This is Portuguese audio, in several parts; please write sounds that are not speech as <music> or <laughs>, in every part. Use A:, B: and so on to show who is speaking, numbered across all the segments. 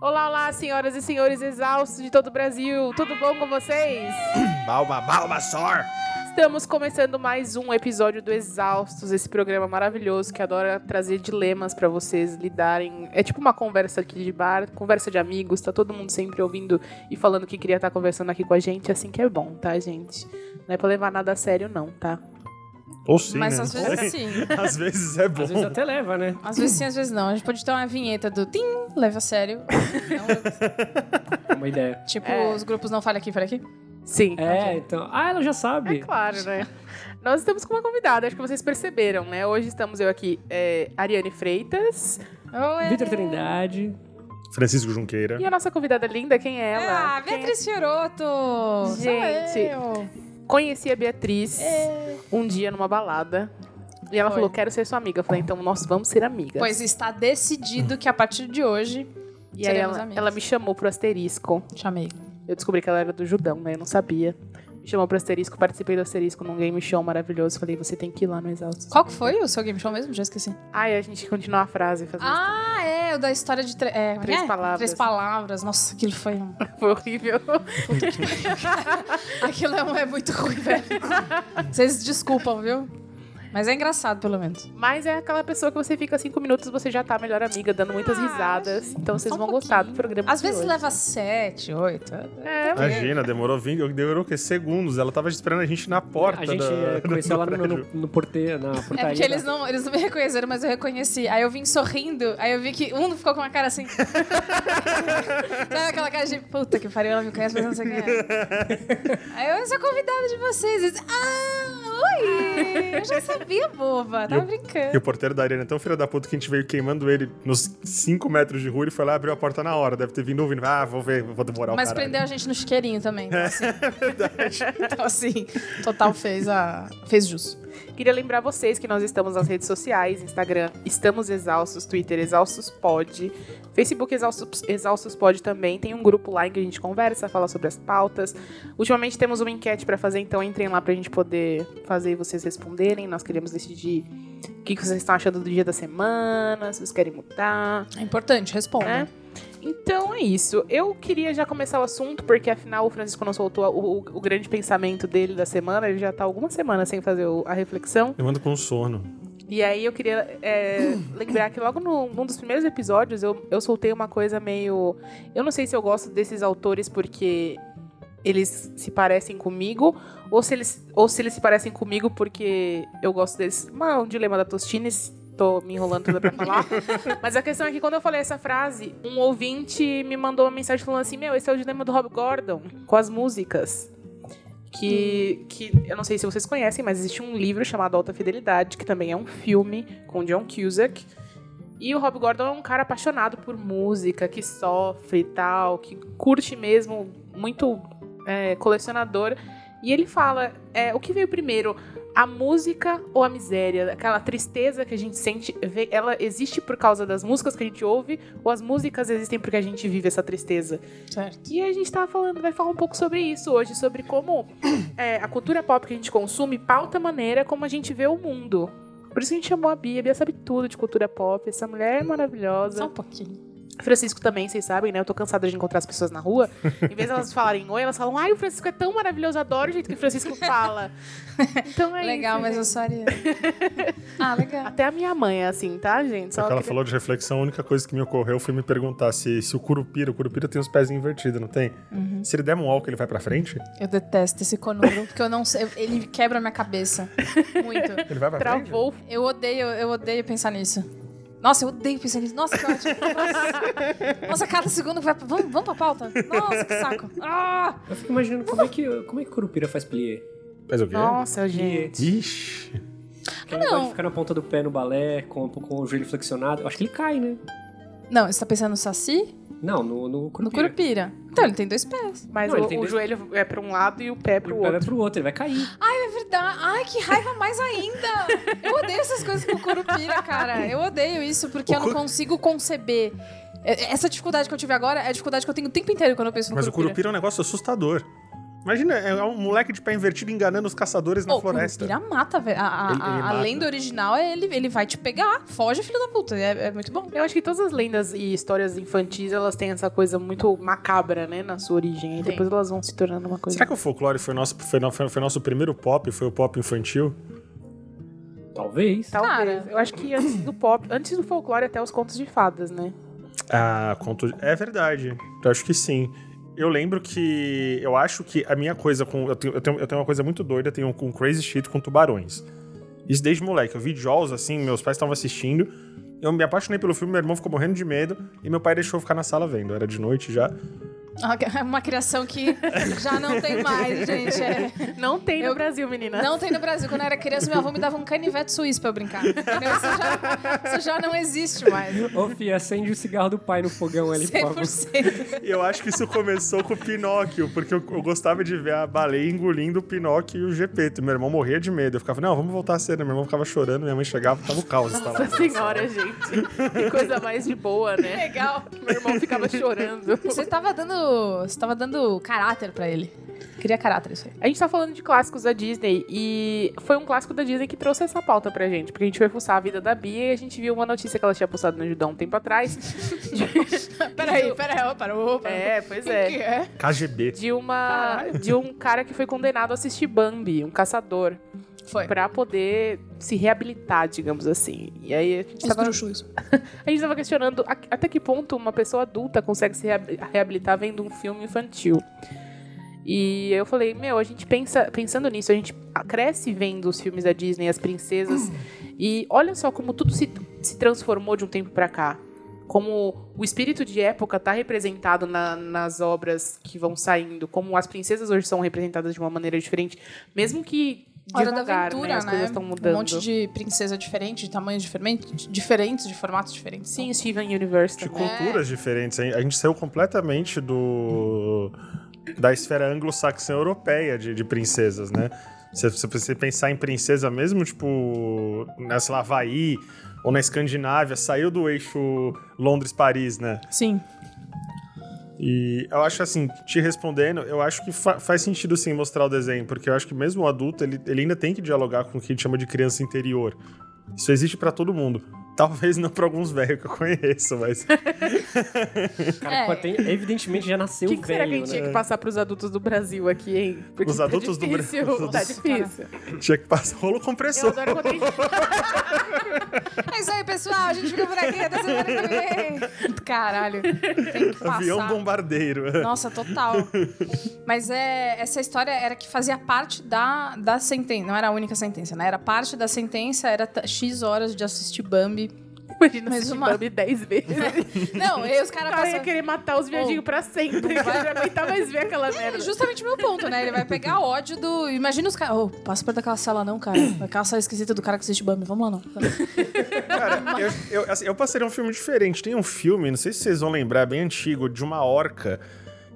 A: Olá, senhoras e senhores exaustos de todo o Brasil. Tudo bom com vocês?
B: Balma, balma, sor.
A: Estamos começando mais um episódio do Exaustos, esse programa maravilhoso que adora trazer dilemas pra vocês lidarem. É tipo uma conversa aqui de bar, conversa de amigos, tá todo mundo sempre ouvindo e falando que queria estar conversando aqui com a gente, assim que é bom, tá, gente? Não é pra levar nada a sério, não, tá?
B: Ou sim,
C: Mas
B: né?
C: às vezes sim.
B: <laughs> Às vezes é bom.
D: Às vezes até leva, né?
C: Às vezes sim, às vezes não. A gente pode ter uma vinheta do Tim, leva a sério. Não leva
A: <laughs>
C: a sério.
D: É Uma ideia.
C: tipo,
A: É.
C: os grupos não falha aqui, falha aqui.
A: Sim.
D: É, então. Ah, ela já sabe.
A: É claro, né? Nós estamos com uma convidada, acho que vocês perceberam, né? Hoje estamos eu aqui, é, Ariane Freitas, é
C: Oi.
A: tá
D: Vitor Trindade.
B: Francisco Junqueira.
A: e a nossa convidada linda, quem é ela?
C: Ah,
A: Quem é?
C: Beatriz Fioroto! Sou
A: Gente.
C: eu.
A: Conheci a Beatriz
C: É.
A: um dia numa balada. E ela
C: Foi.
A: falou, quero ser sua amiga. Eu falei, então nós vamos ser amigas.
C: Pois está decidido que a partir de hoje
A: e aí
C: seremos
A: ela,
C: amigas.
A: ela me chamou pro asterisco.
C: chamei.
A: Eu descobri que ela era do Judão, né? Eu não sabia. Me chamou pro asterisco, participei do asterisco num game show maravilhoso. Falei, você tem que ir lá no Exaustos.
C: Qual que foi o seu game show mesmo? Já esqueci.
A: Ai, a gente continua a frase. Faz muito-
C: Ah, é, o da história de tre- é, como é
A: Três
C: que é?
A: palavras.
C: Três palavras. Nossa, aquilo foi um.
A: Foi horrível.
C: Aquilo é, um- é muito ruim, velho. Vocês desculpam, viu? Mas é engraçado, pelo menos.
A: Mas é aquela pessoa que você fica cinco minutos, você já tá a melhor amiga, dando muitas
C: Ah,
A: risadas. Então vocês
C: só um
A: vão gostar do
C: pouquinho.
A: programa.
C: Às
A: de
C: vezes
A: hoje.
C: leva sete, oito. é-
A: É,
B: Imagina, demorou 20, demorou o quê? Segundos. Ela tava esperando a gente na porta.
D: a gente
B: da- <laughs>
D: é,
B: do
D: conheceu ela no,
B: prédio.
D: no, no porteiro, na portaria.
C: É porque
D: da-
C: eles não, eles não me reconheceram, mas eu reconheci. Aí eu vim sorrindo, aí eu vi que um ficou com uma cara assim. <laughs> Sabe aquela cara de puta que pariu, ela me conhece, mas eu não sei quem é. Aí eu sou convidada de vocês. Eles, ah, oi! Eu já sabia, boba. Tava
B: Eu-
C: brincando.
B: E o porteiro da arena é tão filho da puta que a gente veio queimando ele nos 5 metros de rua. Ele foi lá e abriu a porta na hora. Deve ter vindo ouvindo. Ah, vou ver, vou demorar
C: Mas
B: o caralho.
C: prendeu a gente no chiqueirinho também. Então, assim, <laughs> então, assim total fez a. fez jus.
A: Queria lembrar vocês que nós estamos nas redes sociais, Instagram, estamos exaustos, Twitter, exaustos pod, Facebook exaustos, exaustos pod também. Tem um grupo lá em que a gente conversa, fala sobre as pautas. Ultimamente temos uma enquete pra fazer, então entrem lá pra gente poder fazer e vocês responderem. Nós queremos decidir o que que vocês estão achando do dia da semana, se vocês querem mudar,
C: É importante, responda.
A: né? Então é isso. Eu queria já começar o assunto, porque afinal o Francisco não soltou o, o- o grande pensamento dele da semana. Ele já tá algumas semanas sem fazer o- a reflexão.
B: Eu ando com um sono.
A: E aí eu queria é, lembrar que logo no, num dos primeiros episódios eu, eu soltei uma coisa meio. Eu não sei se eu gosto desses autores porque eles se parecem comigo, ou se eles, ou se eles se parecem comigo porque eu gosto deles. Uma, um dilema da Tostines. Tô me enrolando toda pra falar. Mas a questão é que quando eu falei essa frase, um ouvinte me mandou uma mensagem falando assim: Meu, esse é o dilema do Rob Gordon, com as músicas que, que eu não sei se vocês conhecem, mas existe um livro chamado Alta Fidelidade, que também é um filme com John Cusack. E o Rob Gordon é um cara apaixonado por música, que sofre e tal, que curte mesmo, muito é, colecionador. E ele fala: é, o que veio primeiro? A música ou a miséria? Aquela tristeza que a gente sente, vê- ela existe por causa das músicas que a gente ouve, ou as músicas existem porque a gente vive essa tristeza?
C: Certo.
A: E a gente tava falando, vai falar um pouco sobre isso hoje, sobre como <coughs> é, a cultura pop que a gente consome pauta a maneira como a gente vê o mundo. Por isso que a gente chamou a Bia, a Bia sabe tudo de cultura pop, essa mulher é
C: Só
A: maravilhosa.
C: um pouquinho.
A: Francisco também, vocês sabem, né? Eu tô cansada de encontrar as pessoas na rua. Em vez de elas falarem oi, elas falam, ai, o Francisco é tão maravilhoso, adoro o jeito que o Francisco
C: <laughs>
A: fala. Então é
C: legal,
A: isso,
C: mas
A: gente.
C: eu sou a Ariana. ah, legal.
A: Até a minha mãe é assim, tá, gente? Só
B: Só que ela
A: queria-
B: falou de reflexão, a única coisa que me ocorreu foi me perguntar se, se o curupira, o curupira tem os pés invertidos, não tem? Se ele der um walk, ele vai pra frente?
C: Eu detesto esse conuro, porque eu não sei. Ele quebra minha cabeça. Muito.
B: Ele vai pra frente?
A: Travou
C: Eu odeio, eu odeio pensar nisso. Nossa, eu odeio pensar nisso. Nossa, que ótimo. Nossa, Nossa, cada segundo que vai. pra- Vamos, vamos pra pauta? Nossa, que saco. Ah!
D: Eu fico imaginando como é que, como é que Curupira faz plié.
B: Faz o quê?
A: Nossa, gente.
D: Plié.
B: Ixi.
A: Ah,
D: Porque ele
C: não.
D: pode ficar na ponta do pé no balé, com, com o joelho flexionado. Eu acho que ele cai, né?
C: Não, você tá pensando no Saci?
D: Não, no, no Curupira.
C: No Curupira. Então, ele tem dois pés.
A: Mas
D: Não, ele
A: o,
D: tem
A: o
D: dois-
A: joelho é pra um lado e o pé pro
D: Ele vai
A: outro.
D: pro outro, ele vai cair.
C: É verdade. Ai, que raiva mais ainda. Eu odeio essas coisas com o Curupira, cara. Eu odeio isso, porque eu não consigo conceber. É- Essa dificuldade que eu tive agora é a dificuldade que eu tenho o tempo inteiro quando eu penso no
B: Mas o
C: Curupira.
B: curupira é um negócio assustador. Imagina, é um moleque de pé invertido enganando os caçadores na
C: Pô,
B: floresta.
C: Curupira mata, velho. A, a-
B: Ele- ele
C: a- a
B: mata.
C: lenda original é ele, ele vai te pegar. Foge, filho da puta. É, é muito bom.
A: Eu acho que todas as lendas e histórias infantis, elas têm essa coisa muito macabra, né, na sua origem. E
C: Tem.
A: depois elas vão se tornando uma coisa...
B: Será que o folclore foi nosso, foi, no- foi- foi nosso primeiro pop? Foi o pop infantil?
D: Talvez.
A: Talvez.
C: Cara.
A: Eu acho que antes do pop, antes do folclore até os contos de fadas, né?
B: Ah, conto. É verdade. Eu acho que sim. Eu lembro que. Eu acho que a minha coisa com. Eu tenho, eu tenho, eu tenho uma coisa muito doida, eu tenho um, com crazy shit com tubarões. Isso desde moleque. Eu vi Jaws, assim, meus pais estavam assistindo. Eu me apaixonei pelo filme, meu irmão ficou morrendo de medo. E meu pai deixou eu ficar na sala vendo. Era de noite já.
C: É uma criação que <laughs> já não tem mais, gente. É.
A: Não tem no
C: Eu-
A: Brasil, menina.
C: Não tem no Brasil. Quando eu era criança, minha avó me dava um canivete suíço pra eu brincar. Entendeu? Isso já, isso já não existe mais.
D: Ô, filho, acende o cigarro do pai no fogão ali, por favor.
C: 100%.
B: E eu acho que isso começou com o Pinóquio, porque eu, eu gostava de ver a baleia engolindo o Pinóquio e o Gepeto. Meu irmão morria de medo. Eu ficava, não, vamos voltar a cena. Meu irmão ficava chorando, minha mãe chegava, tava o caos. tava lá.
A: <laughs> Nossa senhora, gente. Que coisa mais de boa, né?
C: Legal.
A: Meu irmão ficava chorando.
C: Você tava dando. Você tava dando caráter pra ele. Queria caráter isso aí.
A: A gente tá falando de clássicos da Disney e foi um clássico da Disney que trouxe essa pauta pra gente, porque a gente foi fuçar a vida da Bia e a gente viu uma notícia que ela tinha postado no Judão um tempo atrás.
C: Peraí, peraí, parou, parou.
A: É, pois
C: Que
A: é.
C: é?
B: KGB.
A: De uma de um cara que foi condenado a assistir Bambi, um caçador,
C: Foi.
A: pra poder se reabilitar, digamos assim. E aí a gente tava
C: isso.
A: A gente tava questionando a- até que ponto uma pessoa adulta consegue se reab- reabilitar vendo um filme infantil. E eu falei, meu, a gente pensa, pensando nisso, a gente cresce vendo os filmes da Disney, as princesas, e olha só como tudo se, se transformou de um tempo pra cá. Como o espírito de época tá representado na- nas obras que vão saindo, como as princesas hoje são representadas de uma maneira diferente, mesmo que
C: Hora
A: devagar,
C: da aventura,
A: né,
C: né?
A: as coisas estão mudando.
C: Um monte de princesa diferente, de tamanhos diferentes, diferentes, de formatos diferentes.
A: Sim, Steven Universe
B: De
A: também.
B: culturas diferentes. hein? A gente saiu completamente do da esfera anglo-saxã europeia de, de princesas, né? Se se você pensar em princesa mesmo, tipo, na sei lá, Havaí ou na Escandinávia, saiu do eixo Londres-Paris, né?
C: Sim.
B: E eu acho assim, te respondendo, eu acho que fa- faz sentido sim mostrar o desenho, porque eu acho que mesmo o adulto, ele, ele ainda tem que dialogar com o que a gente chama de criança interior. Isso existe pra todo mundo. <laughs> Talvez não pra alguns velhos que eu conheço, mas. <laughs>
D: Cara,
C: É.
D: pô, tem- evidentemente já nasceu
A: O que, que será
D: velho,
A: que a gente tinha
D: né?
A: que passar pros adultos do Brasil aqui, hein? Porque tá
B: Os adultos do
A: difícil,
B: Brasil.
A: Tá
B: Nossa,
A: difícil.
B: Tinha que passar rolo
A: Eu
B: compressor.
A: adoro quando a <laughs> gente...
C: É isso aí, pessoal. A gente fica por aqui até semana que vem. Caralho. Tem que passar.
B: Avião bombardeiro. <laughs>
C: Nossa, total. Mas é, essa história era que fazia parte da, da sentença. Não era a única sentença, né? Era parte da sentença, era t- X horas de assistir Bambi.
A: Imagina
C: Mais
A: se
C: uma.
A: Bambi 10 <laughs> vezes.
C: Não, e os
A: O
C: caras
A: cara ia
C: passam...
A: querer matar os viadinhos pra sempre. Eu já aguentar mais ver aquela
C: É
A: merda.
C: justamente o meu ponto, né? Ele vai pegar ódio do. Imagina os caras. Ô, passa perto daquela sala, não, cara. Aquela sala esquisita do cara que assiste Bambi. Vamos lá, não.
A: <laughs>
B: Cara, eu, eu, assim, eu passaria um filme diferente. Tem um filme, não sei se vocês vão lembrar, bem antigo, de uma orca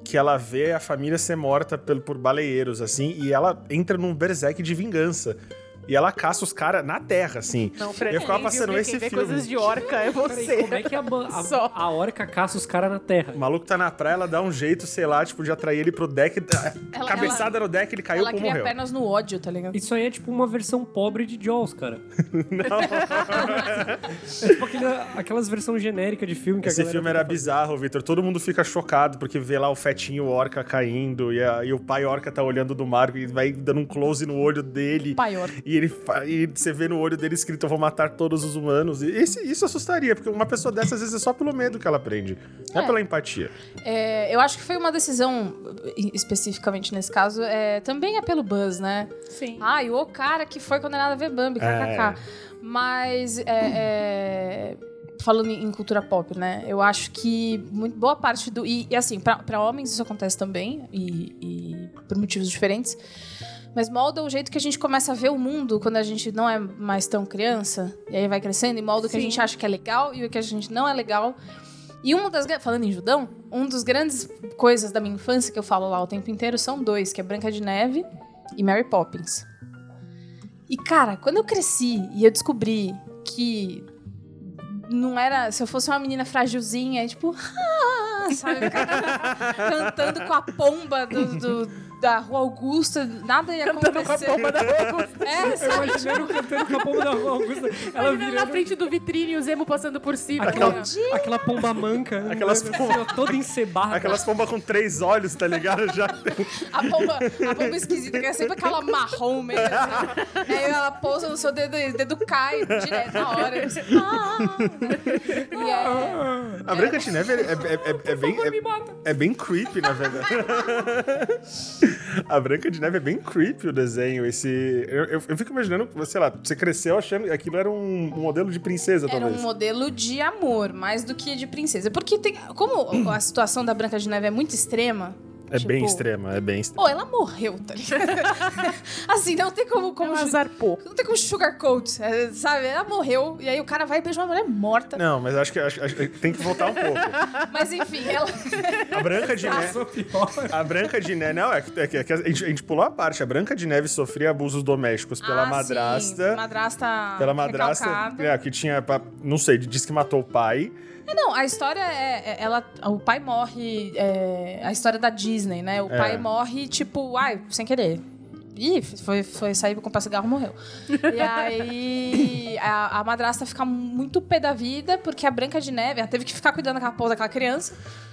B: que ela vê a família ser morta pelo, por baleeiros, assim, e ela entra num berserk de vingança. E ela caça os caras na terra, assim.
A: Não, pra
B: eu ficava
A: mim,
B: passando
A: viu?
B: esse
A: Quem vê
B: filme.
A: coisas de orca é você.
D: Como é que a, ba- a,
A: Só.
D: a orca caça os caras na terra?
B: O maluco tá na praia, ela dá um jeito, sei lá, tipo, de atrair ele pro deck.
C: Ela-
B: cabeçada no deck, ele caiu,
C: Ela
B: pô,
C: cria
B: morreu.
C: pernas no ódio, tá ligado?
D: Isso aí é tipo uma versão pobre de
B: <laughs>
D: Jaws, cara. é tipo aquele- aquelas versões genéricas de filme que a
B: Esse
D: galera
B: filme
D: fica
B: era
D: fazendo.
B: bizarro, Victor. Todo mundo fica chocado porque vê lá o fetinho orca caindo e, a- e o pai orca tá olhando do mar e vai dando um close no olho dele.
C: Paior.
B: E, ele, fa- e você vê no olho dele escrito: Eu vou matar todos os humanos. E esse- isso assustaria, porque uma pessoa dessa às vezes é só pelo medo que ela aprende, não é,
C: É.
B: pela empatia.
C: É, eu acho que foi uma decisão, especificamente nesse caso, é, também é pelo buzz, né?
A: Sim.
C: Ai, o cara que foi condenado a ver Bambi, kkk. Mas, é, é, falando em em cultura pop, né? Eu acho que muito, boa parte do. E, e assim, pra pra homens isso acontece também, e, e por motivos diferentes. Mas molda o jeito que a gente começa a ver o mundo quando a gente não é mais tão criança. E aí vai crescendo e molda o que a
A: Sim.
C: gente acha que é legal e o que a gente não é legal. E uma das. gra- Falando em Judão, um dos grandes coisas da minha infância que eu falo lá o tempo inteiro são dois, que é Branca de Neve e Mary Poppins. E, cara, quando eu cresci e eu descobri que não era. Se eu fosse uma menina é <laughs> fragilzinha, tipo, ah, sabe? Cantando com a pomba do, do- da Rua Augusta, nada ia
A: Cantando com a
C: acontecer.
A: pomba da rua.
C: É,
D: Eu
C: sabe?
D: imaginei ela cantando com a pomba da Rua Augusta. Ela
A: Imaginando na
D: virando
A: frente do vitrine o Zemo passando por cima.
D: aquela,
A: Não.
D: aquela pomba manca.
B: Aquelas
D: né,
B: pomba-
D: assim, ó, toda encebada.
B: Aquelas pombas com três olhos, tá
D: <laughs>
B: ligado? Já
C: A pomba, a pomba esquisita, que é sempre aquela marrom mesmo. Assim. Aí ela pousa no seu dedo e o dedo cai direto na
A: <laughs>
C: hora. Assim, ah, né? E aí,
B: A Branca de Neve é, é- é- é bem. É, é bem creepy, na verdade. a Branca de Neve é bem creepy o desenho. Esse, eu, eu- eu fico imaginando, sei lá, você cresceu achando que aquilo era um, um modelo de princesa,
C: Era um
B: talvez.
C: modelo de amor, mais do que de princesa. Porque tem, como a situação da Branca de Neve é muito extrema.
B: É bem
C: tipo,
B: extrema, é bem extrema.
C: Pô, ela morreu, tá ligado? <laughs> assim, não tem como, como,
A: Ela zarpou.
C: não tem como sugarcoat, é, sabe? Ela morreu, e aí o cara vai e beija uma mulher morta.
B: <laughs> Não, mas acho que, acho- acho que tem que voltar um pouco.
C: Mas enfim, ela...
B: A Branca de Neve.
D: Passou é pior.
B: A Branca de Neve. Não, é que, é que- é que a, gente, a gente pulou a parte. A Branca de Neve sofria abusos domésticos pela
C: Ah, sim,
B: madrasta.
C: madrasta
B: Pela madrasta,
C: recalcada.
B: é, que tinha, pra- não sei, diz que matou o pai.
C: É, não, a história é, é- ela, o pai morre, é, a história da Disney, né? O
B: É.
C: pai morre, tipo, ai, sem querer. Ih, foi, foi sair pra comprar cigarro e morreu. E aí a, a madrasta fica muito pé da vida, porque a Branca de Neve, ela teve que ficar cuidando daquela porra daquela criança,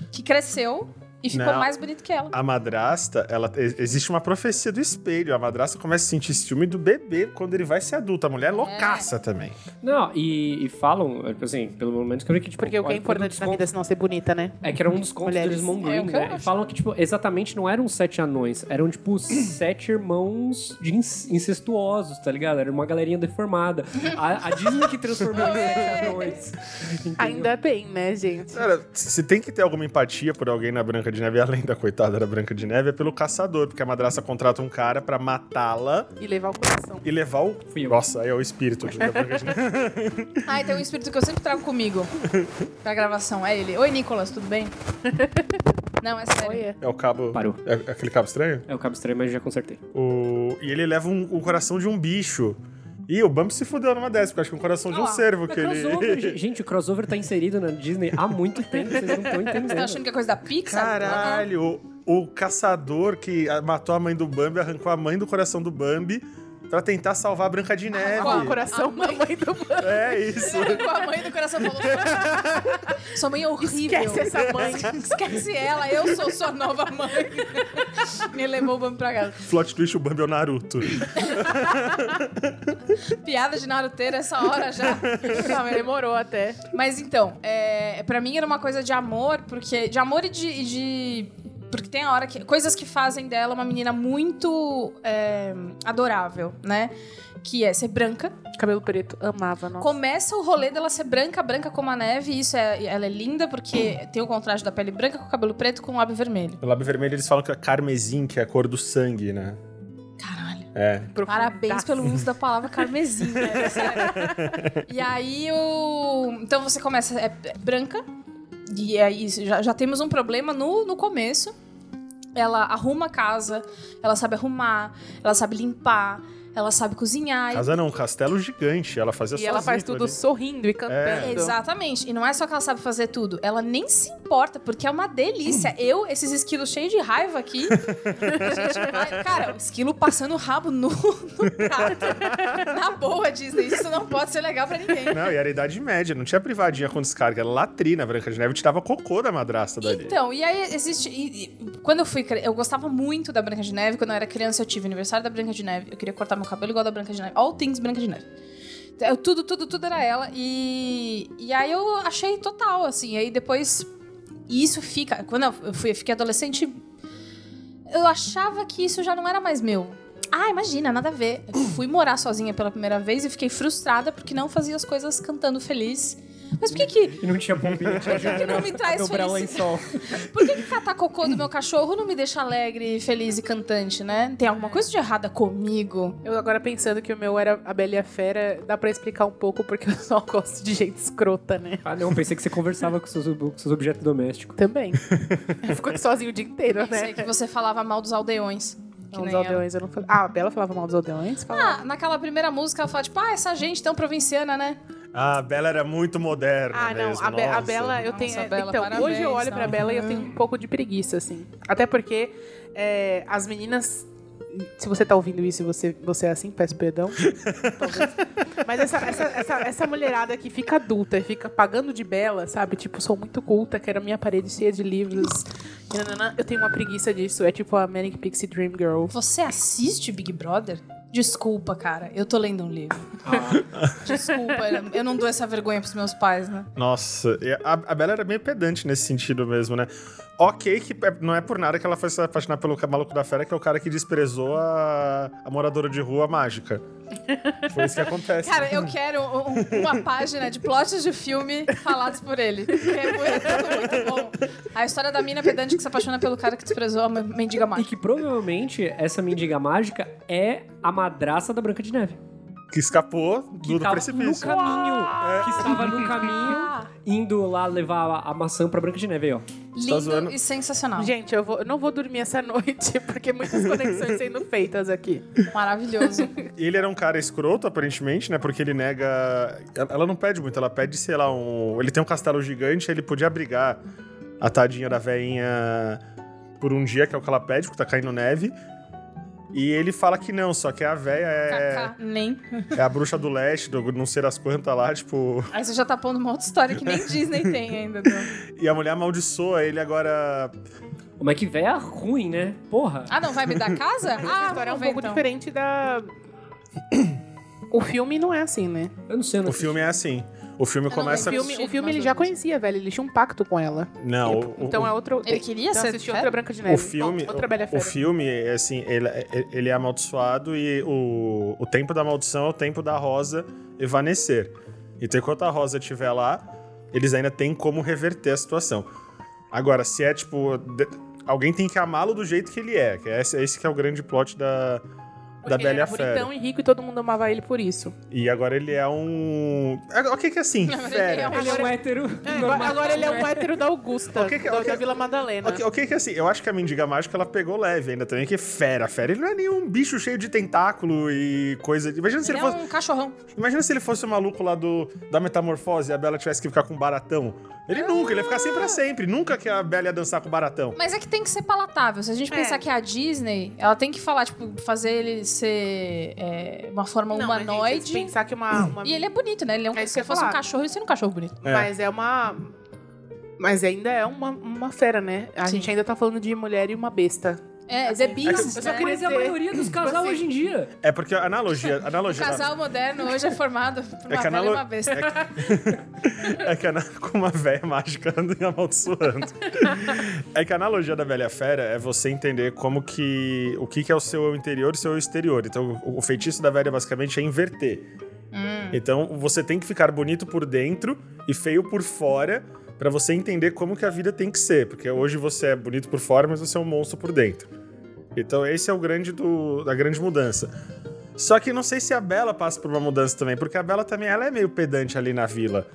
C: que cresceu e ficou
B: Não.
C: mais bonita que ela.
B: A madrasta, ela e- existe uma profecia do espelho. A madrasta começa a sentir ciúme do bebê quando ele vai ser adulto. A mulher é loucaça também.
D: Não, e, e falam, tipo assim, pelo menos que eu vi que, tipo...
A: Porque o que é
D: olha, foi um
A: importante
D: dos
A: na
D: con-
A: vida se não ser bonita, né?
D: É que era um dos contos
A: Mulheres.
D: do Desmond
C: É,
D: Green,
C: o que eu
D: né? E
C: acho.
D: falam que, tipo, exatamente não eram sete anões, eram, tipo, sete irmãos de inc- incestuosos, tá ligado? Era uma galerinha deformada. A, a Disney que
C: <laughs>
D: transformou em sete anões. entendeu?
A: Ainda bem, né, gente?
B: Cara, se tem que ter alguma empatia por alguém na Branca de Neve, <laughs> além da coitada da Branca de Neve, é pelo caçador, porque a madrasta contrata um cara pra matá-la
A: E levar o coração.
B: e levar o.
D: eu.
B: Nossa, aí é o espírito da Branca de Neve.
C: Ah, e tem um espírito que eu sempre trago comigo pra gravação, é ele. Oi, Nicolas, tudo bem? Não, é sério.
A: Olha.
B: É o cabo.
D: Parou.
B: É é aquele cabo estranho?
D: É o Cabo Estranho, mas já consertei.
B: O... E ele leva um- o coração de um bicho. Ih, o Bump se fudeu numa dessas, porque eu acho que é um coração de um
C: Ah lá.
B: cervo que
D: Crossover,
B: ele.
D: gente, gente, o crossover tá inserido na Disney há muito tempo, vocês não estão entendendo.
C: Você tá achando que é coisa da Pixar?
B: Caralho, o, o caçador que a- matou a mãe do Bambi arrancou a mãe do coração do Bambi pra tentar salvar a Branca de Neve.
A: Com o coração, mamãe do mundo.
B: É isso.
C: Com a mãe do coração falou.
A: <laughs>
C: Sua mãe é horrível.
A: Esquece essa mãe.
C: Esquece ela, eu sou sua nova mãe. Me levou o bambu pra casa.
B: Plot twist, o Bambi é o Naruto.
C: Piada de naruteiro essa hora já.
A: Não, mas demorou até.
C: Mas então, é, pra mim era uma coisa de amor, porque. De amor e de. e de- porque tem a hora que. Coisas que fazem dela uma menina muito é, adorável, né? Que é ser branca.
A: Cabelo preto, amava, nossa.
C: Começa o rolê dela ser branca, branca como a neve, e isso é, ela é linda, porque tem o contraste da pele branca com o cabelo preto com o lábio vermelho.
B: No lábio vermelho eles falam que é carmesim, que é a cor do sangue, né?
C: Caralho.
B: É.
A: Profundaço.
C: Parabéns pelo uso da palavra carmesim. né? Sério. e aí o. Então você começa é, é branca. E aí isso, já, já temos um problema no, no começo. Ela arruma a casa, ela sabe arrumar, ela sabe limpar, ela sabe cozinhar. e-
B: Casa não, um castelo gigante. Ela fazia
A: E ela
B: sozinha né?
A: faz
B: aquilo
A: tudo
B: ali.
A: sorrindo e cantando.
C: Exatamente. E não é só que ela sabe fazer tudo, ela nem se importa, porque é uma delícia. Eu, esses esquilos cheios de raiva aqui. a gente vai- Cara, o esquilo passando o rabo nu <laughs> no prato. Na boa, Disney. Isso não pode ser legal pra ninguém.
B: Não, e era a idade média, não tinha privadinha com descarga, era latrina. A Branca de Neve tirava cocô da madrasta dali.
C: Então, e aí existe. e- e quando eu fui. cre- Eu gostava muito da Branca de Neve. Quando eu era criança, eu tive aniversário da Branca de Neve. Eu queria cortar meu cabelo igual da Branca de Neve. All things Branca de Neve. Então, Eu- tudo, tudo, tudo era ela. E, e aí eu achei total, assim. Aí depois. E isso fica. Quando eu fui, eu fiquei adolescente, eu achava que isso já não era mais meu. Ah, imagina, nada a ver. Eu fui morar sozinha pela primeira vez e fiquei frustrada porque não fazia as coisas cantando feliz. Mas por que que
D: E não
C: <laughs>
D: tinha pompinha, tinha
C: que não
D: <laughs>
C: me traz
D: dobrar
C: felicidade?
D: lençol.
C: Por que, que catar cocô do meu cachorro não me deixa alegre, feliz e cantante, né? Tem alguma coisa de
A: <laughs>
C: errada comigo?
A: Eu agora pensando que o meu era a Bela e a Fera, dá pra explicar um pouco porque eu <laughs> só gosto de gente escrota, né?
D: Ah, não, pensei que você conversava com seus, com seus objetos domésticos.
A: Também. Ficou sozinho o dia inteiro,
C: Sei
A: né?
C: que você falava mal dos aldeões. Que
A: Não, os
C: nem ela.
A: aldeões, eu não falei. Ah, a Bela falava mal dos aldeões? Falava.
C: Ah, naquela primeira música ela fala, tipo, ah, essa gente tão provinciana, né?
B: Ah, a Bela era muito moderna
A: Então- Ah, não,
B: mesmo,
A: a, Be- a
B: nossa.
A: Bela, eu
C: Nossa,
A: tenho. é,
C: Bela,
A: então,
C: parabéns,
A: hoje eu olho
C: tá?
A: pra Bela e eu tenho um pouco de preguiça, assim. Até porque é, as meninas. Se você tá ouvindo isso e você, você é assim, peço perdão. Talvez. Mas essa, essa, essa, essa mulherada que fica adulta e fica pagando de bela, sabe? Tipo, sou muito culta, quero a minha parede cheia de livros. e nananã. Eu tenho uma preguiça disso. É tipo a Manic Pixie Dream Girl.
C: Você assiste Big Brother? Desculpa, cara, eu tô lendo um livro. Desculpa, eu- eu não dou essa vergonha pros meus pais, né?
B: Nossa, e a, a Bela era meio pedante nesse sentido mesmo, né? Ok, que é- não é por nada que ela foi se apaixonar pelo ca- maluco da fera, que é o cara que desprezou a, a moradora de rua
C: <laughs>
B: mágica. Foi isso que acontece.
C: Cara, eu quero um- um- uma página de plots de filme falados por ele. Que é muito, muito bom. A história da mina pedante que se apaixona pelo cara que desprezou a men- mendiga
D: E
C: mágica.
D: que provavelmente essa mendiga mágica é a madraça da Branca de Neve.
B: que escapou
D: Que
B: do, do
D: tava no
B: precipício.
D: caminho. Que estava no caminho,
C: Ah,
D: <laughs> indo lá levar a, a maçã pra Branca de Neve aí, ó.
C: lindo
B: zoando?
C: e sensacional.
A: Gente, eu, vou- eu não vou dormir essa <laughs> noite, porque muitas conexões sendo feitas aqui.
C: <laughs> Maravilhoso.
B: Ele era um cara escroto, aparentemente, né? Porque ele nega. Ela ela não pede muito, ela pede, sei lá, um. Ele tem um castelo gigante, ele podia abrigar a tadinha da veinha por um dia, que é o que ela pede, porque tá caindo neve. E ele fala que não, só que a véia é,
C: Kaká, nem.
B: é a bruxa do leste, do não sei das quantas lá, tipo.
C: Aí você já tá pondo uma outra história que <laughs> nem Disney tem ainda. Não.
B: E a mulher amaldiçoa ele agora.
D: Mas que véia ruim, né? Porra.
C: Ah, não vai me dar
A: A
C: casa? Ah,
A: história é um
C: vamos ver,
A: pouco
C: então.
A: diferente da. <coughs> O filme não é assim, né?
D: Eu não sei, eu não
B: O filme é assim. O filme
C: não
B: começa.
A: O filme, o
C: Chique,
A: filme
C: mais
A: ele
C: ou
A: já
C: menos.
A: conhecia, velho. Ele tinha um pacto com ela.
B: Não, o-
A: então
B: o-
A: é outro.
C: Ele queria
A: então
C: ser
A: assistiu
C: fera?
A: outra Branca de Neve.
B: O filme,
A: Não, outra Bela
B: o
A: Fera.
B: filme, é assim, ele, ele é amaldiçoado e o, o tempo da maldição é o tempo da rosa evanescer. Então, enquanto a rosa estiver lá, eles ainda têm como reverter a situação. Agora, se é tipo. de- alguém tem que amá-lo do jeito que ele é, que é esse, esse que é o grande plot da, da
A: Porque ele
B: Bela e a
A: era
B: Fera.
A: bonitão e rico e todo mundo amava ele por isso.
B: E agora ele é um. é- O que que é assim?
C: Agora ele é
B: Fera.
C: um-
D: Ele é um
A: Agora-
D: hétero.
A: agora, agora ele é um hétero da Augusta,
B: O que que-
A: da,
B: o que- é?
A: da Vila Madalena.
B: O que, o que que assim, eu acho que a mendiga mágica ela pegou leve ainda também, que fera, fera. Ele não é nenhum bicho cheio de tentáculo e coisa. de- Imagina se
C: Ele
B: ele,
C: é
B: fosse,
C: um cachorrão.
B: imagina se ele fosse o maluco lá do, da metamorfose e a Bela tivesse que ficar com um baratão. Ele nunca, ele ia ficar
C: Ah.
B: sempre pra sempre. Nunca que a Bela ia dançar com o baratão.
C: Mas é que tem que ser palatável. Se a gente
A: É.
C: pensar que a Disney, ela tem que falar, tipo, fazer ele ser é, uma forma
A: Não, mas, gente,
C: humanoide.
A: se pensar que uma. uma-
C: E ele é bonito, né? Ele é um,
A: É isso que
C: se
A: eu ia
C: fosse um
A: falar.
C: cachorro, ele seria um cachorro bonito.
B: Hum. É.
A: Mas é uma. Mas ainda é uma, uma fera, né? A
C: Sim.
A: gente ainda tá falando de mulher e uma besta.
C: É, The Beast.
A: eu
D: Só
A: só
C: né?
A: queria
D: mas é a
A: dizer-
D: maioria dos casal
A: Você-
D: hoje em dia.
B: É porque a analogia. a
C: O
B: analogia
C: Um casal moderno hoje é formado por uma
B: É que
C: velha
B: analo-
C: e uma besta.
B: é É que a, na- <laughs> com uma velha mágica anda amaldiçoando. é que a analogia da velha fera é você entender como que. o que, que é o seu interior e o seu exterior. Então, o, o feitiço da velha basicamente é inverter. Então, você tem que ficar bonito por dentro e feio por fora pra você entender como que a vida tem que ser. Porque hoje você é bonito por fora, mas você é um monstro por dentro. Então, esse é o grande do, a grande mudança. Só que não sei se a Bela passa por uma mudança também, porque a Bela também ela é meio pedante ali na vila.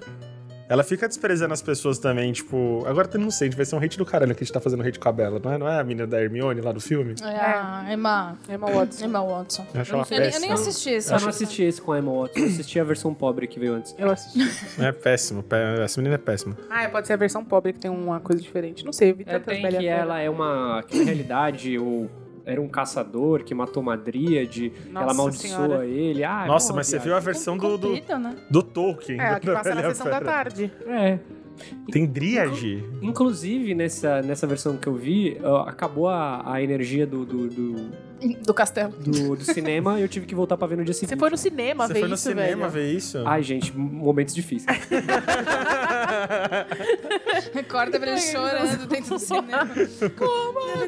B: Ela fica desprezando as pessoas também, tipo. Agora eu não sei, a gente vai ser um hate do caralho que a gente tá fazendo hate com a Bela, não é? Não é a menina da Hermione lá do filme?
C: É a Emma,
A: Emma Watson.
C: Emma Watson.
B: Eu acho ela
C: Eu, nem- eu nem
B: péssima.
C: assisti esse.
D: Eu não assisti esse com a Emma Watson, eu assisti a versão pobre que veio antes.
A: Eu assisti.
B: É péssimo, pé- essa menina é péssima.
A: Ah, é, pode ser a versão pobre que tem uma coisa diferente. Não sei, eu vi
D: É,
A: tantas
D: tem
A: Bela
D: que
A: Fera.
D: ela é uma... Que na realidade o- era um caçador que matou uma dríade, ela
A: Nossa
D: amaldiçoa
A: senhora.
D: ele. Ah, é
B: Nossa,
D: uma
B: mas você
D: viagem.
B: viu a versão do, do,
C: Comprida, <laughs> né?
B: do Tolkien.
A: É, a
B: do-
A: que passa na
B: Bela
A: sessão da
B: Fera.
A: tarde.
D: É.
B: Tem Dríade?
D: Inclusive, nessa, nessa versão que eu vi, ó, acabou a, a energia do, do, do,
C: Do castelo.
D: do- do cinema e eu tive que voltar pra ver no dia seguinte.
A: Você foi no cinema
B: Você
A: ver
B: foi no
A: isso,
B: cinema
A: velho.
B: ver isso?
D: Ai, gente,
C: <laughs>
D: momentos difíceis.
C: Recorda pra ele chorando dentro do cinema.
A: Porque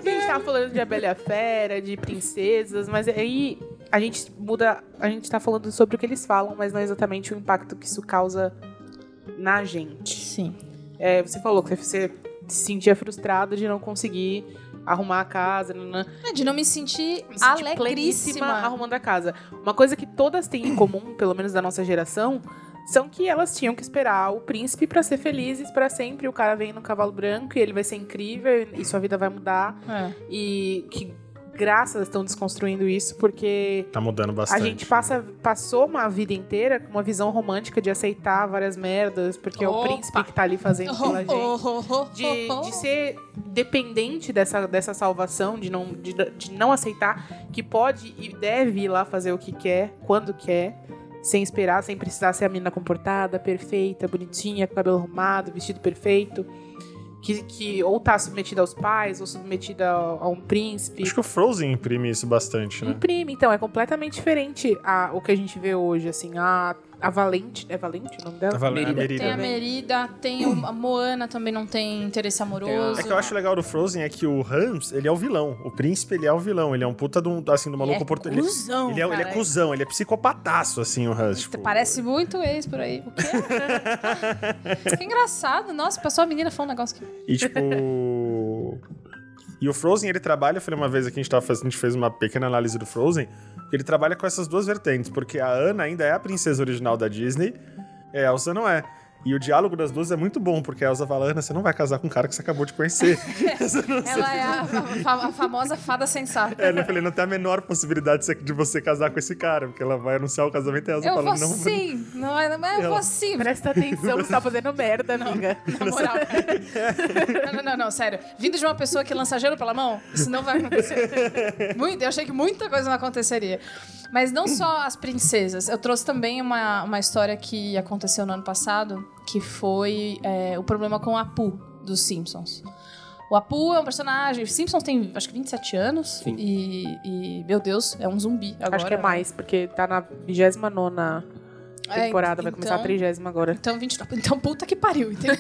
A: A gente tava falando de A Bela e a Fera, de princesas, mas aí a gente muda. A gente tá falando sobre o que eles falam, mas não é exatamente o impacto que isso causa na gente.
C: Sim.
A: É, você falou que você se sentia frustrada de não conseguir arrumar a casa, nanã.
C: É, de não me sentir
A: Me senti pleníssima
C: alegríssima.
A: arrumando a casa. Uma coisa que todas têm em comum, <clears throat> pelo menos da nossa geração, são que elas tinham que esperar o príncipe pra ser felizes pra sempre. O cara vem no cavalo branco e ele vai ser incrível e sua vida vai mudar
C: É.
A: e que graças estão desconstruindo isso, porque
B: <laughs> Tá mudando
A: a
B: bastante.
A: gente passa, passou uma vida inteira com uma visão romântica de aceitar várias merdas, porque é o
C: Opa.
A: príncipe que tá ali fazendo pela
C: <laughs>
A: gente. de, de
C: gente.
A: ser dependente dessa, dessa salvação, de não, de, de não aceitar que pode e deve ir lá fazer o que quer, quando quer, sem esperar, sem precisar ser a menina comportada, perfeita, bonitinha, com cabelo arrumado, vestido perfeito. Que, que ou tá submetida aos pais, ou submetida a, a um príncipe.
B: Acho que o Frozen imprime isso bastante, né?
A: Imprime, então, é completamente diferente a, o que a gente vê hoje, assim, a, a Valente, é Valente o nome dela?
B: A Val- a
D: Merida.
B: Merida.
A: né?
C: Tem a Merida, tem o- a Moana também não tem interesse amoroso.
B: É que eu acho legal do Frozen é que o Hans, ele é o vilão. O príncipe, ele é o vilão. Ele é um puta de um, assim, do maluco
C: é
B: oportun-
C: cuzão,
B: Ele, ele, é, ele é
C: cara.
B: cuzão, ele é psicopataço, assim, o Hans. tipo.
C: Parece muito ex por aí. O
B: <laughs>
C: quê? que engraçado. Nossa, passou a menina falando um negócio que...
B: E tipo. e o Frozen, ele trabalha, eu falei uma vez aqui, a gente, tava fazendo, a gente fez uma pequena análise do Frozen, ele trabalha com essas duas vertentes, porque a Anna ainda é a princesa original da Disney, e a Elsa não é. E o diálogo das duas é muito bom, porque a Elsa fala, Ana, você não vai casar com um cara que você acabou de conhecer. Você não-
C: Ela é a, fa- a famosa fada sensata.
B: É, eu falei, não tem a menor possibilidade de você- de você casar com esse cara, porque ela vai anunciar o casamento e a Elsa
C: Eu
B: fala,
C: vou
B: tá não, né?
C: sim. Não, é- não é- eu vou
B: Ela-
C: sim.
A: Presta atenção, você tá fazendo merda, amiga. <laughs>
C: Na moral. não, não, não, não, sério. Vindo de uma pessoa que lança gelo pela mão, isso não vai acontecer.
A: <laughs>
C: Muito, eu achei que muita coisa não aconteceria. Mas não só as princesas. Eu trouxe também uma, uma história que aconteceu no ano passado, que foi é, o problema com a Apu dos Simpsons. O Apu é um personagem. Simpsons tem acho que 27 anos.
D: Sim.
C: E, e, meu Deus, é um zumbi agora.
A: Acho que é mais, porque tá na 29
C: É,
A: temporada, vai começar a
C: então-
A: 30 agora.
C: Então, 29. Então, puta que pariu, entendeu?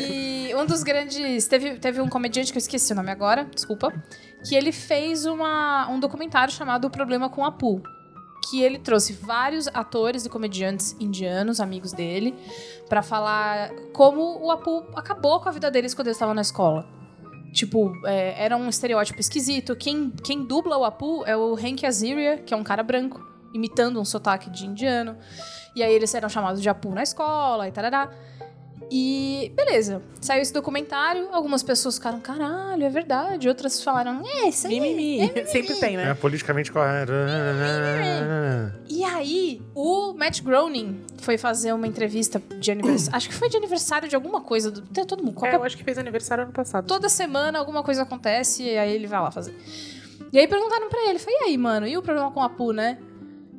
C: e um dos grandes. Teve, teve um comediante que eu esqueci o nome agora, desculpa. Que ele fez uma, um documentário chamado O Problema com a Apu. Que ele trouxe vários atores e comediantes indianos, amigos dele, pra falar como o Apu acabou com a vida deles quando eles estavam na escola. Tipo, é, era um estereótipo esquisito. Quem, quem dubla o Apu é o Hank Azaria, que é um cara branco, imitando um sotaque de indiano. E aí eles eram chamados de Apu na escola e tarará. E beleza, saiu esse documentário, algumas pessoas ficaram, caralho, é verdade. Outras falaram, é, isso aí.
A: Mimimi. Sempre tem,
B: É
A: né?
B: politicamente correto.
C: E aí, o Matt Groening foi fazer uma entrevista de aniversário. acho que foi de aniversário de alguma coisa. Do, tem todo mundo,
A: É,
C: qualquer
A: eu acho que fez aniversário ano passado.
C: toda semana alguma coisa acontece e aí ele vai lá fazer. E aí perguntaram pra ele, foi, e aí, mano, e o problema com a Apu, né?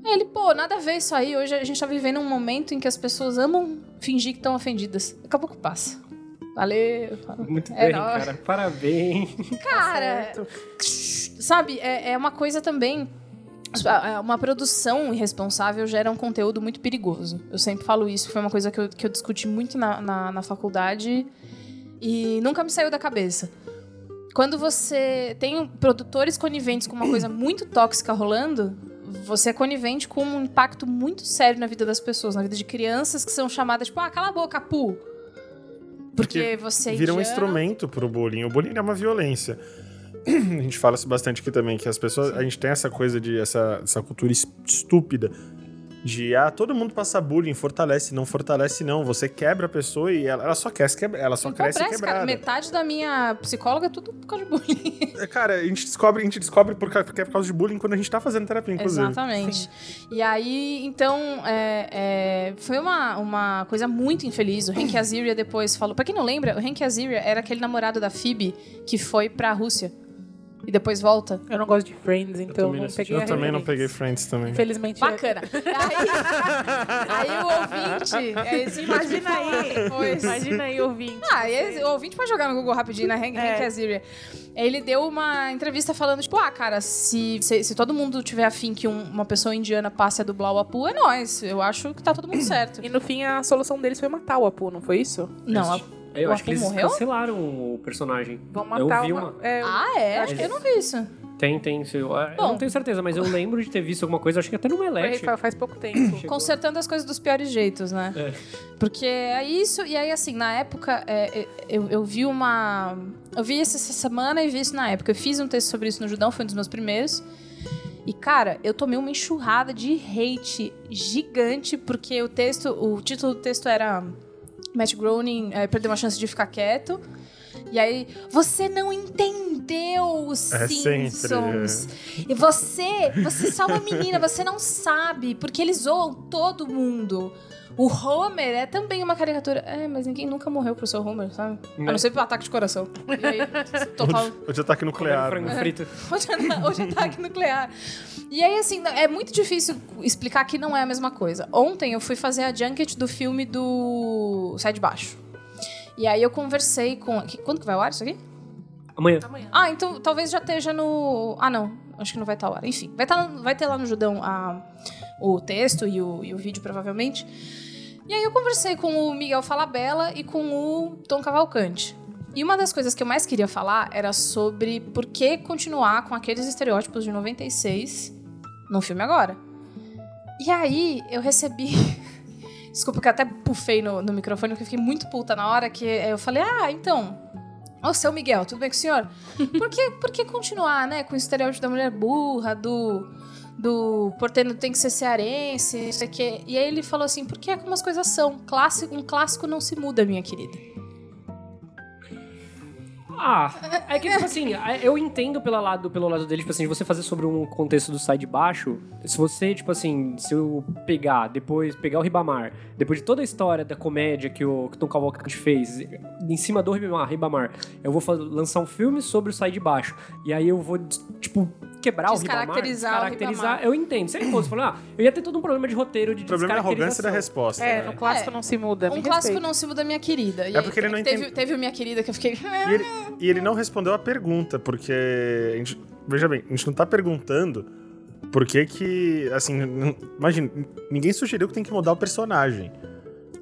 C: Aí ele, pô, nada a ver isso aí. Hoje a gente tá vivendo um momento em que as pessoas amam fingir que estão ofendidas. Daqui a pouco passa. Valeu.
D: Muito
C: É
D: bem,
C: nóis.
D: cara. Parabéns.
C: Cara, sabe, é, é uma coisa também. é, Uma produção irresponsável gera um conteúdo muito perigoso. Eu sempre falo isso, foi uma coisa que eu, que eu discuti muito na, na, na faculdade e nunca me saiu da cabeça. Quando você tem um, produtores coniventes com uma coisa muito tóxica rolando, você é conivente com um impacto muito sério na vida das pessoas, na vida de crianças que são chamadas, tipo, ah, cala a boca, pu. Porque você é
B: Vira um
C: indiano.
B: instrumento pro bullying. O bullying é uma violência. <clears throat> A gente fala isso bastante aqui também, que as pessoas. A gente tem essa coisa de. Essa, essa cultura es- estúpida de. Ah, todo mundo passa bullying, fortalece, não fortalece, não. Você quebra a pessoa e ela, ela só, quer se quebra, ela só cresce
C: Empobrece, cara.
B: quebrada.
C: Metade da minha psicóloga é tudo por causa de bullying.
B: É, Cara, a gente descobre, a gente descobre por, ca- que é por causa de bullying quando a gente tá fazendo terapia, inclusive.
C: Exatamente. E aí, então, é, é, foi uma, uma coisa muito infeliz. O Hank Azaria depois falou... Pra quem não lembra, o Hank Azaria era aquele namorado da Phoebe que foi pra Rússia. E depois volta.
A: Eu não gosto de Friends, então
D: também
A: não
D: não assisti.
A: peguei
B: Eu
A: a
B: também não
A: referência.
B: peguei Friends
A: <laughs>
B: também.
A: Infelizmente.
C: Bacana. Aí, aí o ouvinte... aí você
A: É, Imagina
C: pode
A: <laughs>
C: falar
A: aí.
C: Depois.
A: Imagina aí, ouvinte.
C: Ah, e o ouvinte pode jogar no Google rapidinho, na Hank,
A: É.
C: Hank Azaria. Ele deu uma entrevista falando, tipo, ah, cara, se, se, se todo mundo tiver afim que um- uma pessoa indiana passe a dublar o Apu, é nóis. Eu acho que tá todo mundo certo.
A: E no fim, a solução deles foi matar o Apu, não foi isso?
C: Não, a...
D: Eu
C: O
D: acho que
C: Apu
D: eles
C: morreu?
D: cancelaram o personagem.
A: Vão matar
D: eu vi
A: uma...
D: uma.
A: é,
C: Ah, é? Acho
D: Eles-
C: que eu não vi isso.
D: Tem, tem. se Eu, é, eu
C: Bom.
D: não tenho certeza, mas eu lembro de ter visto alguma coisa, acho que até no
A: foi
D: Melete.
A: fa- faz pouco tempo.
D: Chegou.
C: Consertando as coisas dos piores jeitos, né? Porque é isso, e aí assim, na época, é, é, eu, eu vi uma. Eu vi isso essa semana e vi isso na época. Eu fiz um texto sobre isso no Judão, foi um dos meus primeiros. E, cara, eu tomei uma enxurrada de hate gigante, porque o texto, o título do texto era hum, eh, Matt Groening é, perdeu uma chance de ficar quieto. E aí, você não entende! Deus,
B: É
C: Simpsons. E você, você é só uma menina, você não sabe, porque eles zoam todo mundo. O Homer é também uma caricatura. É, mas ninguém nunca morreu pro seu Homer, sabe? A não ser pro ataque de coração. E aí, total
B: <laughs> Hoje, hoje ataque nuclear.
D: um Frango
B: tá né?
D: frito.
C: <laughs> Hoje, é- hoje é ataque nuclear. E aí, assim, é muito difícil explicar que não é a mesma coisa. Ontem eu fui fazer a junket do filme do Sai de Baixo. E aí eu conversei com. que- Quando que vai ao ar isso aqui?
D: Amanhã.
C: Ah, então talvez já esteja no. Ah, não. Acho que não vai estar ao ar. Enfim, vai, tá, vai ter lá no Judão a- o texto e o, e o vídeo, provavelmente. E aí eu conversei com o Miguel Falabella e com o Tom Cavalcante. E uma das coisas que eu mais queria falar era sobre por que continuar com aqueles estereótipos de 96 num filme agora. E aí eu recebi. <laughs> Desculpa que eu até pufei no, no microfone, porque eu fiquei muito puta na hora que eu falei: Ah, então. Ô, seu Miguel, tudo bem com o senhor? Por que, por que continuar, né? Com o estereótipo da mulher burra, do. Do porteiro tem que ser cearense, não sei o quê. E aí ele falou assim: porque é como as coisas são. Clássico, um clássico não se muda, minha querida.
D: Ah, é que, tipo assim, a- eu entendo pelo lado, pelo lado dele, tipo assim, de você fazer sobre um contexto do sai de baixo, se você, tipo assim, se eu pegar, depois, pegar o Ribamar, depois de toda a história da comédia que o que o Tom Cavalcante fez, em cima do Ribamar, Ribamar eu vou fa- lançar um filme sobre o sai de baixo, e aí eu vou, des- tipo, quebrar o Ribamar,
C: Descaracterizar o
D: caracterizar,
C: Ribamar.
D: eu entendo. Se ele fosse falar, ah, eu ia ter todo um problema de roteiro, de
B: O problema é a arrogância da
D: descaracterização.
B: resposta.
A: É,
B: né?
A: no clássico não se muda.
C: um
A: me
C: clássico
A: respeita.
C: não se muda, minha querida. E
B: É
C: aí
B: porque ele não
C: teve,
B: entende-
C: teve o minha querida que eu fiquei. "Ah."
B: E ele, e ele não respondeu a pergunta, porque. a gente- veja bem, a gente não tá perguntando por que que. Assim, n- imagina, n- ninguém sugeriu que tem que mudar o personagem.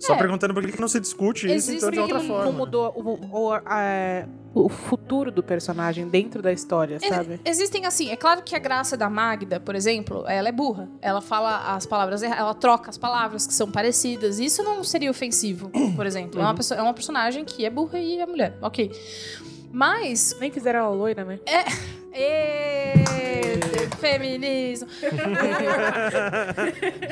B: Só
C: É.
B: perguntando por que que não se discute isso
C: Existe um
B: então de
A: Por que
B: outra
A: que não- não
B: forma.
A: mudou o, o, a- é, o futuro do personagem dentro da história,
C: Ex-
A: sabe?
C: Existem assim, é claro que a graça da Magda, por exemplo, ela é burra. Ela fala as palavras, erra- ela troca as palavras que são parecidas. Isso não seria ofensivo, por exemplo. É, uma pessoa- é uma personagem que é burra e é mulher. Ok. Mas.
A: Nem fizeram ela loira, né?
C: Ê, Feminismo.
A: <laughs>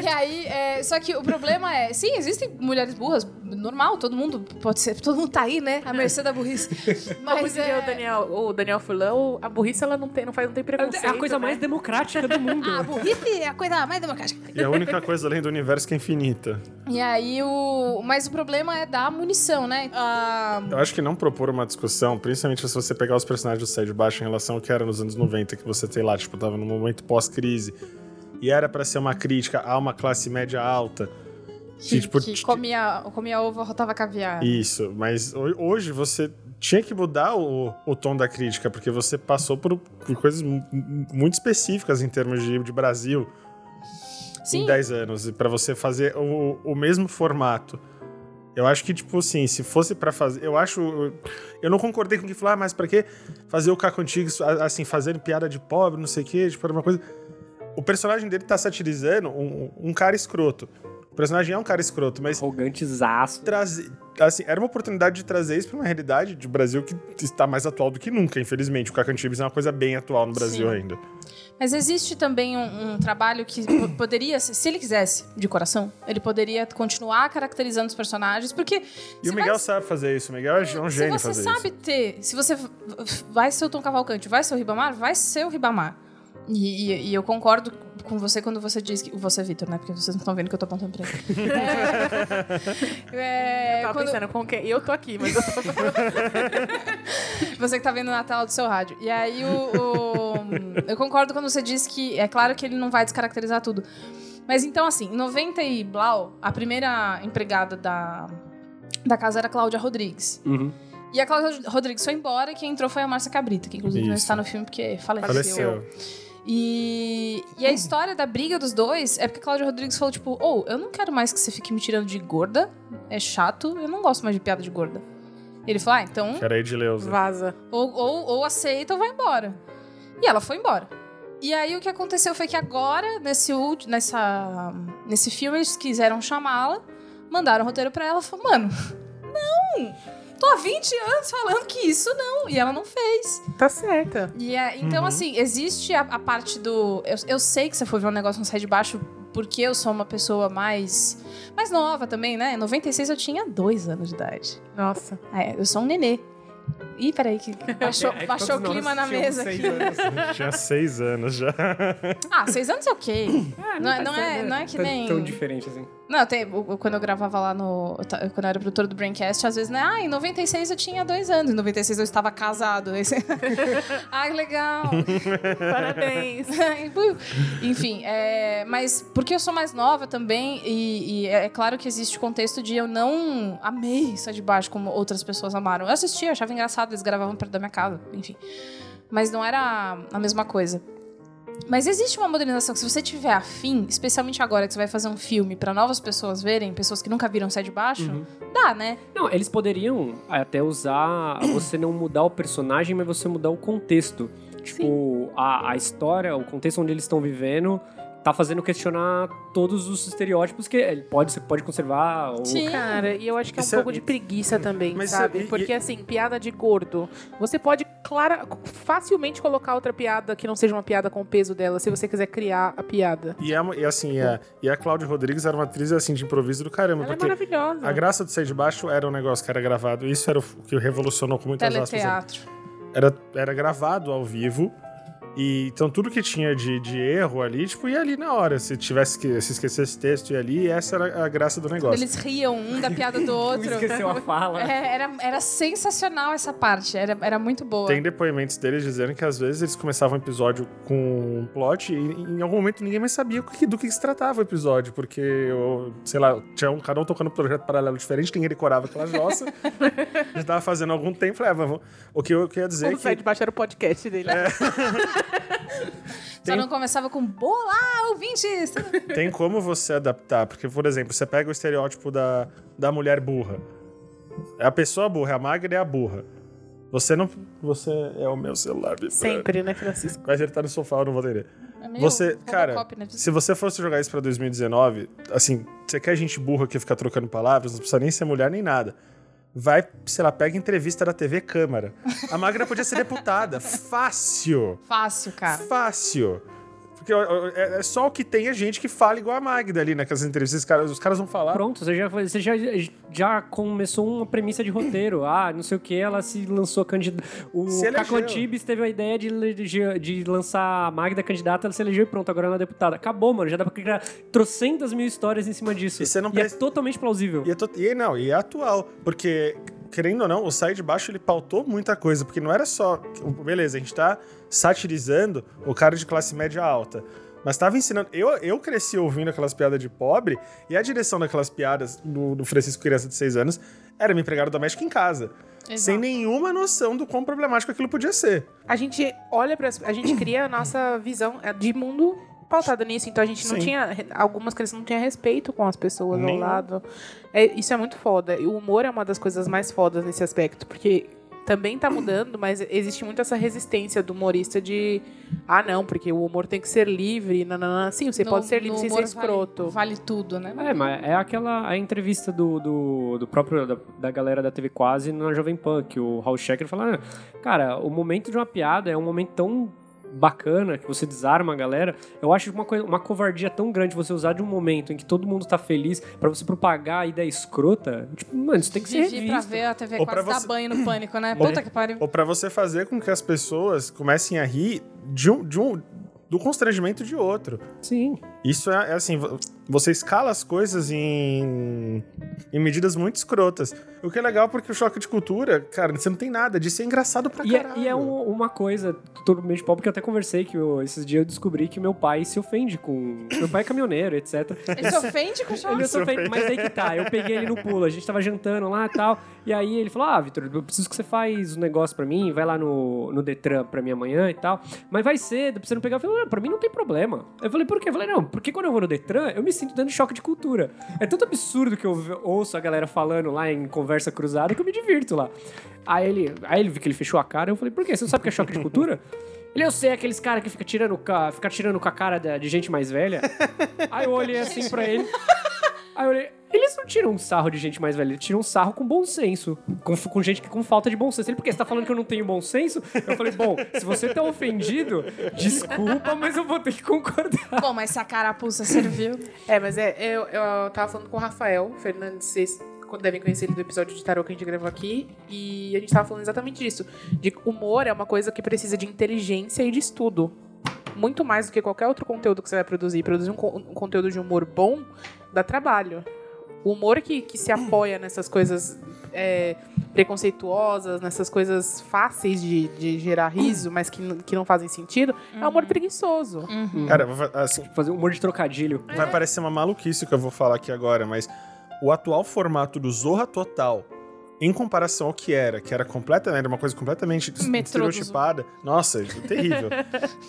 C: e aí, é, só que o problema é, sim, existem mulheres burras, normal, todo mundo pode ser, todo mundo tá aí, né? À mercê da burrice.
A: Como
C: Mas
A: diria o
C: é,
A: Daniel, o Daniel Furlan, o- a burrice ela não, tem, não faz não tem preconceito.
D: É a coisa
A: né? <laughs>
D: mais democrática
C: <laughs>
D: do mundo.
C: a burrice é a coisa mais democrática.
B: E a única coisa além do universo que é infinita.
C: E aí o. Mas o problema é da munição, né? Ah,
B: Eu acho que não propor uma discussão, principalmente se você pegar os personagens do Sai de Baixo em relação ao que era nos anos 90, que você tem lá, tipo, tava num momento pós-crise. E era pra ser uma crítica a uma classe média alta.
C: que
B: tipo,
C: que
B: t-
C: comia, comia ovo, rotava caviar.
B: Isso, mas ho- hoje você tinha que mudar o, o tom da crítica, porque você passou por, por coisas mu- mu- muito específicas em termos de, de Brasil em
C: Sim,
B: 10 anos. E pra você fazer o, o mesmo formato. Eu acho que, tipo assim, se fosse pra fazer. Eu acho. Eu não concordei com o que falar, "Ah, mas pra que fazer o Caco Antigo, a- assim, fazendo piada de pobre, não sei o quê, tipo, era uma coisa. O personagem dele tá satirizando um, um cara escroto. O personagem é um cara escroto, mas
D: Arrogantezaço.
B: trazer. Assim, era uma oportunidade de trazer isso pra uma realidade de Brasil que está mais atual do que nunca, infelizmente. O Cacantibes é uma coisa bem atual no Brasil
C: Sim.
B: ainda.
C: mas existe também um, um trabalho que po- poderia, se se ele quisesse, de coração, ele poderia continuar caracterizando os personagens, porque.
B: E o Miguel sabe fazer isso. O Miguel é um gênio
C: Hum, se você
B: fazer
C: sabe ter, se você v- v- vai ser o Tom Cavalcante, vai ser o Ribamar, vai ser o Ribamar. E, e- e eu concordo com você quando você diz que. Você, Vitor, né? Porque vocês não estão vendo que eu tô apontando pra ele.
A: <laughs>
C: É,
A: Eu tava
C: quando-
A: pensando com quem. Eu tô aqui, mas eu tô
B: <laughs>
C: Você que tá vendo na tela do seu rádio. E aí, o, o- eu concordo quando você diz que é claro que ele não vai descaracterizar tudo. Mas então, assim, em 90 e Blau, a primeira empregada da, da casa era a Cláudia Rodrigues.
D: Uhum.
C: E a Cláudia Rodrigues foi embora e quem entrou foi a Márcia Cabrita, que inclusive não
B: Isso.
C: está no filme porque
B: isso.
C: faleceu.
B: Faleceu.
C: E, e a história da briga dos dois é porque a Cláudia Rodrigues falou, tipo, ou eu não quero mais que você fique me tirando de gorda, é chato, eu não gosto mais de piada de gorda. E ele falou, ah, então
B: Que era aí de Leusa.
A: vaza.
C: ou, ou, ou aceita ou vai embora. E ela foi embora. E aí o que aconteceu foi que agora, nesse, ulti- nessa, nesse filme, eles quiseram chamá-la, mandaram o roteiro pra ela e falou, mano, não! Tô há 20 anos falando que isso não. E ela não fez.
A: Tá certa.
C: E é- então,
B: Uhum.
C: assim, existe a, a parte do. Eu, eu sei que você foi ver um negócio no sai de baixo porque eu sou uma pessoa mais. mais nova também, né? Em 96 eu tinha dois anos de idade.
A: Nossa.
C: É, eu sou um nenê. Ih, peraí, que baixou,
D: É, é que
C: baixou o
D: todos
C: clima
D: nós
C: na
D: tínhamos
C: mesa
D: seis
C: aqui. <laughs>
D: anos.
B: Tinha seis anos já.
C: Ah, seis anos é ok.
D: Ah,
C: Não é-
D: tá
C: não é-
D: tão-
C: não é que
D: tão-
C: nem-
D: Tão diferente, assim.
C: Não, tem, o- o- quando eu gravava lá no. eu ta- Quando eu era produtora do Braincast, às vezes, né? Ah, em 96 eu tinha dois anos, em 96 eu estava casado. Aí você- <laughs> ah, que legal.
A: Parabéns.
C: <laughs> Enfim, é, mas porque eu sou mais nova também, e, e é claro que existe o contexto de eu não amei Sai de Baixo como outras pessoas amaram. Eu assistia, achava engraçado, eles gravavam perto da minha casa, enfim. Mas não era a mesma coisa. Mas existe uma modernização que, se você tiver afim, especialmente agora que você vai fazer um filme pra novas pessoas verem, pessoas que nunca viram Sai de Baixo, dá, né?
D: Não, eles poderiam até usar você não mudar o personagem, mas você mudar o contexto. Tipo, a, a história, o contexto onde eles estão vivendo, tá fazendo questionar todos os estereótipos que ele pode, você pode conservar. Ou...
C: Sim.
A: Cara, e eu acho que é um
B: Isso é-
A: pouco de preguiça também,
B: Mas
A: sabe?
B: isso é- e-
A: Porque, assim, piada de gordo. Você pode clara, facilmente colocar outra piada que não seja uma piada com o peso dela, se você quiser criar a piada.
B: E, a, e assim, e a, e a Cláudia Rodrigues era uma atriz assim de improviso do caramba,
A: Ela é
B: porque
A: maravilhosa.
B: a graça do Seis de Baixo era um negócio que era gravado. Isso era o f- que revolucionou com muitas aspas. né?
C: Teleteatro.
B: Era, era gravado ao vivo. E, então tudo que tinha de, de erro ali, tipo, ia ali na hora. Se tivesse que se esquecesse texto, ia ali, e essa era a graça do
C: Quando
B: negócio.
C: eles riam um da piada do
D: Um
C: outro.
D: <laughs> Esqueceu a fala.
C: É, era, era sensacional essa parte, era, era muito boa.
B: Tem depoimentos deles dizendo que às vezes eles começavam o episódio com um plot e em algum momento ninguém mais sabia o que- do que, que se tratava o episódio, porque, o- sei lá, tinha um canal tocando um projeto paralelo diferente, ninguém decorava aquela
C: <laughs>
B: jossa. a gente tava fazendo há algum tempo, falei, ah, vamos. O que eu queria dizer é
A: Quando sai
B: que
A: de baixo era o podcast dele.
B: É.
C: Só
B: Tem-
C: não começava com Olá, ouvintes!
B: tem como você adaptar, porque, por exemplo, você pega o estereótipo da, da mulher burra. É a pessoa burra, é a magra e é a burra. Você não. Você é o meu celular vibrando.
A: Sempre, né, Francisco?
B: Vai acertar tá no sofá, eu não vou entender.
C: É meio
B: Você,
C: Robocop,
B: cara,
C: né?
B: se você fosse jogar isso pra 2019, assim, você quer gente burra que fica trocando palavras, não precisa nem ser mulher nem nada. Vai, sei lá, pega entrevista da TV Câmara. A Magra podia ser deputada. <laughs> Fácil.
C: Fácil, cara.
B: Fácil. Porque ó, ó, é é só o que tem a gente que fala igual a Magda ali naquelas entrevistas. Os caras, os caras vão falar.
D: Pronto, você, já, foi- você já, já começou uma premissa
B: <coughs>
D: de roteiro. Ah, não sei o que, ela se lançou candidata. O
B: Se elegeu.
D: Caco Antibes teve a ideia de, elege- de lançar a Magda candidata, ela se elegeu e pronto, agora ela é deputada. Acabou, mano, já dá pra criar trocentas mil histórias em cima disso.
B: E você não
D: é
B: precisa-
D: totalmente plausível.
B: E, é tot- e não, e é atual, porque querendo ou não, o Sai de Baixo ele pautou muita coisa, porque não era só, beleza, a gente tá satirizando o cara de classe média alta. Mas tava ensinando. Eu, eu cresci ouvindo aquelas piadas de pobre, e a direção daquelas piadas do, do Francisco Criança de 6 anos era me empregado doméstico em casa.
C: Exato.
B: Sem nenhuma noção do quão problemático aquilo podia ser.
A: A gente olha para A gente cria a nossa visão é, de mundo pautada nisso. Então a gente não
B: Sim.
A: tinha. Algumas crianças não tinham respeito com as pessoas ao
B: Nenhum.
A: lado. É, isso é muito foda. E o humor é uma das coisas mais fodas nesse aspecto, porque. Também tá mudando, mas existe muito essa resistência do humorista de. Ah, não, porque o humor tem que ser livre. Nananã. Sim, você
C: No-
A: pode ser
C: no
A: livre sem ser
C: humor
A: escroto.
C: Vale, vale tudo, né?
D: É, mas é aquela a entrevista do, do, do próprio da, da galera da TV Quase na Jovem Pan, que o Raul Schecker fala, "Ah, cara, o momento de uma piada é um momento tão bacana que você desarma a galera. Eu acho uma coisa, uma covardia tão grande você usar de um momento em que todo mundo tá feliz pra você propagar a ideia escrota. Tipo, mano, isso tem que ser
C: Vivi pra
D: revisto.
C: ver a TV
B: Ou
C: quase
B: pra
C: dar
B: você-
C: banho no pânico, né?
B: Ou-
C: Puta que pariu.
B: Ou pra você fazer com que as pessoas comecem a rir de um, de um, do constrangimento de outro.
D: Sim.
B: Isso é, é assim, vo- você escala as coisas em, em medidas muito escrotas. O que é legal porque o choque de cultura, cara, você não tem nada disso, é engraçado pra
D: E é,
B: caralho.
D: e é um- uma coisa totalmente pop que eu até conversei que eu- esses dias eu descobri que meu pai se ofende com. Meu pai é caminhoneiro, etc.
C: Ele se ofende com o
D: Ele
C: Chaves?
D: só fez- mas aí que tá, eu peguei ele no pulo, a gente tava jantando lá e tal, e aí ele falou, ah, Vitor, eu preciso que você faz um negócio pra mim, vai lá no, no Detran pra mim amanhã e tal, mas vai cedo, pra você não pegar, eu falei, não, pra mim não tem problema. Eu falei, por quê? Eu falei, não, porque quando eu vou no Detran, eu me sinto dando choque de cultura. É tanto absurdo que eu ve- ouço a galera falando lá em conversa cruzada que eu me divirto lá. Aí ele, aí ele viu que ele fechou a cara, eu falei, por quê? Você não sabe o que é choque de cultura? Ele, eu sei, é aqueles caras que fica tirando, ca- fica tirando com a cara da- de gente mais velha. Aí eu olhei assim pra ele. Aí eu olhei. Eles não tiram um sarro de gente mais velha, eles tiram um sarro com bom senso. Com, com gente que com falta de bom senso. Ele, por quê? Você tá falando que eu não tenho bom senso? Eu falei, bom, se você tá ofendido, desculpa, mas eu vou ter que concordar.
C: Bom, mas se a carapuça serviu.
A: É, mas é, eu, eu tava falando com o Rafael Fernandes Cis- devem conhecer ele do episódio de tarô que a gente gravou aqui. E a gente tava falando exatamente disso. De que humor é uma coisa que precisa de inteligência e de estudo. Muito mais do que qualquer outro conteúdo que você vai produzir. Produzir um, con- um conteúdo de humor bom dá trabalho. O humor que, que se apoia nessas coisas é, preconceituosas, nessas coisas fáceis de, de gerar riso, mas que, n- que não fazem sentido, é um humor preguiçoso.
B: Cara, vou fa- assim,
D: Fazer um humor de trocadilho.
C: É.
B: vai parecer uma maluquice o que eu vou falar aqui agora, mas o atual formato do Zorra Total, em comparação ao que era, que era completamente, era uma coisa completamente est-
C: Metrô do
B: estereotipada. Nossa, é
C: <laughs>
B: terrível.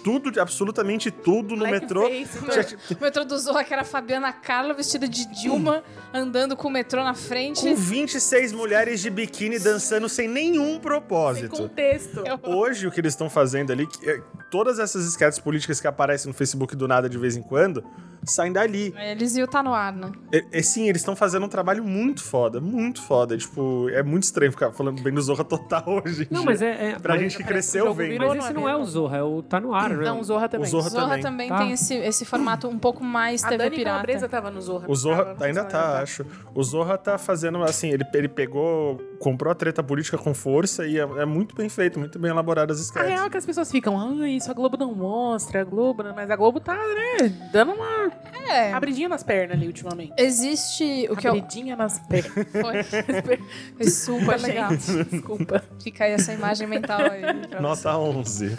B: tudo, absolutamente tudo no metrô.
A: Blackface,
B: Tinha- tinha-
C: O metrô do Zorra, que era a Fabiana Carla vestida de Dilma, andando com o metrô na frente.
B: Com 26 mulheres de biquíni dançando sem nenhum
A: Sem
B: propósito.
A: contexto.
B: Hoje, o que eles estão fazendo ali, que, eh, todas essas esquetes políticas que aparecem no Facebook do nada de vez em quando, saem dali.
C: Eles iam tá no ar, né?
B: E, e sim, eles estão fazendo um trabalho muito foda, muito foda. Tipo, é muito estranho ficar falando bem do Zorra Total <laughs> hoje. em
D: Não,
B: dia.
D: mas é. é
B: Pra
D: mas-
B: gente que cresceu,
A: jogo
B: vem.
A: virou-
D: Mas esse não é o Zorra, é o Tá No Ar, né?
A: Não, Então, o Zorra também.
B: O Zorra
C: Zorra
B: também.
C: também
D: Tá.
C: tem esse, esse formato um pouco mais
A: A
C: TV
A: Dani
C: pirata.
A: Calabresa tava no Zorra. né?
B: O Zorra
A: Tava, não
B: ainda
A: sei se ela
B: tá, acho. O Zorra tá fazendo assim, ele, ele pegou, comprou a treta política com força e é, é muito bem feito, muito bem elaborado as
A: A
B: esquetes.
A: real é que as pessoas ficam, ah, isso a Globo não mostra, a Globo, não-" mas a Globo tá, né, dando uma
C: É.
A: abridinha nas pernas ali ultimamente.
C: Existe o que eu.
A: abridinha nas
B: <laughs>
A: pernas.
C: Foi, <laughs> foi super legal.
A: Desculpa.
C: Fica aí essa imagem mental <laughs> aí. pra
B: Nota 11.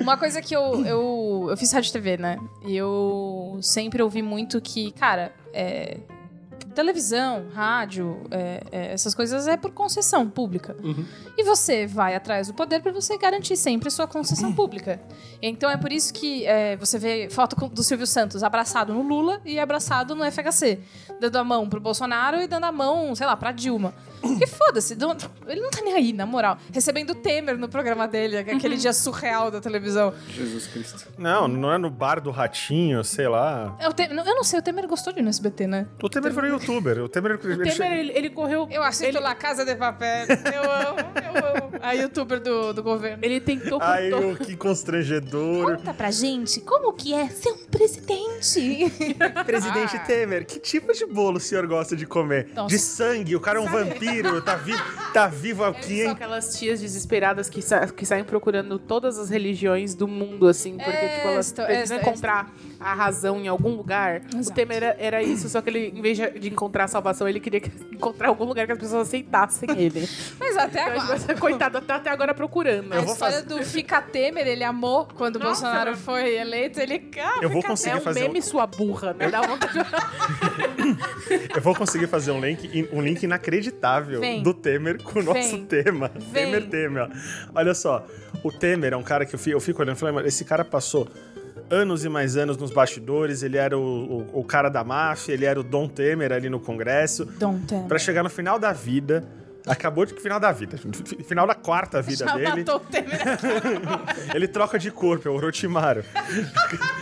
C: Uma coisa que eu, eu, eu fiz rádio e TV, né? E eu sempre ouvi muito que, cara, é, televisão, rádio, é, é, essas coisas é por concessão pública.
D: Uhum.
C: E você vai atrás do poder pra você garantir sempre sua concessão <clears throat> pública. Então é por isso que é, você vê foto com- do Silvio Santos abraçado no Lula e abraçado no FHC, dando a mão pro Bolsonaro e dando a mão, sei lá, pra <clears throat> Dilma. Que foda-se, não- ele não tá nem aí, na moral. Recebendo o Temer no programa dele, aquele dia surreal da televisão.
D: Jesus Cristo.
B: Não, não é no bar do ratinho, sei lá.
C: É, o Temer- não, eu não sei, o Temer gostou de ir no SBT, né?
B: O Temer foi youtuber. O Temer, ele-
A: O Temer, ele, ele correu...
C: Eu aceito lá Casa de Papel. Eu amo, eu amo. <laughs> A youtuber do, do governo.
A: Ele tentou...
B: Ai,
A: contor-
B: eu, que constrangedor.
C: Conta pra gente como que é ser um presidente.
B: <laughs> Presidente
C: Ah.
B: Temer, que tipo de bolo o senhor gosta de comer?
C: Nossa.
B: De sangue, o cara é um vampiro, tá vivo, tá vivo há
A: São
B: 500...
A: aquelas tias desesperadas que, sa- que saem procurando todas as religiões do mundo, assim, porque
C: É,
A: tipo, elas
C: esta-
A: precisam
C: esta-
A: encontrar a razão em algum lugar.
C: Exato.
A: O Temer era, era isso, só que ele, em vez de de encontrar a salvação, ele queria <laughs> que- encontrar algum lugar que as pessoas
C: <laughs>
A: aceitassem ele.
C: Mas até
A: Então, tipo,
C: agora.
A: essa coitada tá até agora procurando.
C: A
B: Eu vou
C: história
B: fazer-
C: do Fica Temer, ele amou quando o
A: Nossa,
C: Bolsonaro
A: mas-
C: foi eleito. Ele. Ah,
B: Eu vou
C: Fica
B: conseguir
A: É um
B: fazer
A: meme sua burra, né? Dá vontade de-
B: Eu vou conseguir fazer um link, um link inacreditável
C: Vem.
B: do Temer com o
C: Vem.
B: nosso tema.
C: Vem.
B: Temer, Temer. ó. Olha só, o Temer é um cara que eu fico, eu fico olhando e falei, mano, esse cara passou anos e mais anos nos bastidores, ele era o, o- o cara da máfia, ele era o Dom Temer ali no Congresso,
C: Don't Temer.
B: Pra chegar no final da vida... Acabou de final da vida, <laughs> final da quarta vida
C: Já
B: dele.
C: matou o Temer.
B: Ele troca de corpo, é o Orochimaru.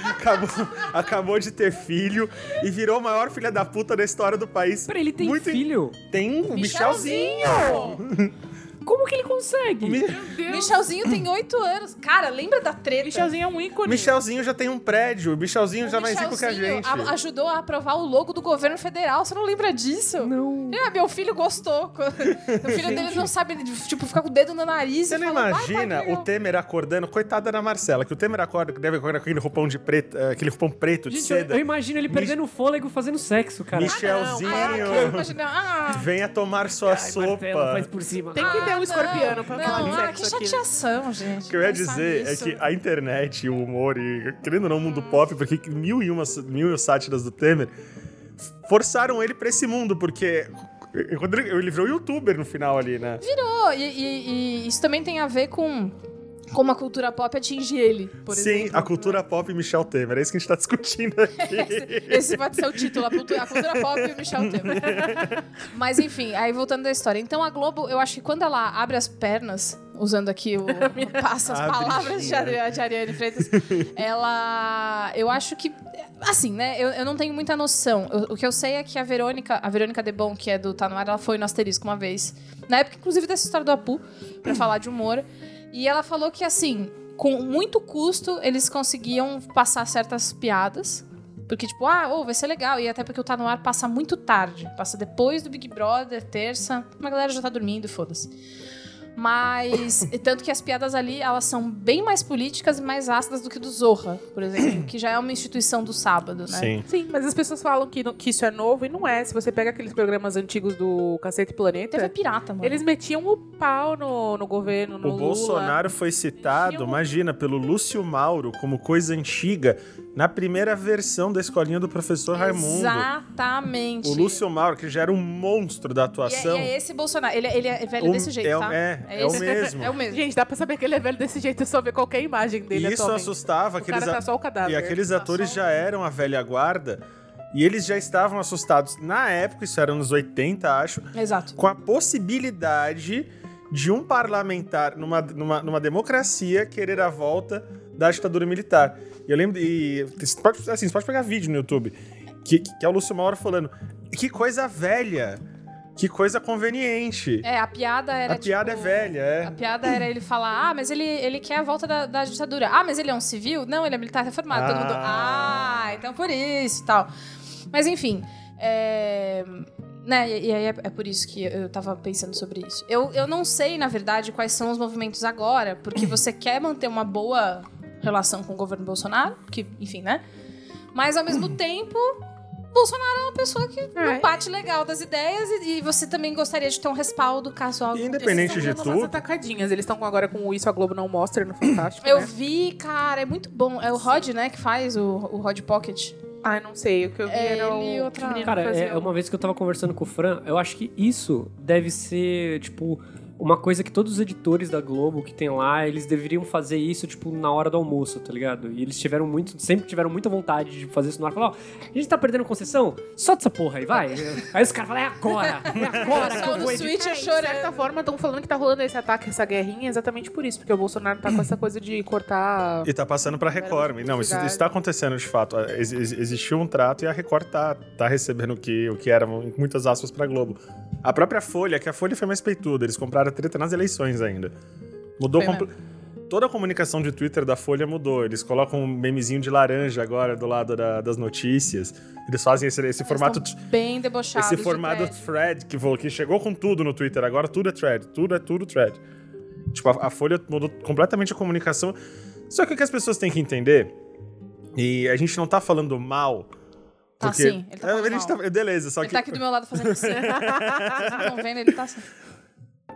B: acabou, acabou de ter filho e virou o maior filha da puta da história do país.
D: Peraí, ele tem
B: Muito em-
D: filho?
B: Tem um Michelzinho.
D: Como que ele consegue?
C: Michelzinho tem oito anos. Cara, lembra da treta?
A: <laughs> Michelzinho é um ícone.
B: Michelzinho já tem um prédio. O Michelzinho já é mais rico que a
C: Michelzinho
B: gente.
C: a- ajudou a aprovar o logo do governo federal. Você não lembra disso?
D: Não.
C: É, meu filho gostou. <laughs> O filho dele não sabe, tipo, ficar com o dedo no nariz.
B: Você
C: e
B: não
C: fala,
B: imagina
C: "Vai, vai,
B: o Temer acordando, coitada da Marcela, que o Temer acorda, que deve acordar com aquele roupão de preto, eh, aquele roupão preto de
D: Gente, eu,
B: seda.
D: eu imagino ele perdendo o fôlego fazendo sexo, cara.
B: Michelzinho,
C: Miguel." Ah, eu imagino, ah,
B: venha tomar sua
D: Ai,
B: sopa.
D: Marcelo, faz por cima.
A: Tem que ter um escorpião pra
C: não,
A: falar de
C: ah, que
A: sexo aqui. né?
C: chateação, gente.
B: O que eu ia dizer é que a internet, o humor e, querendo ou não, o mundo pop, porque mil e uma mil e sátiras do Temer forçaram ele pra esse mundo, porque eh, quando ele, ele virou youtuber no final ali, né?
C: Virou, e, e- e isso também tem a ver com como a cultura pop atinge ele, por
B: Sim,
C: exemplo.
B: a cultura pop e Michel Temer, é isso que a gente tá discutindo aqui.
C: Esse pode ser o título, a cultura, a cultura pop e o Michel Temer. Mas enfim, aí voltando da história. Então a Globo, eu acho que quando ela abre as pernas, usando aqui
B: <laughs>
C: o. passa as
B: Abre, é.
C: palavras de,
B: tia.
C: Ari- de Ariane Freitas, ela. Eu acho que. Assim, né? Eu, eu não tenho muita noção. Eu- o que eu sei é que a Verônica, a Verônica Debon, que é do Tá No Ar, ela foi no Asterisco uma vez. Na época, inclusive, dessa história do Apu, pra falar de humor. E ela falou que, assim, com muito custo, eles conseguiam passar certas piadas Do que, tipo, ah, ô, vai ser legal. E até porque o Tá No Ar passa muito tarde. Passa depois do Big Brother, terça. Uma galera já tá dormindo, foda-se. Mas, <coughs> e tanto que as piadas ali, elas são bem mais políticas e mais ácidas do que do Zorra, por exemplo. Que já é uma instituição do sábado, né?
B: Sim.
A: Sim, mas as pessoas falam que, no- que isso é novo e não é. Se você pega aqueles programas antigos do Cacete Planeta,
C: TV é pirata, mano.
A: eles metiam o pau no, no governo, no
B: O
A: Lula.
B: Bolsonaro foi citado,
A: Tinha um-
B: imagina, pelo Lúcio Mauro como coisa antiga na primeira versão da escolinha do professor Raimundo.
C: Exatamente.
B: O Lúcio Mauro, que já era um monstro da
C: E é,
B: atuação.
C: e é esse Bolsonaro. Ele, é- ele é velho
B: um-
C: desse jeito,
B: é,
C: tá?
B: É, é,
C: esse-
B: o mesmo.
C: <laughs> É o mesmo.
A: Gente, dá pra saber que ele é velho desse jeito, é só ver qualquer imagem
B: e
A: dele
B: isso
A: atualmente.
B: assustava
A: O cara
B: aqueles, a-
A: tá só o cadáver.
B: E aqueles
C: Tá
B: atores
C: só-
B: já eram a velha guarda e eles já estavam assustados na época, isso era nos 80, acho,
C: Exato.
B: com a possibilidade de um parlamentar numa, numa, numa democracia querer a volta da ditadura militar. E eu lembro. E, você pode, assim, você pode pegar vídeo no YouTube, que, que é o Lúcio Mauro falando. Que coisa velha! Que coisa conveniente!
C: É, a piada era.
B: a piada
C: tipo,
B: é velha,
C: A
B: é.
C: piada era ele falar, ah, mas ele, ele quer a volta da, da ditadura. Ah, mas ele é um civil? Não, ele é militar reformado. Todo mundo,
B: Ah.
C: ah, então por isso e tal. Mas enfim, é... Né, e, e aí é, é por isso que eu tava pensando sobre isso. Eu, eu não sei, na verdade, quais são os movimentos agora, porque você quer manter uma boa relação com o governo Bolsonaro, que, enfim, né? Mas ao mesmo tempo, Bolsonaro é uma pessoa que não bate legal das ideias e, e você também gostaria de ter um respaldo caso algo
B: E independente
C: aconteça.
B: de
A: Eles tão dando
B: tudo.
A: umas atacadinhas. Eles estão agora com o Isso a Globo Não Mostra no Fantástico,
C: Eu
A: né?
C: vi, cara, é muito bom. É o Rod, né, que faz o, o Rod Pocket.
A: Ai, não sei. O que eu vi
C: É,
A: era o...
C: ele e outra-
A: que o menino
D: Cara, é,
A: fazia um
D: é uma vez que eu tava conversando com o Fran, eu acho que isso deve ser, tipo, uma coisa que todos os editores da Globo que tem lá, eles deveriam fazer isso, tipo, na hora do almoço, tá ligado? E eles tiveram muito, sempre tiveram muita vontade de fazer isso na hora. Falar, ó, a gente tá perdendo concessão? Solta essa porra aí, vai. aí os caras falam, é agora, é agora que
C: Só
D: eu
C: no
D: vou editar.
C: Switcher
A: De certa
C: chorando.
A: forma, estão falando que tá rolando esse ataque, essa guerrinha, exatamente por isso. Porque o Bolsonaro tá com essa coisa de cortar...
B: E tá passando pra Record. Não, isso, isso tá acontecendo de fato. Ex- ex- existiu um trato e a Record tá, tá recebendo o que, o que era, em muitas aspas, pra Globo. A própria Folha, que a Folha foi mais peituda, eles compraram a treta nas eleições ainda. Mudou
C: Foi
B: comple- Toda a comunicação de Twitter da Folha mudou. Eles colocam um memezinho de laranja agora do lado da- das notícias. Eles fazem esse, esse formato.
C: Eles tão bem debochado.
B: Esse formato thread que, vo- que chegou com tudo no Twitter, agora tudo é thread, tudo é tudo thread. Tipo, a, a Folha mudou completamente a comunicação. Só que o que as pessoas têm que entender, e a gente não tá falando mal.
C: Tá
B: porque-
C: sim, ele tá
B: É,
C: falando
B: a gente
C: mal.
B: tá- beleza, só
C: Ele
B: que
C: tá aqui do meu lado
B: <laughs>
C: fazendo assim. Vocês não vendo, ele tá assim.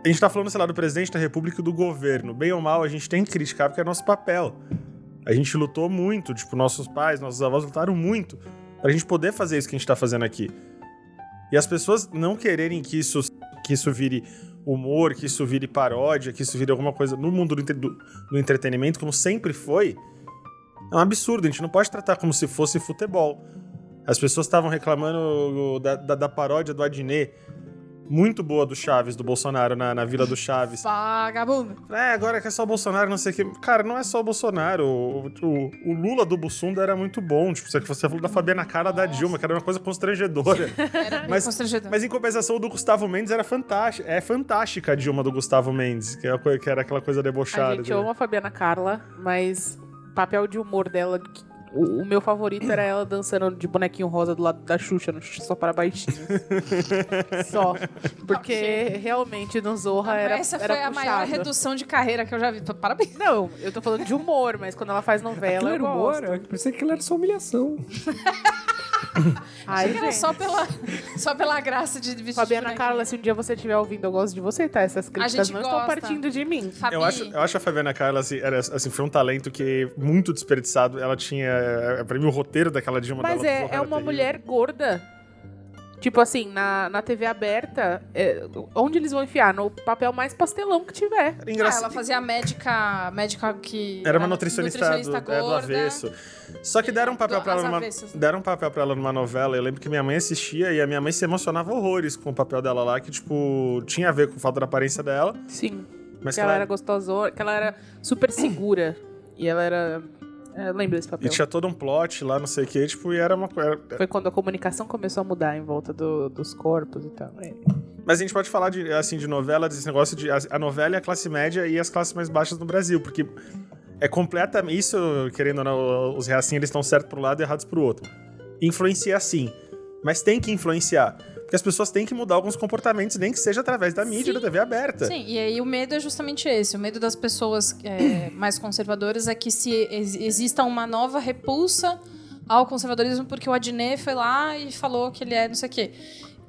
B: a gente tá falando, sei lá, do presidente da república e do governo. Bem ou mal, a gente tem que criticar porque é nosso papel. A gente lutou muito, tipo, nossos pais, nossos avós lutaram muito pra gente poder fazer isso que a gente tá fazendo aqui. E as pessoas não quererem que isso, que isso vire humor, que isso vire paródia, que isso vire alguma coisa no mundo do, entre- do- do entretenimento, como sempre foi, é um absurdo. A gente não pode tratar como se fosse futebol. As pessoas estavam reclamando da, da- da paródia do Adnet, muito boa do Chaves, do Bolsonaro, na, na Vila do Chaves.
C: Vagabundo.
B: É, agora que é só o Bolsonaro, não sei o que. Cara, não é só o Bolsonaro. O, o- o Lula do Bussunda era muito bom. Tipo, você- você falou da Fabiana Cara da Dilma, que era uma coisa
A: <laughs>
B: constrangedora.
C: Era bem
B: Mas-
C: constrangedor.
B: Mas em compensação, o do Gustavo Mendes era fantástica. É fantástica a Dilma do Gustavo Mendes, que era, que era aquela coisa
A: A
B: debochada.
A: gente ama a Fabiana Carla, mas o papel de humor dela... que- O, o meu favorito era ela dançando de bonequinho rosa do lado da Xuxa, no Xuxa só para
D: <laughs>
A: baixinhos. só. Porque realmente no Zorra
C: Ah,
A: era
C: Essa
A: era
C: foi a maior
A: puxado.
C: redução de carreira que eu já vi. Tô- Parabéns.
A: Não, eu tô falando de humor, mas quando ela é faz novela,
D: Aquilo
A: eu
D: era
A: gosto.
D: humor, eu pensei que aquilo era só humilhação.
A: Ai,
C: Achei que era
A: gente.
C: só pela, só pela graça de vestir.
A: Fabiana
C: bonequinho.
A: Carla, se um dia você estiver ouvindo, eu gosto de você, tá? Essas críticas
C: gente
A: não estão
C: gosta.
A: partindo de mim.
C: Fabi, ah,
B: Eu acho, eu acho a Fabiana Carla, assim, era, assim, foi um talento que muito desperdiçado. Ela tinha. é, Pra mim, o roteiro daquela Dilma
A: Mas
B: dela do
A: é,
B: Zorra
A: é
B: era
A: uma
B: terrível.
A: mulher gorda. Tipo assim, na, na TV aberta, é, onde eles vão enfiar? No papel mais pastelão que tiver.
B: Era
C: Ah,
B: engraçado.
C: ela fazia a médica, médica que...
B: Era uma
C: a
B: nutricionista, do, é, do
C: gorda.
B: avesso. Só que deram um papel
C: Do-
B: pra ela
C: as
B: numa,
C: avessas.
B: deram um papel para ela numa novela. Eu lembro que minha mãe assistia e a minha mãe se emocionava horrores com o papel dela lá, que tipo tinha a ver com o fato da aparência dela,
A: Sim.
B: mas
A: que
B: que
A: ela
B: ela-
A: era gostosona, que ela era super segura. e ela era. é, lembra desse
B: e
A: papel?
B: tinha todo um plot lá, não sei o que, tipo, e era uma coisa.
A: Foi quando a comunicação começou a mudar em volta do- dos corpos e tal. É.
B: Mas a gente pode falar de assim de novela, desse negócio de a, a novela é a classe média e as classes mais baixas no Brasil, porque é completamente isso, querendo ou não, os reacinhos eles estão certo pro lado e um errados pro outro. influenciar sim, mas tem que influenciar. Porque as pessoas têm que mudar alguns comportamentos, nem que seja através da mídia
C: Sim.
B: da TV aberta.
C: Sim, e aí o medo é justamente esse. O medo das pessoas é, mais conservadoras é que se ex- exista uma nova repulsa ao conservadorismo porque o Adnet foi lá e falou que ele é não sei o quê.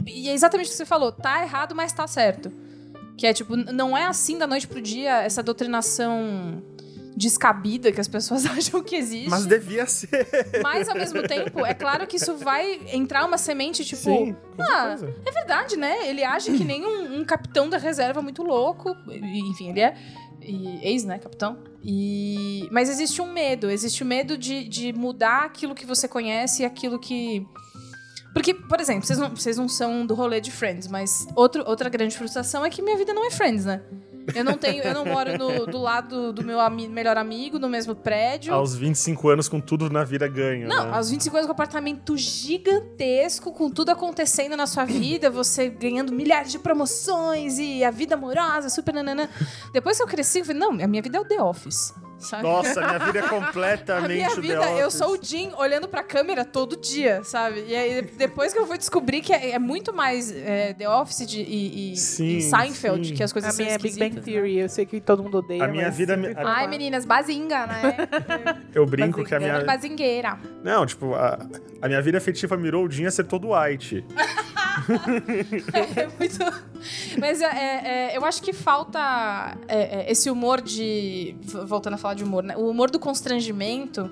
C: E é exatamente o que você falou. Tá errado, mas tá certo. Que é tipo, n- não é assim da noite pro dia essa doutrinação descabida que as pessoas <laughs> acham que existe.
B: Mas
C: Mas,
B: devia ser.
C: ao mesmo tempo, é claro que isso vai entrar uma semente, tipo,
B: Sim, com
C: ah,
B: certeza.
C: é verdade, né? Ele age que nem um, um capitão da reserva muito louco. E, Enfim, ele é e- ex, né? Capitão. E, mas existe um medo. Existe o medo de, de mudar aquilo que você conhece e aquilo que... Porque, por exemplo, vocês não, vocês não são do rolê de Friends, mas outro, outra grande frustração é que minha vida não é Friends, né? Eu não tenho, eu não moro no- do lado do meu ami- melhor amigo, no mesmo prédio.
B: Aos 25 anos, com tudo na vida ganho.
C: Ah, Não,
B: né?
C: aos 25 anos com um apartamento gigantesco, com tudo acontecendo na sua vida, você ganhando milhares de promoções e a vida amorosa, super nanana. Depois que eu cresci, eu falei, não, a minha vida é o The Office. Sabe?
B: Nossa, minha vida é
C: <laughs> a
B: completamente
C: minha
B: o The
C: vida, eu
B: Office.
C: sou o Jim olhando pra câmera todo dia, sabe? E aí, depois que eu fui descobrir que é, é muito mais é, The Office de- e, e-
B: Sim,
C: e Seinfeld,
B: sim.
C: que as coisas
A: A
C: são
A: minha é Big Bang
C: esquisitas, né?
A: Theory, eu sei que todo mundo odeia.
B: A minha
A: mas
B: vida-
A: sempre
B: a-
A: fui
C: Ai,
A: fã.
C: meninas, bazinga,
B: <laughs>
C: né?
B: Eu brinco
C: Tá
B: que a
A: Bazingueira.
B: minha.
C: Bazingueira.
B: Não, tipo, a, a minha vida afetiva mirou o Jim acertou do White.
C: É muito... Mas é, é, é, eu acho que falta é, é, esse humor de. v- Voltando a falar de humor, né? O humor do constrangimento.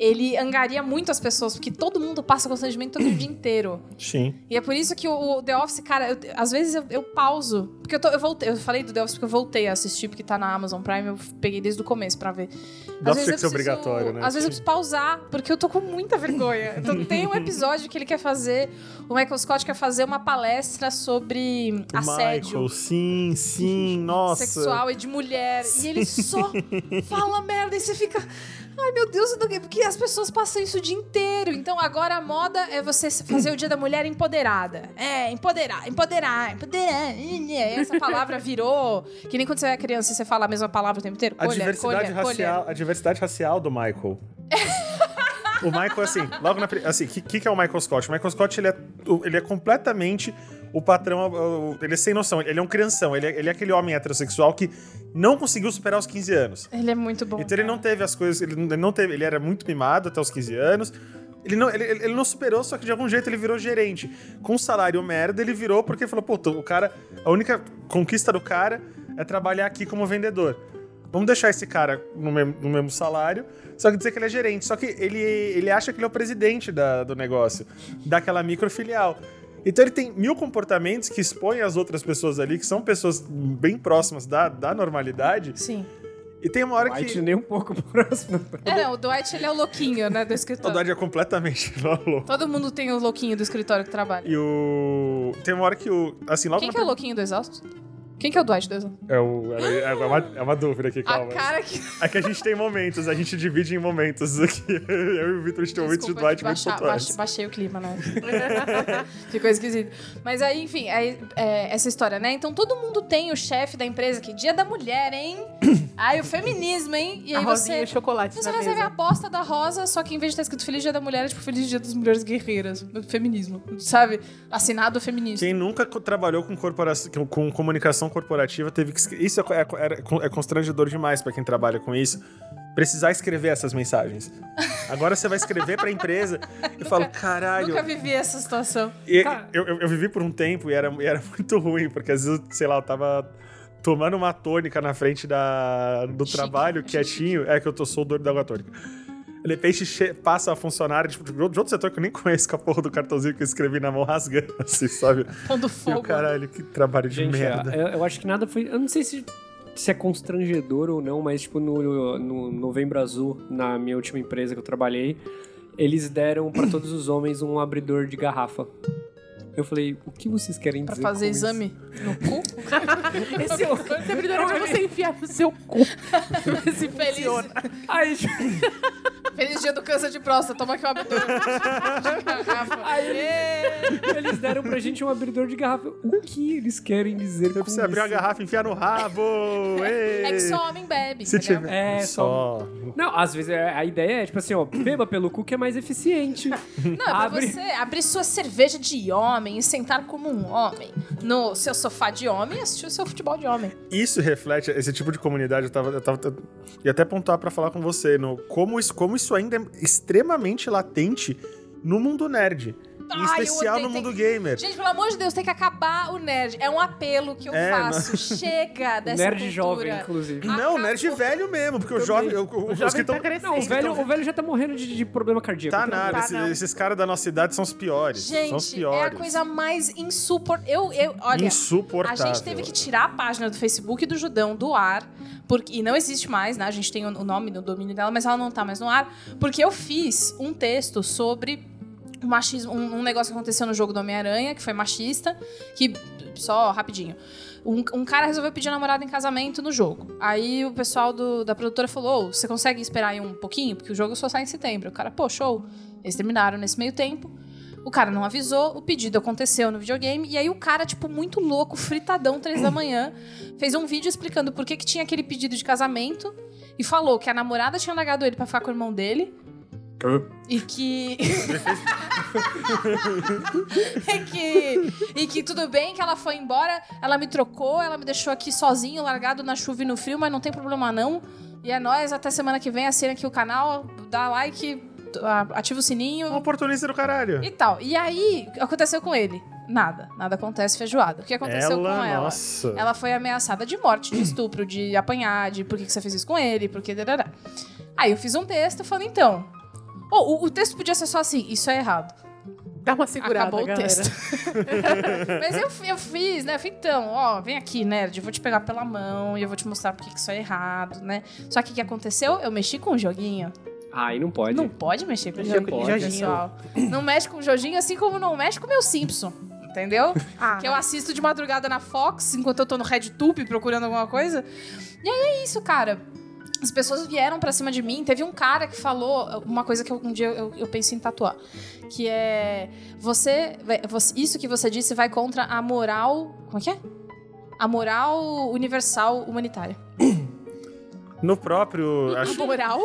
C: Ele angaria muito as pessoas, porque todo mundo passa constrangimento todo o dia inteiro.
B: Sim.
C: E é por isso que o o The Office, cara, eu- às vezes eu, eu pauso. Porque eu, tô- eu voltei, eu falei do The Office porque eu voltei a assistir, porque tá na Amazon Prime, eu peguei desde o começo pra ver.
B: Dá pra
C: Às
B: ser
C: vezes
B: que
C: eu
B: isso é
C: preciso-
B: obrigatório, né?
C: Às vezes eu
B: Sim.
C: preciso pausar, porque eu tô com muita vergonha. Então tem um episódio que ele quer fazer, o Michael Scott quer fazer uma palestra sobre
B: O
C: assédio
B: Michael, sim,
C: <laughs>
B: sim, nossa.
C: sexual e de mulher. E ele só fala merda e você fica. Ai, meu Deus, eu não- porque as pessoas passam isso o dia inteiro. Então agora a moda é você fazer o dia da mulher empoderada. É, empoderar, empoderar, empoderar. E Essa palavra virou. Que nem quando você é criança e você fala a mesma palavra o tempo inteiro.
B: A
C: Colher,
B: diversidade
C: colher,
B: racial, a diversidade racial do
C: <laughs>
B: Michael. o Michael assim, logo na pri- assim, que que que é o Michael Scott? O Michael Scott ele é o- ele é completamente o patrão, o- ele é sem noção, ele é um crianção, ele é, ele é aquele homem heterossexual que não conseguiu superar os 15 anos.
C: Ele é muito bom.
B: Então ele não teve as coisas, ele não- ele não teve, ele era muito mimado até os 15 anos. Ele não, ele, ele- ele não superou, só que de algum jeito ele virou gerente. Com um salário merda, ele virou porque falou, pô, tô- o cara, a única conquista do cara é trabalhar aqui como vendedor. Vamos deixar esse cara no, mesmo- no mesmo salário, só que dizer que ele é gerente. Só que ele, ele acha que ele é o presidente da- do negócio, daquela microfilial. Então ele tem mil comportamentos que expõem as outras pessoas ali, que são pessoas bem próximas da, da normalidade.
C: Sim.
B: E tem uma hora que.
D: White nem um pouco próximo.
C: É, não, o Dwight ele é o louquinho, né, do
B: O
C: escritório.
B: Dodge é completamente <laughs> louco.
C: Todo mundo tem o louquinho do escritório que trabalha.
B: E o. Tem uma hora que o. Assim, logo
C: Quem
B: na
C: que é o louquinho do exausto? Quem que é o Dwight do exausto?
B: é o. É, é uma, é uma dúvida aqui,
C: A
B: calma.
C: cara que.
B: É que a gente tem momentos, a gente divide em momentos aqui. <laughs> Eu e o Vitor a gente tem um momentos de
C: Desculpa,
B: Dwight muito
C: baixar-
B: pontuais.
C: baix- baixei o clima, né? <laughs> Ficou esquisito. Mas aí, enfim, aí, é, essa história, né? Então todo mundo tem o chefe da empresa que dia da
B: <coughs>
C: mulher, hein? aí o feminismo, hein? E
A: A
C: aí
A: rosinha e
C: você.
A: o chocolate
C: Você
A: na
C: recebe
A: <laughs>
C: a
A: mesa.
C: aposta da Rosa, só que em vez de estar escrito Feliz Dia da Mulher, é tipo Feliz Dia das Mulheres Guerreiras. Feminismo, sabe? Assinado feminista.
B: Quem nunca co- trabalhou com, corpora- com- com comunicação corporativa teve que. escre- Isso é, co- é co- era- é constrangedor demais pra quem trabalha com isso. Precisar escrever essas mensagens. Agora você vai escrever pra empresa
C: <laughs>
B: e fala: caralho.
C: Nunca vivi essa situação.
B: E-
D: Cara-
B: eu, eu- eu vivi por um tempo e era, e era <laughs> muito ruim, porque às vezes, eu, sei lá, eu tava tomando uma tônica na frente da, do
C: Chique.
B: trabalho, quietinho. É que eu tô, sou o doido da água tônica. De repente che- passa a funcionária tipo, de outro setor que eu nem <laughs> conheço, com a porra do cartãozinho que eu escrevi na mão rasgando, assim, sabe? E
C: Pondo
B: o
C: fogo.
B: caralho, que trabalho de
D: Gente, é,
B: merda.
D: Eu, eu acho que nada foi. Eu não sei se, se é constrangedor ou não, mas tipo, no, no Novembro Azul, na minha última empresa que eu trabalhei, eles deram
B: <coughs>
D: pra todos os homens um abridor de garrafa. Eu falei, o que vocês querem
C: Pra
D: dizer?
C: fazer
D: com isso?"
C: exame no cu?
B: <laughs>
A: Esse é o
C: <laughs>
A: esse
D: <laughs>
A: abridor é pra você enfiar no seu cu.
C: Feliz.
D: Aí, tipo,
C: Feliz dia do câncer de próstata, toma aqui
B: <laughs>
C: o abdômen.
D: Eles deram pra gente um abridor de garrafa. O que eles querem dizer
B: Eu
D: com
B: preciso
D: isso?
B: abrir a garrafa e enfiar no rabo. Ei.
C: É que só homem bebe,
B: Se
C: entendeu?
B: tiver.
D: É,
B: só.
D: Não, às vezes é- a ideia é, tipo assim, ó, beba pelo cu que é mais eficiente.
C: Não, é pra
D: Abre-
C: você abrir sua cerveja de homem e sentar como um homem no seu sofá de homem e assistir o seu futebol de homem.
B: Isso reflete esse tipo de comunidade. Eu tava. Eu tava eu ia até pontuar pra falar com você no, como, isso, como isso ainda é extremamente latente no mundo nerd.
C: Ai,
B: em
C: eu
B: especial
C: odeio,
B: no
C: tem-
B: mundo gamer.
C: Gente, pelo amor de Deus, tem que acabar o nerd. É um apelo que eu
B: É,
C: faço.
D: <laughs>
C: Chega <laughs> dessa
D: Nerd
C: cultura.
D: jovem, inclusive.
B: Não,
C: acabou.
B: nerd velho mesmo, porque o jovem. o- o-
A: O
B: Os que
A: jovem
B: estão.
A: tá crescendo.
D: Não, o velho, o velho já tá morrendo de, de problema cardíaco.
B: Tá
D: Então,
B: nada,
A: tá,
B: esse-
A: não.
B: esses, caras da nossa idade são os piores. são os
C: Gente, é
B: piores.
C: a coisa mais insuportável. Eu, eu, olha, a
B: Insuportável.
C: gente teve que tirar a página do Facebook do Judão do ar, porque e não existe mais, né? A gente tem o o nome do domínio dela, mas ela não tá mais no ar, porque eu fiz um texto sobre o machismo, um, um negócio que aconteceu no jogo do Homem-Aranha, que foi machista, que só rapidinho. Um, um cara resolveu pedir namorada em casamento no jogo. Aí o pessoal do- da produtora falou: "Ô, você consegue esperar aí um pouquinho? Porque o jogo só sai em setembro. O cara, pô, show. Eles terminaram nesse meio tempo. O cara não avisou, o pedido aconteceu no videogame, e aí o cara, tipo, muito louco, fritadão, três da manhã, fez um vídeo explicando por que, que tinha aquele pedido de casamento e falou que a namorada tinha largado ele pra ficar com o irmão dele e que. <laughs> e que. E que tudo bem que ela foi embora, ela me trocou, ela me deixou aqui sozinho, largado na chuva e no frio, mas não tem problema não. E é nóis, até semana que vem, assina aqui o canal, dá like, ativa o sininho.
B: Um oportunista do caralho.
C: E tal. E aí, o que aconteceu com ele? Nada. Nada acontece feijoada. O que aconteceu com ela?
B: Nossa.
C: Ela foi ameaçada de morte, de estupro, de apanhar, de por que, que você fez isso com ele, por que... dadadá. Aí eu fiz um texto falando, então... Ou o, o texto podia ser só assim, isso é errado.
A: Dá uma segurada,
C: Acabou
A: galera.
C: o texto. <laughs> Mas eu, fi- eu fiz, né? Eu falei, então, ó, vem aqui, nerd, eu vou te pegar pela mão e eu vou te mostrar por que, que isso é errado, né? Só que o que aconteceu? Eu mexi com o joguinho.
D: Aí não pode.
C: Não pode mexer com o
A: Jo-
C: joguinho,
A: Jorginho.
C: pessoal. Não mexe com o Jorginho, assim como não mexe com o meu Simpson. Entendeu?
A: Ah,
C: Que é eu assisto de madrugada na Fox, enquanto eu tô no RedTube procurando alguma coisa. E aí é isso, cara. As pessoas vieram pra cima de mim. Teve um cara que falou uma coisa que eu- um dia eu, eu penso em tatuar. Que é... Você, você- Isso que você disse vai contra a moral... Como é que é? A moral universal humanitária.
B: No próprio.
C: é
B: Acho,
C: Moral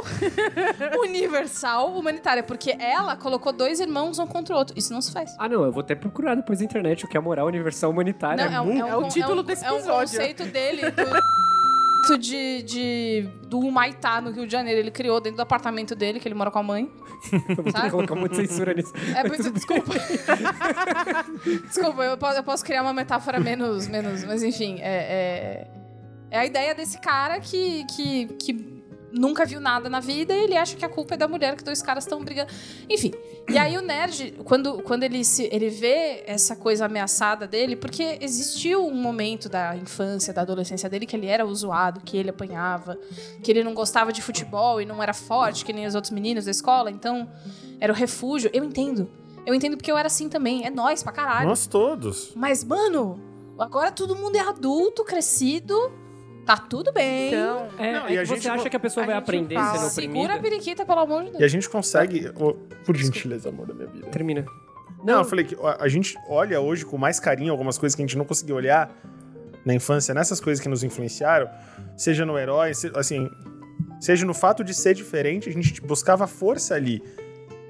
C: <laughs> universal humanitária. Porque ela colocou dois irmãos um contra o outro. Isso não se faz.
D: Ah, não, eu vou até procurar depois na internet o que é moral universal humanitária.
C: Não, é, um,
A: É o
C: con-
A: título
C: é um,
A: desse
C: É um
A: episódio.
C: conceito dele do, do- <laughs> de, de- do Humaitá, no Rio de Janeiro. Ele criou dentro do apartamento dele, que ele mora com a mãe.
D: <laughs> Eu vou ter que
C: sabe?
D: colocar um monte de censura nisso.
C: É muito, desculpa. desculpa, eu posso, eu posso criar uma metáfora menos... menos mas enfim, é, é, é a ideia desse cara que... que, que Nunca viu nada na vida e ele acha que a culpa é da mulher, que dois caras estão brigando. Enfim. E aí o nerd, quando, quando ele, se, ele vê essa coisa ameaçada dele, porque existiu um momento da infância, da adolescência dele, que ele era o zoado, que ele apanhava, que ele não gostava de futebol e não era forte, que nem os outros meninos da escola, então era o refúgio. Eu entendo. Eu entendo porque eu era assim também. É nós pra caralho.
B: nós todos.
C: Mas, mano, agora todo mundo é adulto, crescido. Tá tudo bem.
A: Então,
D: É,
B: Não,
D: é
B: e a
D: que
B: gente
D: você
B: não-
D: acha que a pessoa
A: a
D: vai
A: gente
D: aprender
B: é
A: fala,
D: sendo
C: Segura a
D: oprimida?
C: periquita, pelo amor de Deus.
B: E a gente consegue. ô, por gentileza, amor da minha vida.
D: Termina.
B: Não, eu falei que a- a gente olha hoje com mais carinho algumas coisas que a gente não conseguia olhar na infância, nessas coisas que nos influenciaram, seja no herói, se- assim, seja no fato de ser diferente, a gente buscava força ali.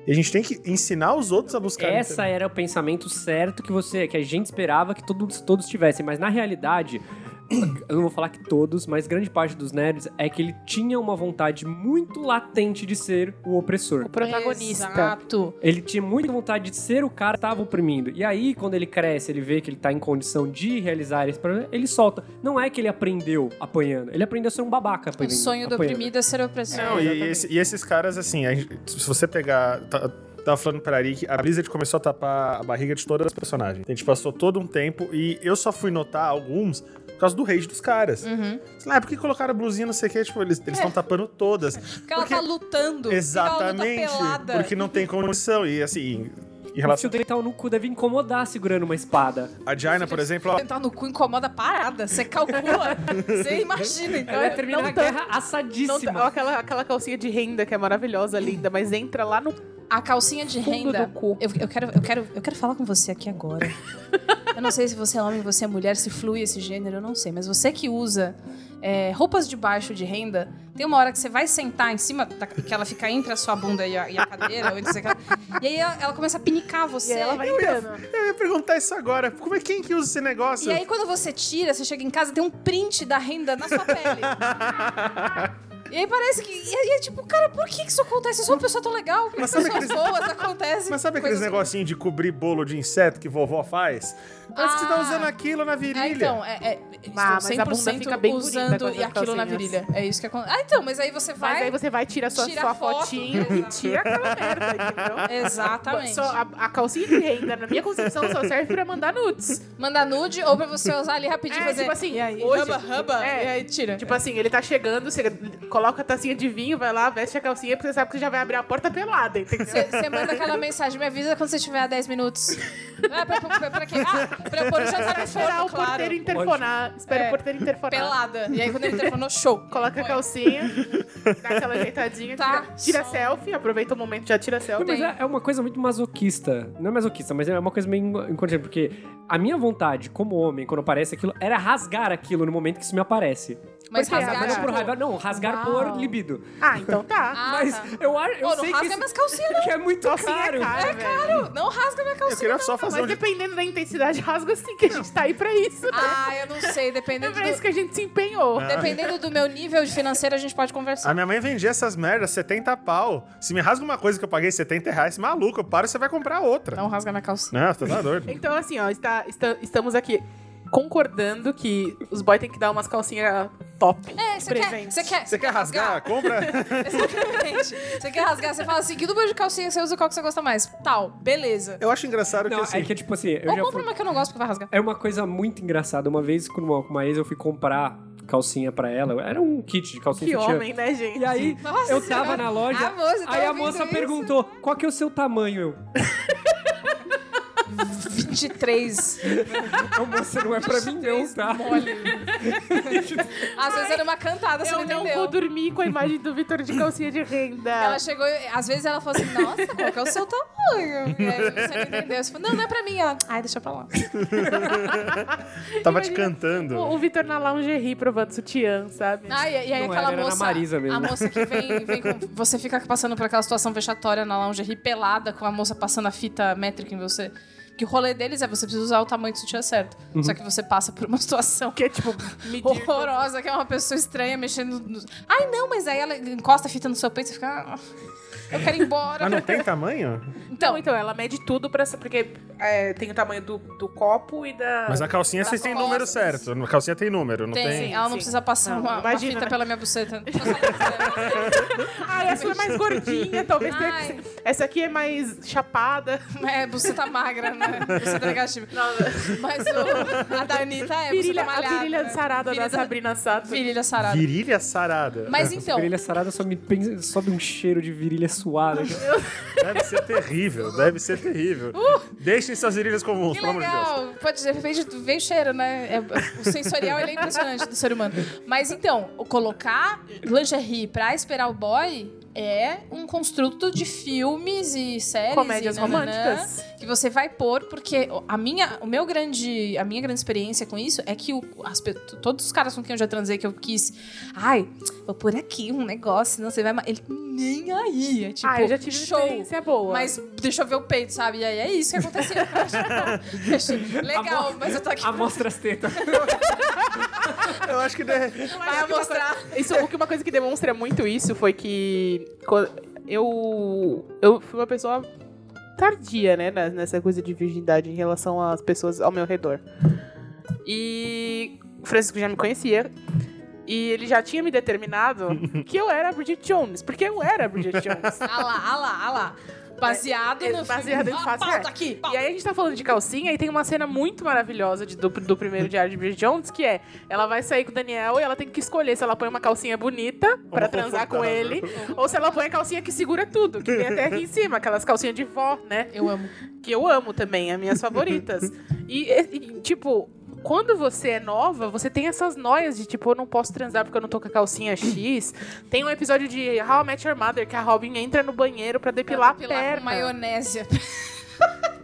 B: E a gente tem que ensinar os outros a buscar.
D: Essa era o pensamento certo que você, que a gente esperava que todos, todos tivessem, mas na realidade, <coughs> eu não vou falar que todos, mas grande parte dos nerds é que ele tinha uma vontade muito latente de ser o opressor.
A: o protagonista.
C: Exato.
D: Ele tinha muita vontade de ser o cara que estava oprimindo. E aí, quando ele cresce, ele vê que ele tá em condição de realizar esse problema, ele solta. Não é que ele aprendeu apanhando, ele aprendeu a ser um babaca
C: O
D: apanhando.
C: sonho do
D: apanhando.
C: oprimido é ser opressor.
B: Não, e, esse- e esses caras, assim, a gente- se você pegar. tá- tava falando pra Ari que a Blizzard começou a tapar a barriga de todas as personagens. A gente passou todo um tempo e eu só fui notar alguns por causa do rage dos caras.
C: Uhum. É.
B: Sei lá, por que colocaram blusinha, não sei o quê? Tipo, eles estão tapando todas.
C: Porque ela tá lutando. fica uma luta
B: Exatamente.
C: pelada.
B: Porque não tem condição. E assim, em
D: O
B: relação.
D: fio dental no cu deve incomodar segurando uma espada.
C: Tipo,
B: A Jaina, por exemplo, ela-
C: Tentar tá no cu incomoda parada.
B: <laughs>
C: Você calcula, você imagina. Então
D: Ela é ia terminar
A: não
D: a
A: tá-
D: guerra
A: Não,
D: assadíssima.
A: tá- ó, aquela, aquela calcinha de renda que é maravilhosa, linda, mas entra lá no
C: A calcinha de
A: Fundo
C: renda.
A: do cu.
C: Eu, eu quero, eu, quero, eu quero falar com você aqui agora. eu não sei se você é homem, você é mulher, se flui esse gênero, eu não sei. Mas você que usa é, roupas de baixo de renda, tem uma hora que você vai sentar em cima, da, que ela fica entre a sua bunda e a, e a cadeira, ou entre aquela- e aí ela, ela começa a pinicar você.
A: e aí ela vai entrando.
B: Eu ia perguntar isso agora. Como é quem que usa esse negócio?
C: E aí quando você tira, você chega em casa, tem um print da renda na sua pele. E aí parece que... E aí é tipo, cara, por que que isso acontece? Eu sou uma pessoa tão legal,
B: Mas
C: pessoas
B: sabe aqueles-
C: boas, acontecem.
B: Mas sabe aqueles
C: coisas-
B: negocinhos de cobrir bolo de inseto que vovó faz? Parece que você tá
C: Ah.
B: usando aquilo na virilha.
C: É, então, é, é, estou
A: Ah, mas a bunda
C: 100%
A: fica bem bonita
C: usando
A: com essas
C: e aquilo na
A: calcinhas.
C: virilha. É isso que acontece. Ah, então, mas aí você vai...
A: Mas aí você vai, tira a sua,
C: Tira
A: sua
C: a foto.
A: fotinho e tira aquela merda, entendeu?
C: Exatamente.
A: Só a, a calcinha de renda, na minha concepção, só serve pra mandar nudes.
C: Mandar nude ou pra você usar ali rapidinho
A: É,
C: fazer...
A: tipo assim,
C: e aí,
A: hoje-
C: raba, raba,
A: é,
C: e aí tira.
A: Tipo assim, ele tá chegando, você coloca a tacinha de vinho, vai lá, veste a calcinha, porque você sabe que você já vai abrir a porta pelada, entendeu?
C: Você manda aquela mensagem, me avisa quando você tiver a 10 minutos. Ah, pra, pra, pra, pra quê? Ah, pra eu pôr o jantar no
A: Esperar
C: forno,
A: o porteiro
C: claro.
A: interfonar. Espera
C: É.
A: o porteiro interfonar.
C: Pelada. E aí quando ele
A: <laughs>
C: telefonou, show.
A: Coloca a calcinha, dá aquela ajeitadinha,
C: Tá,
A: tira, tira
C: só-
A: selfie, aproveita o momento, já tira
D: Não,
A: selfie.
D: mas é é uma coisa muito masoquista. Não é masoquista, mas é uma coisa meio inco- incontinente, porque a minha vontade, como homem, quando aparece aquilo, era rasgar aquilo no momento que isso me aparece.
C: Mas
A: Por quê?
C: rasgar,
A: Mas
D: Não
A: Cara.
D: por
C: tipo,
D: raiva, não, rasgar
A: Uau.
D: por libido.
A: Ah, então tá.
C: Ah,
D: mas
C: tá.
D: eu acho. Eu
C: Pô,
D: sei
C: não
D: que,
C: rasga
D: isso-
C: minhas calcinhas,
D: que é muito
A: Calcinha é cara,
D: caro.
C: não. É
A: velho.
C: caro. Não rasga minha
B: Eu
C: calcinha.
B: queria só fazer
A: Mas
B: um...
A: dependendo da intensidade, <laughs> rasga assim que a gente tá aí pra isso.
C: Ah, eu não sei.
A: É
C: Dependendo
A: pra isso
C: do,
A: que a gente se empenhou.
C: dependendo do meu nível de financeiro, a gente pode conversar.
B: A minha mãe vendia essas merdas, 70 pau. Se me rasga uma coisa que eu paguei 70 reais, maluco, eu paro e você vai comprar outra.
C: Não rasga minha calcinha.
B: Não, você tá doido.
A: Então, assim, ó, está, está- estamos aqui concordando que os boys têm que dar umas calcinhas top.
C: É, você quer,
A: Presente.
C: você quer,
B: Você quer
C: <laughs>
B: rasgar? Compra.
C: Exatamente. Você quer rasgar, você fala assim, que número de calcinha você usa qual que você gosta mais? Tal, beleza.
B: Eu acho engraçado
D: Não,
B: que assim.
D: é que tipo assim, eu
C: Ou
D: já
C: compra
D: fui-
C: uma que eu não gosto porque vai rasgar.
D: É uma coisa muito engraçada. Uma vez com uma, com uma ex eu fui comprar calcinha pra ela. Era um kit de calcinha
A: Que
D: sutiã.
A: homem, né, gente?
D: E aí
C: Nossa
D: eu tava
C: senhora.
D: na loja,
C: Ah, moça, tá
D: aí a
C: ouvindo
D: moça
C: isso?
D: perguntou: "Qual que é o seu tamanho?" Eu,
C: 23.
D: Não, moça, não é pra mim não, tá?
C: Às vezes era uma cantada, você
A: Eu
C: não
A: não vou
C: entendeu.
A: dormir com a imagem do Vitor de calcinha de renda.
C: Ela chegou, e- às vezes ela falou assim, nossa, qual que é o seu tamanho? E aí você não entendeu. Você falou, não, não é pra mim. Ela, ai, deixa pra lá.
B: Tava te cantando.
C: um,
A: O, o Vitor na lingerie provando sutiã, sabe?
C: Ah, e, e aí
D: Não
C: aquela
D: era, era a
C: moça.
D: Marisa mesmo.
C: A moça que vem, vem com. Você fica passando por aquela situação vexatória na lingerie pelada, com a moça passando a fita métrica em você. Que o rolê deles é você precisa usar o tamanho do sutiã certo.
D: Uhum.
C: Só que você passa por uma <laughs> situação
A: Que é tipo, medir.
C: horrorosa, que é uma pessoa estranha mexendo. No... Ai, não, mas aí ela encosta a fita no seu peito e fica. "Ah, eu quero ir embora.
B: Ah, não
C: <laughs>
B: tem tamanho?
A: Então,
C: Então,
A: então, ela mede tudo pra. Porque é, tem o tamanho do, do copo e da.
B: Mas na calcinha
C: Tá
B: vocês têm
C: com
B: número
C: costas.
B: certo. Na calcinha tem número, não
C: tem,
B: tem?
C: ela não
A: sim.
C: precisa passar
A: Não,
C: uma, uma
A: imagina,
C: fita
A: né?
C: pela minha buceta. <laughs>
A: Ai, essa é mais gordinha, talvez
C: Ai.
A: tenha que ser- Essa aqui é mais chapada.
C: É, buceta magra, né? Buceta negativa.
A: <laughs>
C: Mas o, a da Anitta é
A: Virilha,
C: buceta malhada.
A: a virilha
C: né?
A: sarada
C: Virilha
A: da Sabrina Sato.
C: <laughs> Virilha sarada.
B: Virilha sarada.
C: é Mas então,
D: Virilha sarada só me pensa, sobe um cheiro de virilha suada.
B: Deve ser terrível, deve ser
C: <laughs>
B: terrível. Deixem suas virilhas comuns,
C: Uh! que
B: pelo amor de Deus.
C: legal. Pode dizer, depende do- vem o cheiro, né? É- o sensorial ele é impressionante do ser humano. Mas então, o colocar lingerie pra esperar o boy é um construto de filmes e séries
A: Comédias
C: e nananã,
A: românticas.
C: que você vai pôr porque a minha o meu grande a minha grande experiência com isso é que o- as pe- todos os caras com quem eu já transei que eu quis ai vou pôr aqui um negócio não sei vai ma- ele nem aí é tipo
A: ah, eu já tive uma
C: show
A: experiência boa.
C: mas deixa eu ver o peito, sabe? E aí é isso que
A: <laughs>
C: aconteceu. Legal, mas eu tô aqui
D: Ah, mostra as tetas.
B: Eu acho que
C: <laughs>
B: de-
C: pra mostrar.
A: é Isso, o que uma coisa que demonstra muito isso foi que co- eu eu fui uma pessoa tardia, né, na- nessa coisa de virgindade em relação às pessoas ao meu redor. E o Francisco já me conhecia e ele já tinha me determinado que eu era a Bridget Jones, porque eu era a Bridget Jones.
C: Ah lá, ah lá, ah lá. Baseado no.
A: É, baseado em
C: Ah,
A: fatos
C: Pauta
A: reais.
C: aqui, pauta.
A: E aí a gente tá falando de calcinha e tem uma cena muito maravilhosa de- do, do primeiro diário de Bridget Jones, que é ela vai sair com o Daniel e ela tem que escolher se ela põe uma calcinha bonita pra transar com
B: confortável.
A: ele ou se ela põe a calcinha que segura tudo, que vem até aqui em cima, aquelas calcinhas de vó, né?
C: Eu amo.
A: que eu amo também, as minhas favoritas. E, e, tipo, quando você é nova, você tem essas noias de tipo, eu não posso transar porque eu não tô com a calcinha X. Tem um episódio de How I Met Your Mother que a Robin entra no banheiro pra depilar,
C: Pra depilar
A: a
C: com
A: perna. <laughs>
C: maionese.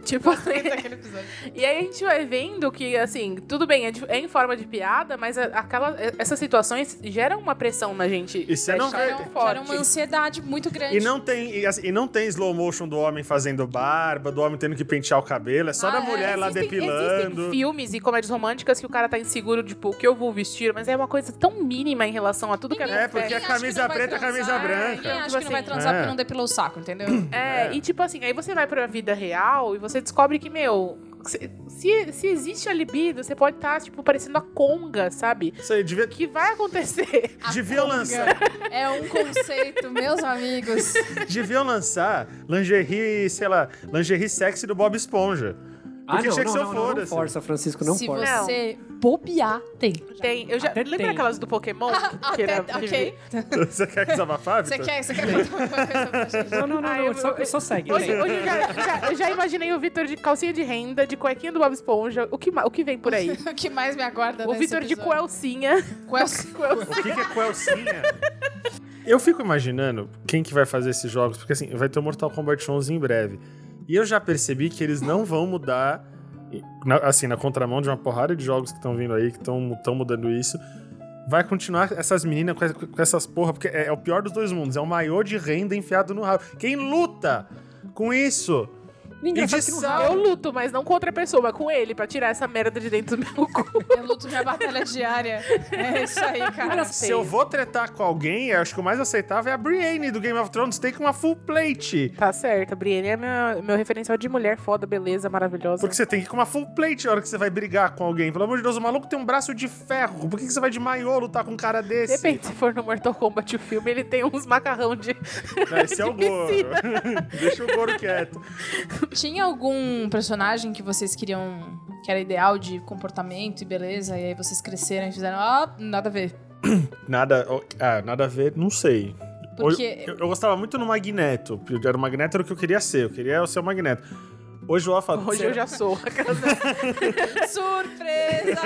A: Tipo,
C: Daquele episódio.
A: e aí a gente vai vendo que, assim, tudo bem, é, de- é em forma de piada, mas a- aquela, essas situações geram uma pressão na gente.
B: E você não
A: Né?
B: vê-
C: Era, um-
A: forte.
C: era uma ansiedade muito grande.
B: E não, tem, e, assim, e não tem slow motion do homem fazendo barba, do homem tendo que pentear o cabelo, é só da
C: Ah, é,
B: mulher lá
A: Existem- Existem
B: depilando.
A: filmes e comédias românticas que o cara tá inseguro, tipo, o que eu vou vestir, mas é uma coisa tão mínima em relação a tudo que
B: É, porque
C: Quem
B: a
A: acontece.
C: acha que
B: camisa
C: não vai
B: preta, a camisa
C: transar,
B: branca.
C: Quem acha
A: Tipo
C: que não vai
A: assim,
C: transar
B: é.
C: porque não depilou o
B: <laughs>
C: saco, entendeu?
A: É, e tipo assim, aí você vai pra vida real e você descobre que, meu, se, se- se existe a libido, você pode estar, tipo, parecendo a conga, sabe?
B: Isso aí, devia,
A: O que vai acontecer?
C: Ah,
B: deviam lançar,
C: É um conceito, meus amigos. <laughs>
B: deviam lançar lingerie, sei lá, lingerie sexy do Bob Esponja.
D: Ah,
B: Porque
D: não,
B: tinha que assim.
D: não,
B: ser o
D: não, não, não
B: foda-se.
D: força, Francisco, não
C: Se
D: força.
C: você bobear, tem.
A: Tem, eu já.
D: Até
A: lembra
D: tem.
A: aquelas do Pokémon?
C: Até, ok.
B: <laughs> Você quer desabafar,
C: Você
B: Vitor?
C: quer, você quer contar uma coisa pra gente?
D: Não, não, não,
A: Ah,
D: não,
A: eu-
D: só, só segue.
A: Hoje,
D: segue.
A: hoje eu, já, já- eu já imaginei o Vitor de calcinha de renda, de cuequinha do Bob Esponja. O que, ma- o que vem por aí?
C: <laughs> O que mais me aguarda
A: O
C: nesse
A: Vitor de
C: episódio?
A: coelcinha.
C: Coel-
B: O que, que é coelcinha? Eu fico imaginando quem que vai fazer esses jogos, porque assim, vai ter o Mortal Kombat 11 em breve. E eu já percebi que eles não vão mudar, na- assim, na contramão de uma porrada de jogos que estão vindo aí, que estão mudando isso. Vai continuar essas meninas com, essa- com essas porra, porque é, é o pior dos dois mundos. É o maior de renda enfiado no rabo. Quem luta com isso?
D: Ninguém
B: E
D: sabe
B: de
D: que não
B: sal-
D: vai.
A: Eu luto, mas não com outra pessoa, mas com ele, pra tirar essa merda de dentro do meu
C: <laughs>
A: cu.
C: Eu luto minha batalha diária. É isso <laughs> aí, cara.
B: Se eu vou tretar com alguém, eu acho que o mais aceitável é a Brienne do Game of Thrones. Tem com uma full plate.
A: Tá certo, a Brienne é meu, meu referencial de mulher foda, beleza, maravilhosa.
B: Porque você tem que ir com uma full plate na hora que você vai brigar com alguém. Pelo amor de Deus, o maluco tem um braço de ferro. Por que que você vai de maiô lutar com um cara desse?
A: Depende, se for no Mortal Kombat o filme, ele tem uns macarrão de.
B: <laughs> Não, esse é o Goro. <laughs> Deixa o Goro quieto.
C: Tinha algum personagem que vocês queriam... Que era ideal de comportamento e beleza, e aí vocês cresceram e fizeram, ah, nada a ver.
B: Nada, ó, ah, nada a ver, não sei. Hoje-
C: Porque-
B: Eu, eu gostava muito no Magneto. porque Era o Magneto era o que eu queria ser. Eu queria ser o Magneto. Hoje eu falo...
A: Hoje eu já
C: <laughs>
A: sou.
C: Surpresa!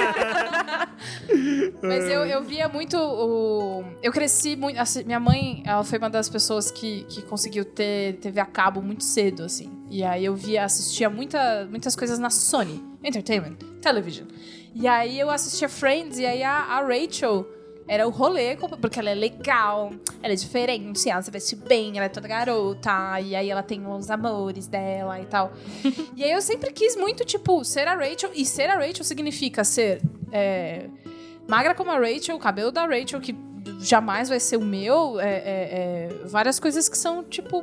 C: Mas eu, eu via muito o. Eu cresci muito. assim, minha mãe, ela foi uma das pessoas que, que conseguiu ter TV a cabo muito cedo, assim. E aí eu via, assistia muita, muitas coisas na Sony Entertainment Television. E aí eu assistia Friends, e aí a, a Rachel. Era o rolê, porque ela é legal, ela é diferente, ela se veste bem, ela é toda garota, e aí ela tem os amores dela e tal. <laughs> E aí eu sempre quis muito, tipo, ser a Rachel. E ser a Rachel significa ser é, magra como a Rachel, o cabelo da Rachel, que jamais vai ser o meu. é, é, é, várias coisas que são, tipo.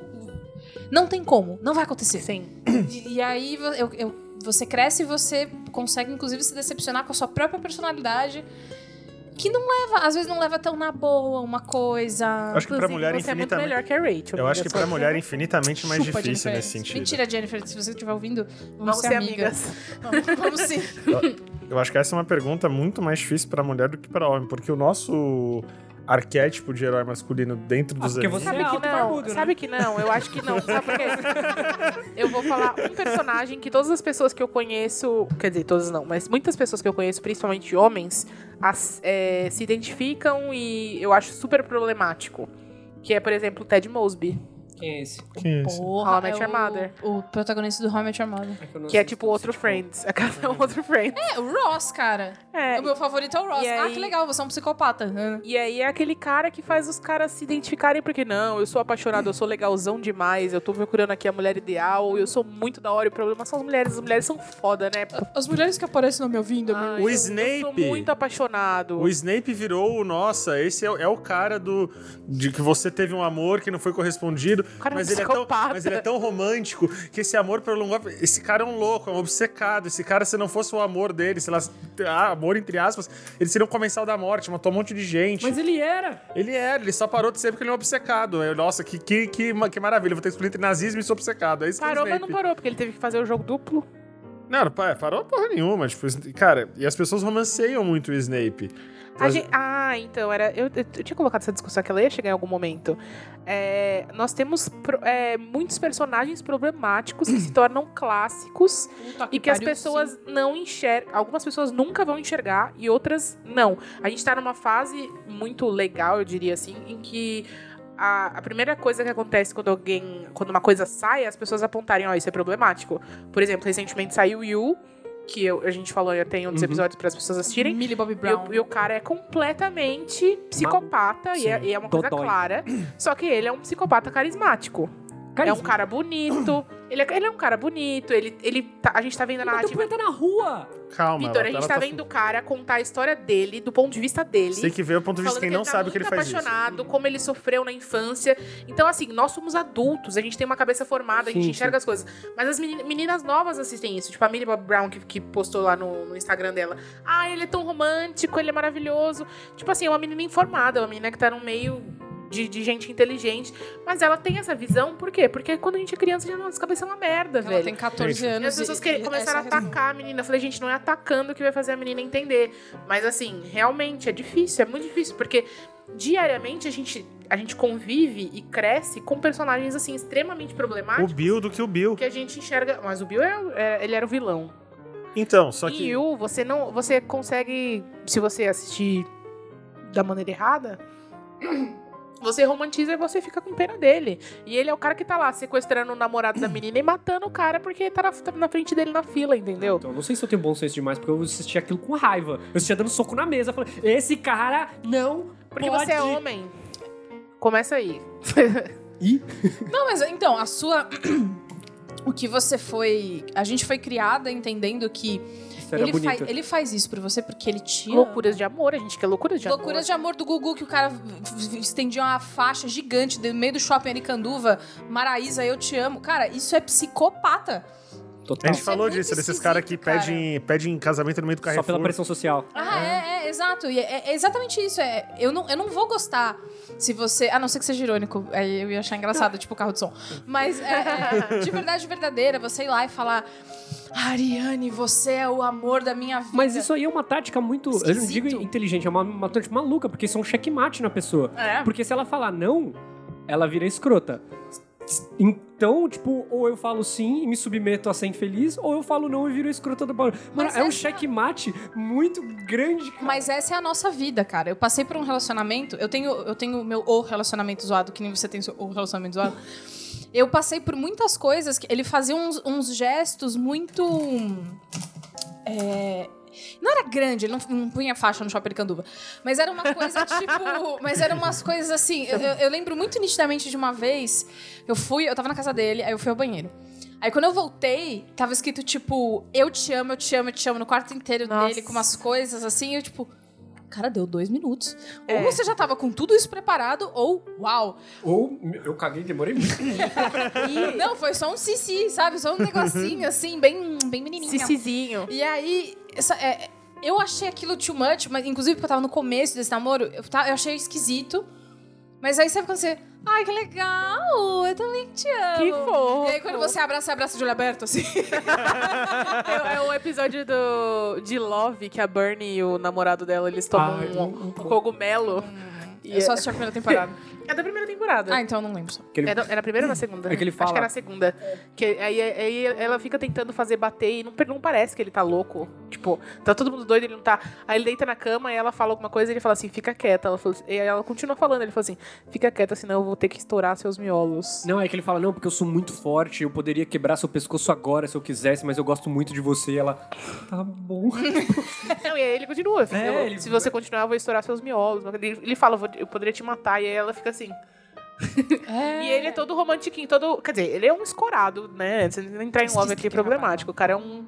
C: Não tem como, não vai acontecer.
A: Sim.
C: E, e aí vo- eu- eu- você cresce e você consegue, inclusive, se decepcionar com a sua própria personalidade. Que não leva, às vezes não leva tão na boa uma coisa.
B: Acho que pra
A: Inclusive,
B: mulher
A: você é muito
B: infinitamente-
A: melhor que a Rachel.
B: Eu acho que
A: amigas.
B: pra mulher é infinitamente mais
C: Chupa,
B: difícil
C: Jennifer.
B: nesse sentido.
C: Mentira, Jennifer, se você estiver ouvindo,
A: Vamos
C: vamos, ser,
A: ser
C: amigas.
A: amigas.
C: Vamos, <laughs> vamos sim.
B: Eu acho que essa é uma pergunta muito mais difícil pra mulher do que pra homem, porque o nosso arquétipo de herói masculino dentro dos
D: porque
B: animes-
D: você-
A: Sabe
D: É
A: que
D: alto e
A: não,
D: barbudo, né?
A: sabe que não, eu acho que não. Sabe por quê? Eu vou falar um personagem que todas as pessoas que eu conheço, quer dizer, todas não, mas muitas pessoas que eu conheço, principalmente homens, as- é, se identificam e eu acho super problemático. Que é, por exemplo, o Ted Mosby.
D: Quem é esse?
B: Quem é esse?
C: Porra,
A: How I Met
C: é
A: Your
C: o-
A: Mother.
C: O, protagonista do How I Met Your Mother.
D: É que eu não
A: Que é
D: assisto,
A: tipo outro
D: tipo,
A: Friends. É cada um outro Friends.
C: É, o Ross, cara.
A: É.
C: O meu favorito é o Ross.
A: E
C: Ah,
A: aí-
C: que legal, você é um psicopata. Hã?
A: E aí é aquele cara que faz os caras se identificarem, porque não, eu sou apaixonado, eu sou legalzão demais, eu tô procurando aqui a mulher ideal, eu sou muito da hora, e o problema são as mulheres, as mulheres são foda, né?
C: As mulheres que aparecem não me ouvindo.
A: Ai,
B: O
A: eu- Eu sou
B: Snape.
A: muito apaixonado.
B: O Snape virou o nossa, esse é, é o cara do de que você teve um amor que não foi correspondido.
A: cara é um
B: mas, ele é tão,
A: psicopata.
B: mas ele é tão romântico que esse amor prolongou. a- Esse cara é um louco, é um obcecado. Esse cara, se não fosse o amor dele, sei lá, ah, amor entre aspas, ele seria um comensal da morte, matou um monte de gente.
D: Mas ele era.
B: Ele era, ele só parou de ser porque ele é um obcecado. Eu, nossa, que, que, que, ma- que maravilha, vou ter que escolher entre nazismo e ser obcecado. É isso que é o
A: Parou, mas não
B: Snape.
A: parou, porque ele teve que fazer o jogo duplo.
B: Não, não pa- parou porra nenhuma. Tipo, cara, e as pessoas romanceiam muito o Snape.
A: A gen- Ah, então, era. Eu, eu- eu tinha colocado essa discussão que ela ia chegar em algum momento. É, nós temos pro- é, muitos personagens problemáticos que
B: <clears throat>
A: se tornam clássicos
C: Puta
A: e que as
C: pariu,
A: pessoas não enxergam. Algumas pessoas nunca vão enxergar e outras não. A gente tá numa fase muito legal, eu diria assim, em que. A, a primeira coisa que acontece quando alguém. Quando uma coisa sai, é as pessoas apontarem, ó, isso é problemático. Por exemplo, recentemente saiu You, que eu- a gente falou até em um dos
D: Uhum.
A: episódios para as pessoas
C: sim.
A: assistirem.
C: Millie Bobby
A: E
C: Brown.
A: o, e o cara é completamente psicopata, e é,
B: Sim.
A: e é uma coisa
D: Dodói.
A: clara. Só que ele é um psicopata carismático. É um
D: Carisma.
A: cara bonito. <clears throat> Ele é, ele é um cara bonito. Ele, ele tá- a gente tá vendo a
D: Ele é
C: um
D: bateu
A: narrativa.
D: punheta na rua.
B: Calma,
A: Vitor,
B: ela-
A: a gente tá
B: ela
A: vendo o cara contar a história dele, do ponto de vista dele.
B: Você tem que ver o ponto de
A: Falando
B: vista de quem
A: que
B: não
A: ele tá
B: sabe que ele
A: muito
B: faz isso.
A: apaixonado, como ele sofreu na infância. Então, assim, nós somos adultos, a gente tem uma cabeça formada, a
D: Sim,
A: gente
D: sim.
A: enxerga as coisas. Mas as meni- meninas novas assistem isso. Tipo, a Millie Bob Brown, que, que postou lá no, no Instagram dela. Ah, ele é tão romântico, ele é maravilhoso. Tipo assim, é uma menina informada, é uma menina que tá no meio de, de gente inteligente. Mas ela tem essa visão, por quê? Porque quando a gente é criança, a gente- nossa cabeça é uma merda,
C: Ela
A: velho.
C: tem 14
B: Gente,
A: E
C: anos.
A: as pessoas
C: e-
A: que
C: e
A: começaram a tá-
C: essa é
A: atacar a menina. Eu falei, gente, não é atacando que vai fazer a menina entender. Mas assim, realmente é difícil, é muito difícil, porque diariamente a gente, a gente convive e cresce com personagens assim extremamente
B: O
A: problemáticos
B: Bill do que o Bill.
A: que a gente enxerga. Mas o Bill é, é- ele era o vilão.
B: Então, só
A: E
B: que.
A: o você não. Você consegue. Se você assistir da maneira errada. <clears throat> Você romantiza e você fica com pena dele. E ele é o cara que tá lá sequestrando o namorado da menina e matando o cara porque tá na, tá na frente dele na fila, entendeu?
D: Então, eu não sei se eu tenho bom senso demais, porque eu assisti aquilo com raiva. Eu assistia dando soco na mesa. Falando, esse cara não
A: Porque
D: pode...
A: você é homem. Começa aí.
D: Ih,
C: Não, mas então, a sua. <clears throat> O que você foi. A gente foi criada entendendo que
D: isso era
C: ele,
D: bonito.
C: faz- ele faz isso pra você porque ele te ama.
A: Loucuras de amor, a gente quer loucuras de
C: Loucuras
A: amor.
C: de amor do Gugu, que o cara v- v- estendia uma faixa gigante no meio do shopping Aricanduva. Maraísa, eu te amo. Cara, isso é psicopata.
B: A
D: Total.
B: gente
C: é
B: falou
C: muito
B: disso, desses caras que
C: esquisito, cara.
B: pedem, pedem casamento no meio do
D: Só
B: Carrefour.
D: pela pressão social.
C: Ah, é, é, exato. E é, é exatamente isso. É, eu, não, eu não vou gostar se você. A não ser que seja irônico. Aí eu ia achar engraçado, tipo carro de som. Mas é, é, de verdade verdadeira, você ir lá e falar. Ariane, você é o amor da minha vida.
D: Mas isso aí é uma tática muito. Eu não
C: Esquisito.
D: digo inteligente, é uma, uma tática maluca, porque isso é um checkmate na pessoa.
C: É.
D: Porque se ela falar não, ela vira escrota. Então, tipo, ou eu falo sim e me submeto a ser infeliz, ou eu falo não e viro escrota do barulho. Mano,
C: Mas assim,
D: é um
C: essa-
D: checkmate muito grande. cara.
C: Mas essa é a nossa vida, cara. Eu passei por um relacionamento. Eu tenho eu tenho o meu ou relacionamento zoado, que nem você tem seu ou relacionamento zoado. Eu passei por muitas coisas que ele fazia uns, uns gestos muito. é, não era grande, ele não, não punha faixa no shopping Canduva. Mas era uma coisa tipo.
A: <laughs>
C: Mas eram umas coisas assim. Eu, eu- eu lembro muito nitidamente de uma vez. Eu fui, eu tava na casa dele, aí eu fui ao banheiro. Aí quando eu voltei, tava escrito tipo, eu te amo, eu te amo, eu te amo, no quarto inteiro
A: Nossa.
C: dele, com umas coisas assim, e eu tipo. Cara, deu dois minutos.
A: É.
C: Ou você já tava com tudo isso preparado, ou uau.
D: Ou eu caguei, demorei muito.
A: <laughs>
C: Não, foi só um sissi, sabe? Só um negocinho assim, bem, bem menininha.
A: Cicizinho.
C: E aí, essa- é, eu achei aquilo too much, mas inclusive porque eu tava no começo desse namoro, eu, ta- eu achei esquisito. Mas aí sabe quando você. Ai, que legal! Eu também te amo.
A: Que fofo.
C: E aí quando você abraça, você abraça de olho aberto, assim.
A: <laughs> É, é o episódio do, de Love que a Bernie e o namorado dela eles tomam
D: Ah,
A: um, um cogumelo. <laughs> Uhum. E
C: Eu só assisti a primeira
A: <laughs>
C: temporada.
A: é, é da primeira temporada.
C: ah, então eu não lembro só.
D: Aquele-
A: É da- é na primeira ou na segunda?
D: É que ele
A: Acho
D: fala-
A: que era na segunda. Que aí, aí ela fica tentando fazer bater e não, per- não parece que ele tá louco. Tipo, tá todo mundo doido, ele não tá. Aí ele deita na cama e ela fala alguma coisa e ele fala assim, fica quieta. Ela falou assim- e aí ela continua falando, ele fala assim, fica quieta, senão eu vou ter que estourar seus miolos.
D: Não, é que ele fala, não, porque eu sou muito forte, eu poderia quebrar seu pescoço agora se eu quisesse, mas eu gosto muito de você. E ela, tá bom.
A: <laughs> Não, e aí ele continua. assim,
D: É,
A: eu-
D: ele-
A: Se você continuar, eu vou estourar seus miolos. Ele, ele fala, "Vou- eu poderia te matar. E aí ela fica assim. E ele é todo romantiquinho, todo. Quer dizer, ele é um escorado, né? Você não entrar em love
C: Esquisito
A: aqui é
C: que rapaz.
A: problemático. O cara é um.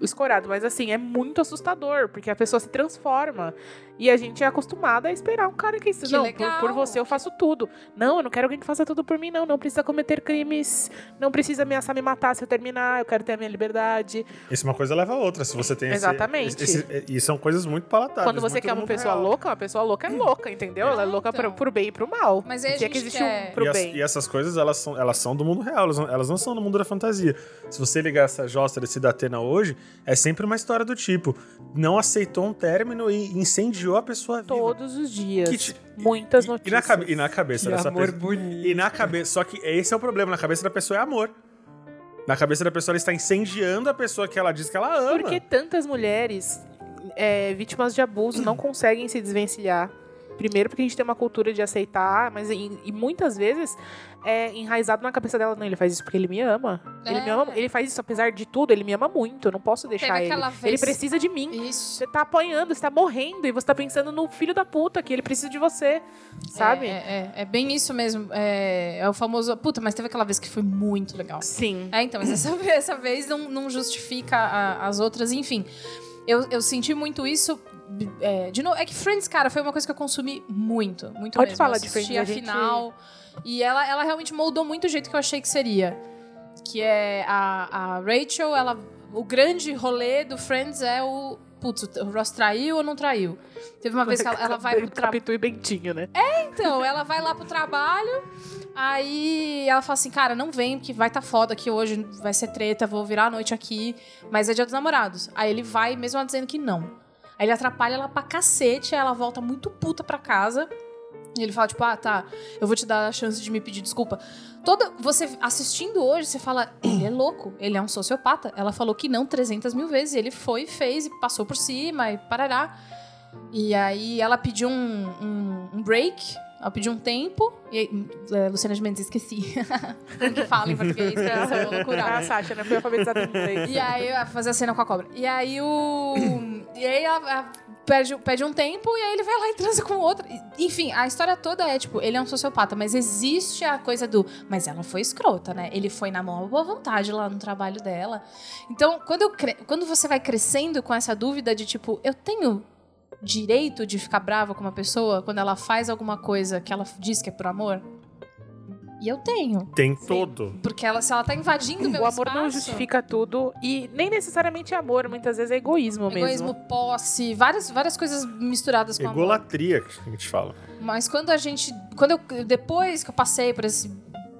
A: escorado, mas assim, é muito assustador, porque a pessoa se transforma. E a gente é acostumada a esperar um cara que.
C: Que
A: não,
C: legal.
A: Por, por você eu faço tudo. Não, eu não quero alguém que faça tudo por mim, não. Não precisa cometer crimes. Não precisa ameaçar me matar se eu terminar. Eu quero ter a minha liberdade.
B: Isso é uma coisa leva a outra. Se você tem esse-
A: Exatamente.
B: esse- e são coisas muito palatáveis.
A: Quando você
B: muito
A: quer
B: do
A: uma
B: mundo
A: pessoa
B: real.
A: louca, uma pessoa louca é louca, entendeu? Ela é louca
C: Então.
A: pro, pro bem e pro mal.
C: Mas aí a
A: Tinha que
C: gente
A: existir
C: quer-
A: um pro
B: e, as-
A: bem.
B: e essas coisas, elas são, elas são do mundo real, elas não, elas não são do mundo da fantasia. Se você ligar essa Jostra desse da Atena hoje, é sempre uma história do tipo: não aceitou um término e incendiou a pessoa viva.
A: Todos os dias.
B: Que ti-
A: Muitas
B: e,
A: notícias.
B: e na, cabe- e na cabeça
D: <laughs> Que
B: dessa
D: é amor
B: pessoa.
D: bonito.
B: E na cabeça. Só que esse é o problema. Na cabeça da pessoa é amor. Na cabeça da pessoa, ela está incendiando a pessoa que ela diz que ela ama.
A: Por que tantas mulheres é, vítimas de abuso não conseguem se desvencilhar? Primeiro, porque a gente tem uma cultura de aceitar, mas em- e muitas vezes é enraizado na cabeça dela. Não, ele faz isso porque ele me ama. Ele me
C: É.
A: ama. Ele faz isso, apesar de tudo, ele me ama muito. Eu não posso deixar ele.
C: aquela vez-
A: Ele precisa de mim.
C: Isso.
A: Você tá apanhando, você tá morrendo e você tá pensando no filho da puta que ele precisa de você, sabe?
C: É, é, é, é bem isso mesmo. É, é o famoso. Puta, mas teve aquela vez que foi muito legal.
A: Sim.
C: É, então, mas essa, <laughs> ve- essa vez não, não justifica a- as outras, enfim. Eu, eu senti muito isso. é, de novo, é que Friends, cara, foi uma coisa que eu consumi muito, muito
A: Pode
C: mesmo.
A: falar
C: Eu
A: de
C: assisti
A: Friends,
C: a
A: a gente-
C: final. E ela, ela realmente moldou muito o jeito que eu achei que seria. Que é a, a Rachel, ela. O grande rolê do Friends é o. Putz, o Ross traiu ou não traiu? Teve uma vez que ela, ela vai pro trabalho.
A: Capitu e Bentinho, né?
C: Então, ela vai lá pro trabalho, aí ela fala assim, cara, não vem, porque vai tá foda aqui hoje, vai ser treta, vou virar a noite aqui, mas é dia dos namorados. Aí ele vai, mesmo ela dizendo que não. Aí ele atrapalha ela pra cacete, aí ela volta muito puta pra casa. E ele fala, tipo, ah, tá, eu vou te dar a chance de me pedir desculpa. Toda. Você assistindo hoje, você fala, ele é louco, ele é um sociopata. Ela falou que não 300 mil vezes, ele foi, fez e passou por cima e parará. E aí ela pediu um, um- um break, ela pediu um tempo. E aí, hum, é, Luciana de Mendes, esqueci. <laughs> Como que fala em português, que é essa
A: Ah,
C: loucura.
A: <laughs> a Sasha, né? Foi alfabetizada em inglês.
C: E aí ela fazer a cena com a cobra. E aí o. e aí ela, ela pede, pede um tempo e aí ele vai lá e transa com outro. E- Enfim, a história toda é, tipo, ele é um sociopata, mas existe a coisa do. Mas ela foi escrota, né? Ele foi na maior boa vontade lá no trabalho dela. Então, quando, eu cre- quando você vai crescendo com essa dúvida de, tipo, eu tenho direito de ficar brava com uma pessoa quando ela faz alguma coisa que ela diz que é por amor? E eu tenho.
B: Tem todo.
C: Porque ela, se ela tá invadindo meu
A: O amor não
C: espaço-
A: justifica tudo e nem necessariamente é amor, muitas vezes é egoísmo,
C: Egoísmo,
A: mesmo.
C: posse, várias, várias coisas misturadas com amor.
B: Egolatria, que a gente fala.
C: Mas quando a gente. Quando eu, depois que eu passei por esse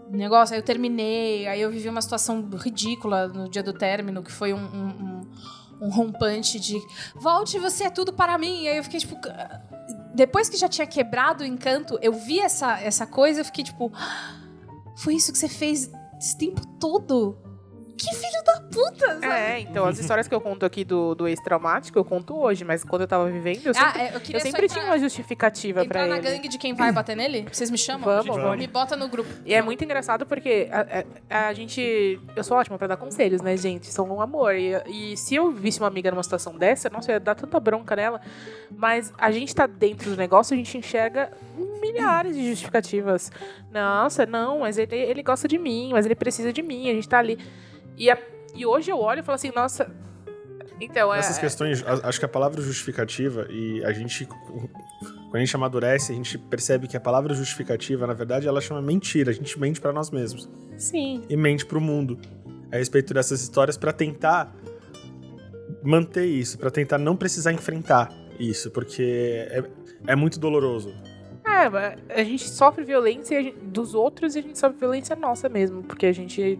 C: negócio, aí eu terminei, aí eu vivi uma situação ridícula no dia do término, que foi um. um, um- um rompante de volte, você é tudo para mim. E aí eu fiquei tipo. "Ah". Depois que já tinha quebrado o encanto, eu vi essa, essa coisa, eu fiquei tipo. "Ah, Foi isso que você fez esse tempo todo? Que filho da puta! sabe?
A: É, então as histórias que eu conto aqui do, do ex-traumático eu conto hoje, mas quando eu tava vivendo, eu sempre,
C: Ah, é, eu
A: eu
C: queria só
A: sempre
C: entrar-
A: tinha uma justificativa pra
C: Entrar na
A: ele.
C: gangue de quem vai bater nele? Vocês me chamam?
A: Vamos,
B: vamos.
C: Me bota no grupo.
A: E é muito engraçado porque a, a- a gente. Eu sou ótima pra dar conselhos, né, gente? Sou um amor. E, e se eu visse uma amiga numa situação dessa, nossa, eu ia dar tanta bronca nela. Mas a gente tá dentro do negócio, a gente enxerga milhares de justificativas. Nossa, não, mas ele, ele gosta de mim, mas ele precisa de mim, a gente tá ali. E, a- e hoje eu olho e falo assim, nossa. Então, é.
B: Nessas questões, a- acho que a palavra justificativa, e a gente. Quando a gente amadurece, a gente percebe que a palavra justificativa, na verdade, ela chama mentira. A gente mente pra nós mesmos.
A: Sim.
B: E mente pro mundo. A respeito dessas histórias pra tentar manter isso, pra tentar não precisar enfrentar isso, porque é, é muito doloroso.
A: É, mas a gente sofre violência e a gente- dos outros e a gente sofre violência nossa mesmo, porque a gente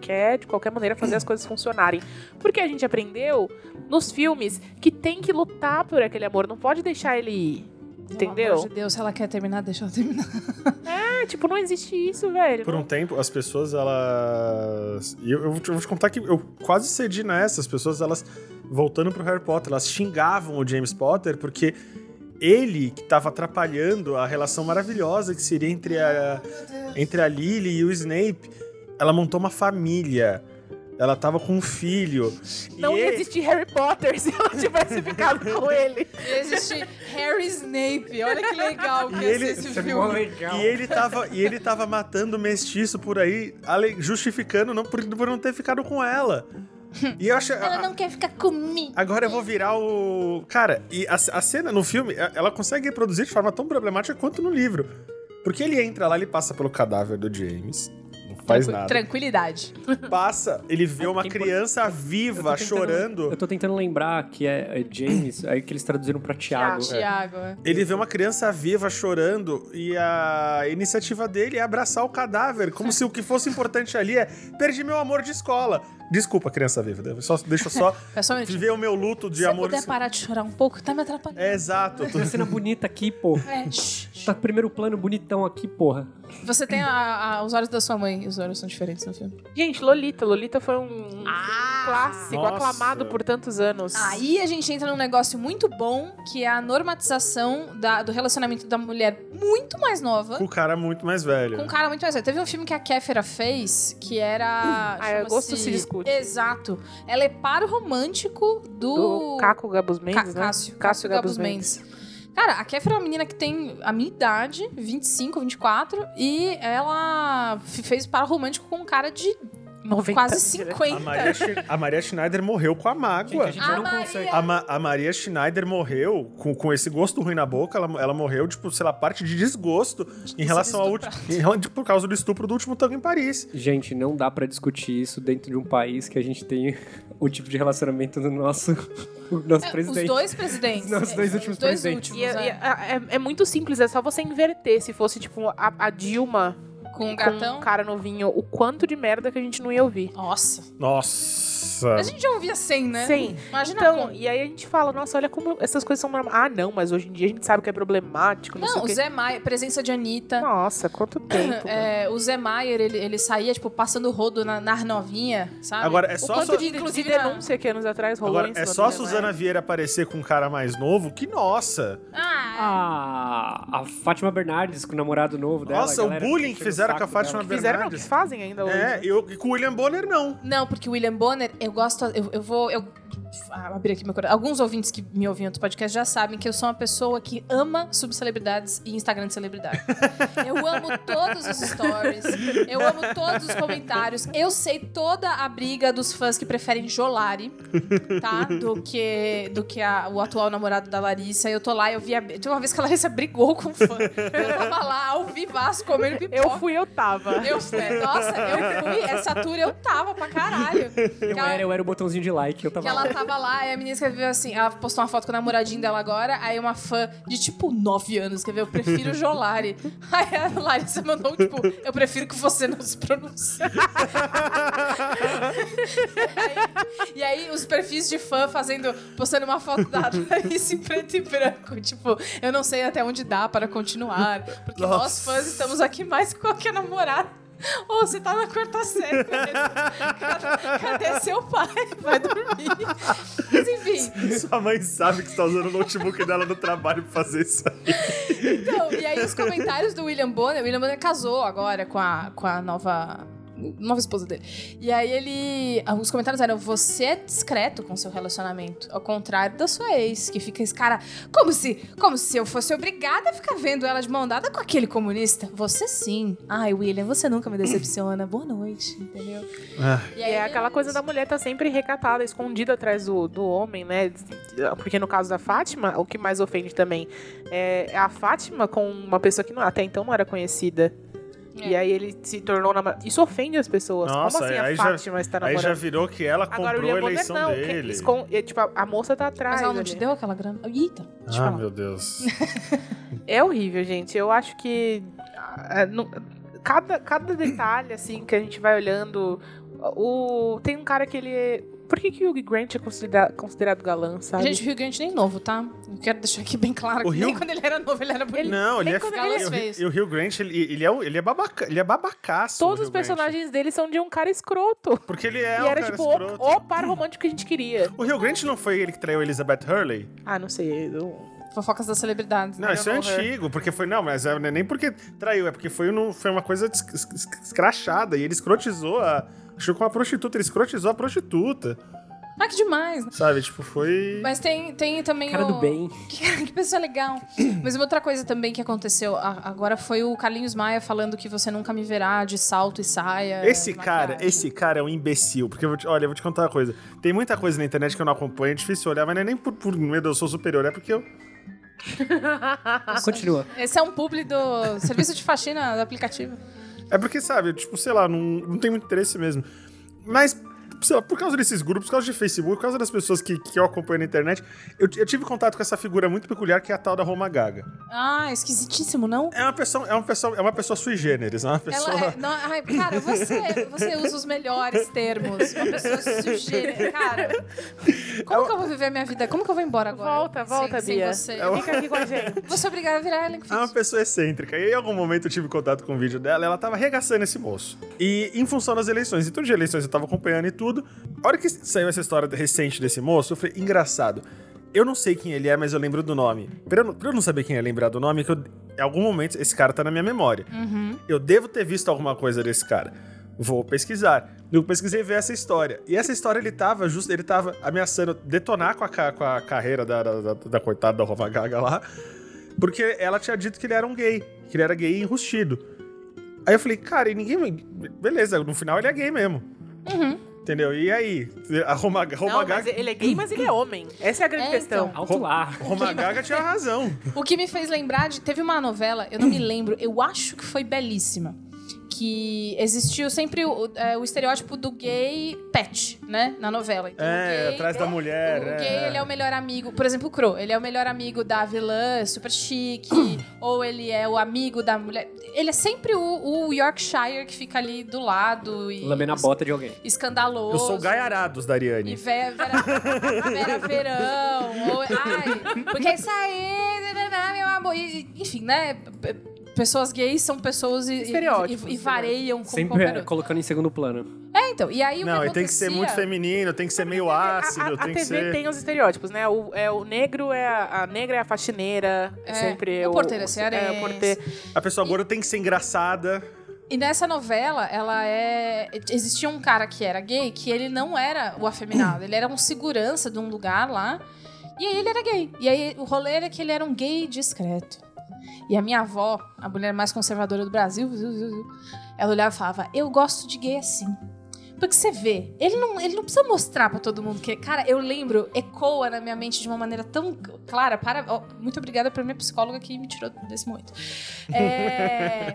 A: quer, de qualquer maneira, fazer as coisas funcionarem. Porque a gente aprendeu nos filmes que tem que lutar por aquele amor, não pode deixar ele ir.
C: Pelo Um amor
A: Entendeu?
C: de Deus, se ela quer terminar, deixa ela <laughs> terminar.
A: É, tipo, não existe isso, velho.
B: Por um tempo, as pessoas, elas. E eu, eu vou te- eu vou te contar que eu quase cedi nessa. As pessoas, elas. Voltando pro Harry Potter, elas xingavam o James Potter porque ele que tava atrapalhando a relação maravilhosa que seria entre a, entre a Lily e o Snape. Ela montou uma família. Ela tava com um filho. E
A: Não ia
B: ele-
A: existir Harry Potter <laughs> se ela tivesse ficado
B: <laughs>
A: com ele.
C: Existe Harry Snape. Olha que legal que
B: E
C: ia
B: ele-
C: ser esse
B: <laughs> Isso é
D: Mó
C: filme.
D: legal.
B: E
A: <laughs>
B: ele tava, e ele tava matando mestiço por aí, ale- justificando não, por, por não ter ficado com ela. E eu acho.
C: Ela não quer ficar comigo.
B: Agora eu vou virar o. Cara, e a, a cena no filme, a- ela consegue reproduzir de forma tão problemática quanto no livro. Porque ele entra lá, ele passa pelo cadáver do James. Não faz
C: Tranqui-
B: nada.
C: Tranquilidade.
B: Passa, ele vê uma
D: Tem por-
B: criança
D: Eu
B: viva
D: tô tentando- Eu
B: chorando.
D: tô tentando lembrar que é, é James, aí que eles traduziram pra Thiago.
C: Tiago. é.
B: Ele vê uma criança viva chorando e a iniciativa dele é abraçar o cadáver, como se o que fosse importante ali é perdi meu amor de escola. Desculpa, criança viva, eu só, deixa eu
D: <laughs>
B: só
C: É só um minutinho.
B: viver o meu luto de
C: Se eu
B: amor. assim. de
C: puder
B: escola.
C: parar de chorar um pouco, tá me atrapalhando.
B: É exato.
D: Tem uma cena bonita aqui, pô.
C: É, shh, shh.
D: Tá primeiro plano bonitão aqui, porra.
C: Você tem a- a- os olhos da sua mãe. Os olhos são diferentes no filme.
A: Gente, Lolita. Lolita foi um clássico,
B: Nossa.
A: aclamado por tantos anos.
C: Ah! Aí a gente entra num negócio muito bom, que é a normatização da- do relacionamento da mulher muito mais nova
B: Com o cara muito mais velho.
C: com um cara muito mais velho. Teve um filme que a Kéfera fez, que era...
A: Ah, é
C: chama-se-
A: Gosto se discute.
C: Exato. Ela é par romântico do...
A: Do Caco Gabus
C: uh! Ca-
A: Mendes, né?
C: Cássio. Cássio Gabus Mendes. Cara, a Kéfera é uma menina que tem a minha idade, 25, 24, e ela f- fez par romântico com um cara de
A: 90.
C: quase
B: A
C: 50.
B: Maria, é Schne- a Maria Schneider morreu Tá com a
D: Gente,
B: mágoa.
D: a gente
C: Ah,
D: não
C: Maria.
D: consegue.
B: A, Ma- a Maria Schneider morreu com, com esse gosto ruim na boca. Ela, ela morreu, tipo, sei lá, parte de desgosto em relação ao último. em rela- de- Por causa do estupro do último tango em Paris.
D: Gente, não dá pra discutir isso dentro de um país que a gente tem <laughs> o tipo de relacionamento do nosso, o nosso
C: É, Os
D: presidente.
C: dois presidentes.
D: Os nossos dois
C: É,
D: últimos
C: os dois
D: presidentes.
A: E
C: últimos,
A: é, e
C: é.
A: é- é- é muito simples, é só você inverter. Se fosse, tipo, a, a Dilma
C: Com o
A: um
C: gatão.
A: cara novinho, o quanto de merda que a gente não ia ouvir.
C: Nossa.
B: Nossa.
C: A gente já ouvia 100, né?
A: Sim.
C: Imagina
A: Então,
C: como.
A: e aí a gente fala, nossa, olha como essas coisas são normais. Ah, não, mas hoje em dia a gente sabe que é problemático, não, sei
C: Não,
A: o
C: o
A: quê.
C: Zé Maia, presença de Anitta.
A: Nossa,
C: <coughs>
A: quanto tempo. mano.
C: É, o Zé Maier, ele, ele saía, tipo, passando o rodo na, nas novinha, sabe?
B: Agora, é
C: ah, O
B: só-
C: quanto
B: só-
C: de, inclusive,
A: Inclusive, denúncia que anos atrás rolou
B: Agora,
A: em cima
B: é
A: né?
B: só a
A: do Zé
B: Suzana
A: Maia.
B: Vieira aparecer com um cara mais novo que, nossa!
C: na- Ah,
D: A, a Fátima Bernardes com o namorado novo dela.
B: Nossa,
D: a
B: o
D: galera
B: bullying
D: enchendo
B: que fizeram
D: o
B: com a
D: saco
B: Fátima
D: dela.
A: Fizeram, não,
B: Bernardes.
A: que fazem ainda hoje.
B: É, eu, e com o William Bonner, não. <laughs>
C: Não, porque o William Bonner, eu gosto. Eu, eu vou. Eu, ah, abrir aqui meu coração. Alguns ouvintes que me ouvem em outro podcast já sabem que eu sou uma pessoa que ama subcelebridades e Instagram de celebridade. eu amo todos os stories, eu amo todos os comentários. Eu sei toda a briga dos fãs que preferem Jolari, tá? Do que, do que a- o atual namorado da Larissa. Eu tô lá, eu vi a. Teve uma vez que a Larissa brigou com o fã. Eu tava lá, ao vivaço, comendo pipoca.
A: Eu fui, eu tava.
C: Eu fui, nossa, eu fui, essa tour eu tava pra caralho. Que
D: Eu
C: ela,
D: era, eu era o botãozinho de like, eu tava
C: que ela
D: lá.
C: tava lá, e a menina escreveu assim, ela postou uma foto com o namoradinho dela agora, aí uma fã de tipo 9 anos escreveu, eu prefiro o Jolari. <laughs> Aí a Larissa mandou, tipo, eu prefiro que você não se pronuncie. E aí os perfis de fã fazendo, postando uma foto da Larissa em preto e branco, tipo, eu não sei até onde dá para continuar, porque nós
B: Nossa.
C: fãs estamos aqui mais que qualquer namorado. Ô, você tá na quarta série, cadê, cadê seu pai? Vai dormir. Mas enfim,
B: Sua mãe sabe que você tá usando o notebook dela no trabalho pra fazer isso.
C: então, e aí os comentários do William Bonner, o William Bonner casou agora com a, com a nova nova esposa dele. E aí ele, os comentários eram: "Você é discreto com seu relacionamento, ao contrário da sua ex, que fica esse cara, como se, como se eu fosse obrigada a ficar vendo ela de mão dada com aquele comunista. Você sim. Ai, William, você nunca me decepciona. Boa noite", entendeu? E
A: É
C: ele-
A: aquela coisa da mulher tá sempre recatada, escondida atrás do, do homem, né? Porque no caso da Fátima, o que mais ofende também é a Fátima com uma pessoa que não- até então não era conhecida.
C: É.
A: E aí ele se tornou namorado. Isso ofende as pessoas.
B: Nossa,
A: Como assim
B: aí
A: a
B: já-
A: Fátima está
B: Aí
A: namorando?
B: já virou que ela
A: Agora o
B: comprou a
A: William Bonner
B: eleição
A: não. que-
B: dele.
A: escon- é, tipo, a, a moça tá atrás.
C: Mas ela não
A: ali.
C: te deu aquela grana? Eita, deixa eu
B: Ah,
C: falar.
B: meu Deus.
A: É horrível, gente. Eu acho que. ah, ah, não- cada, cada detalhe, assim, que a gente vai olhando. O, tem um cara que ele. é- Por que, que o Hugh Grant é considera- considerado galã, sabe?
C: Gente, o Rio Grande nem novo, tá? Eu quero deixar aqui bem claro
B: O
C: que
B: Rio-
C: nem quando ele era novo ele era bonito.
B: Não, ele
A: Nem
B: é,
A: quando
C: ele
B: e o-
C: fez.
B: E o Rio Grant, ele, ele é, um- ele é babaca, ele é babacaço. o
A: Todos
B: Hugh
A: os personagens dele são de um cara escroto.
B: Grant. Porque ele é um
A: e era,
B: cara
A: tipo,
B: escroto.
A: o, o par romântico que a gente queria.
B: O Rio Grant não foi ele que traiu Elizabeth Hurley?
A: Ah, não sei. eu-
C: Fofocas das celebridades.
B: Não,
C: né?
B: isso é
A: Hurley.
B: antigo, porque foi. Não, mas é, não é nem porque traiu, é porque foi, um- foi uma coisa es- es- es- escrachada e ele escrotizou a. Achou com uma prostituta, ele escrotizou a prostituta.
C: Ah, que demais. né?
B: Sabe? Tipo, foi.
C: Mas tem, tem também
D: Cara
C: o...
D: do bem.
C: <laughs> Que, que pessoa legal. Mas uma outra coisa também que aconteceu a- agora foi o Carlinhos Maia falando que você nunca me verá de salto e
A: É,
C: saia.
B: Esse
C: maquiagem.
B: cara, esse cara é um imbecil. Porque, eu vou te- olha, eu vou te contar uma coisa. Tem muita coisa na internet que eu não acompanho, é difícil olhar, mas não é nem por, por medo, eu sou superior, é porque eu.
D: Continua.
C: Esse é um publi do serviço de faxina do aplicativo.
B: É porque, sabe, eu, tipo, sei lá, não, não tem muito interesse mesmo. Mas, sei lá, por causa desses grupos, por causa de Facebook, por causa das pessoas que, que eu acompanho na internet, eu, eu tive contato com essa figura muito peculiar que é a tal da Roma Gaga.
C: Ah, esquisitíssimo, não?
B: É uma pessoa, é uma pessoa, é uma pessoa sui generis, é uma pessoa.
C: Ela é, não, ai, cara, você, você usa os melhores termos. Uma pessoa sujeira. Cara,
B: É
C: como que eu vou viver a minha vida? Como que eu vou embora agora?
A: Volta, volta,
C: sem,
A: Bia.
C: Sem você.
B: É uma-
A: Fica aqui com
B: <laughs>
A: a gente.
C: Vou ser obrigada a virar Ellen
B: É uma
C: Fitch.
B: pessoa excêntrica. E em algum momento eu tive contato com o vídeo dela, ela tava arregaçando esse moço. E em função das eleições, em tudo de eleições eu tava acompanhando e tudo. A hora que saiu essa história recente desse moço, eu falei, engraçado. Eu não sei quem ele é, mas eu lembro do nome. Pra eu não, pra eu não saber quem é lembrar do nome, é que eu- em algum momento esse cara tá na minha memória. Eu devo ter visto alguma coisa desse cara. Vou pesquisar. Eu pesquisei e ver essa história. E essa história ele tava justo, ele tava ameaçando detonar com a, ca- com a carreira da, da, da- da coitada da Roma Gaga lá. Porque ela tinha dito que ele era um gay, que ele era gay e enrustido. Aí eu falei, cara, e ninguém. Beleza, no final ele é gay mesmo. Entendeu? E aí? A Roma, Roma
A: Não, mas
B: Gaga.
A: ele é gay, mas ele é homem. Essa é a grande
C: É,
A: questão.
C: então.
D: Alto lá.
B: Roma Gaga tinha razão.
C: O que me fez lembrar de. Teve uma novela, eu não me lembro, eu acho que foi belíssima. Que existiu sempre o, é, o estereótipo do gay pet, né? Na novela. Então, o
B: É,
C: gay-
B: atrás da mulher.
C: O
B: é,
C: gay,
B: é.
C: ele é o melhor amigo. Por exemplo, o Crow, ele é o melhor amigo da vilã, super
B: <coughs>
C: chique. ou ele é o amigo da mulher. Ele é sempre o, o Yorkshire que fica ali do lado e.
D: Lambendo a bota de alguém.
C: Escandaloso.
B: Eu sou o Gaiarados da
C: E
B: Ariane.
C: Vera, Vera, Vera Verão. Ou, ai, porque é isso aí, né, meu amor. E, e, enfim, né? p- Pessoas gays são pessoas e, e-
A: Estereótipos,
C: e, e variam como qualquer
D: Sempre é,
C: outro.
D: colocando em segundo plano.
C: É, então. E aí o
B: é. Não,
C: que
B: e tem que ser muito
C: acontecia-
B: feminino, tem que ser meio
A: A-
B: ácido,
A: a, a
B: tem que
A: TV
B: ser.
A: tem os estereótipos, né? O, é, o negro é a, a negra é a faxineira, é,
C: É,
A: sempre
C: o porteiro é cearense.
A: É, o porteiro.
B: A pessoa gorda tem que ser engraçada.
C: E nessa novela, ela é. Existia um cara que era gay, que ele não era o afeminado, ele era um segurança de um lugar lá. E aí ele era gay. E aí o rolê era que ele era um gay discreto. E a minha avó, a mulher mais conservadora do Brasil, ziu, ziu, ziu, ela olhava e falava: Eu gosto de gay assim. Porque você vê, ele não, ele não precisa mostrar pra todo mundo que. Cara, eu lembro, ecoa na minha mente de uma maneira tão clara. Para, ó, muito obrigada pra minha psicóloga que me tirou desse momento. É,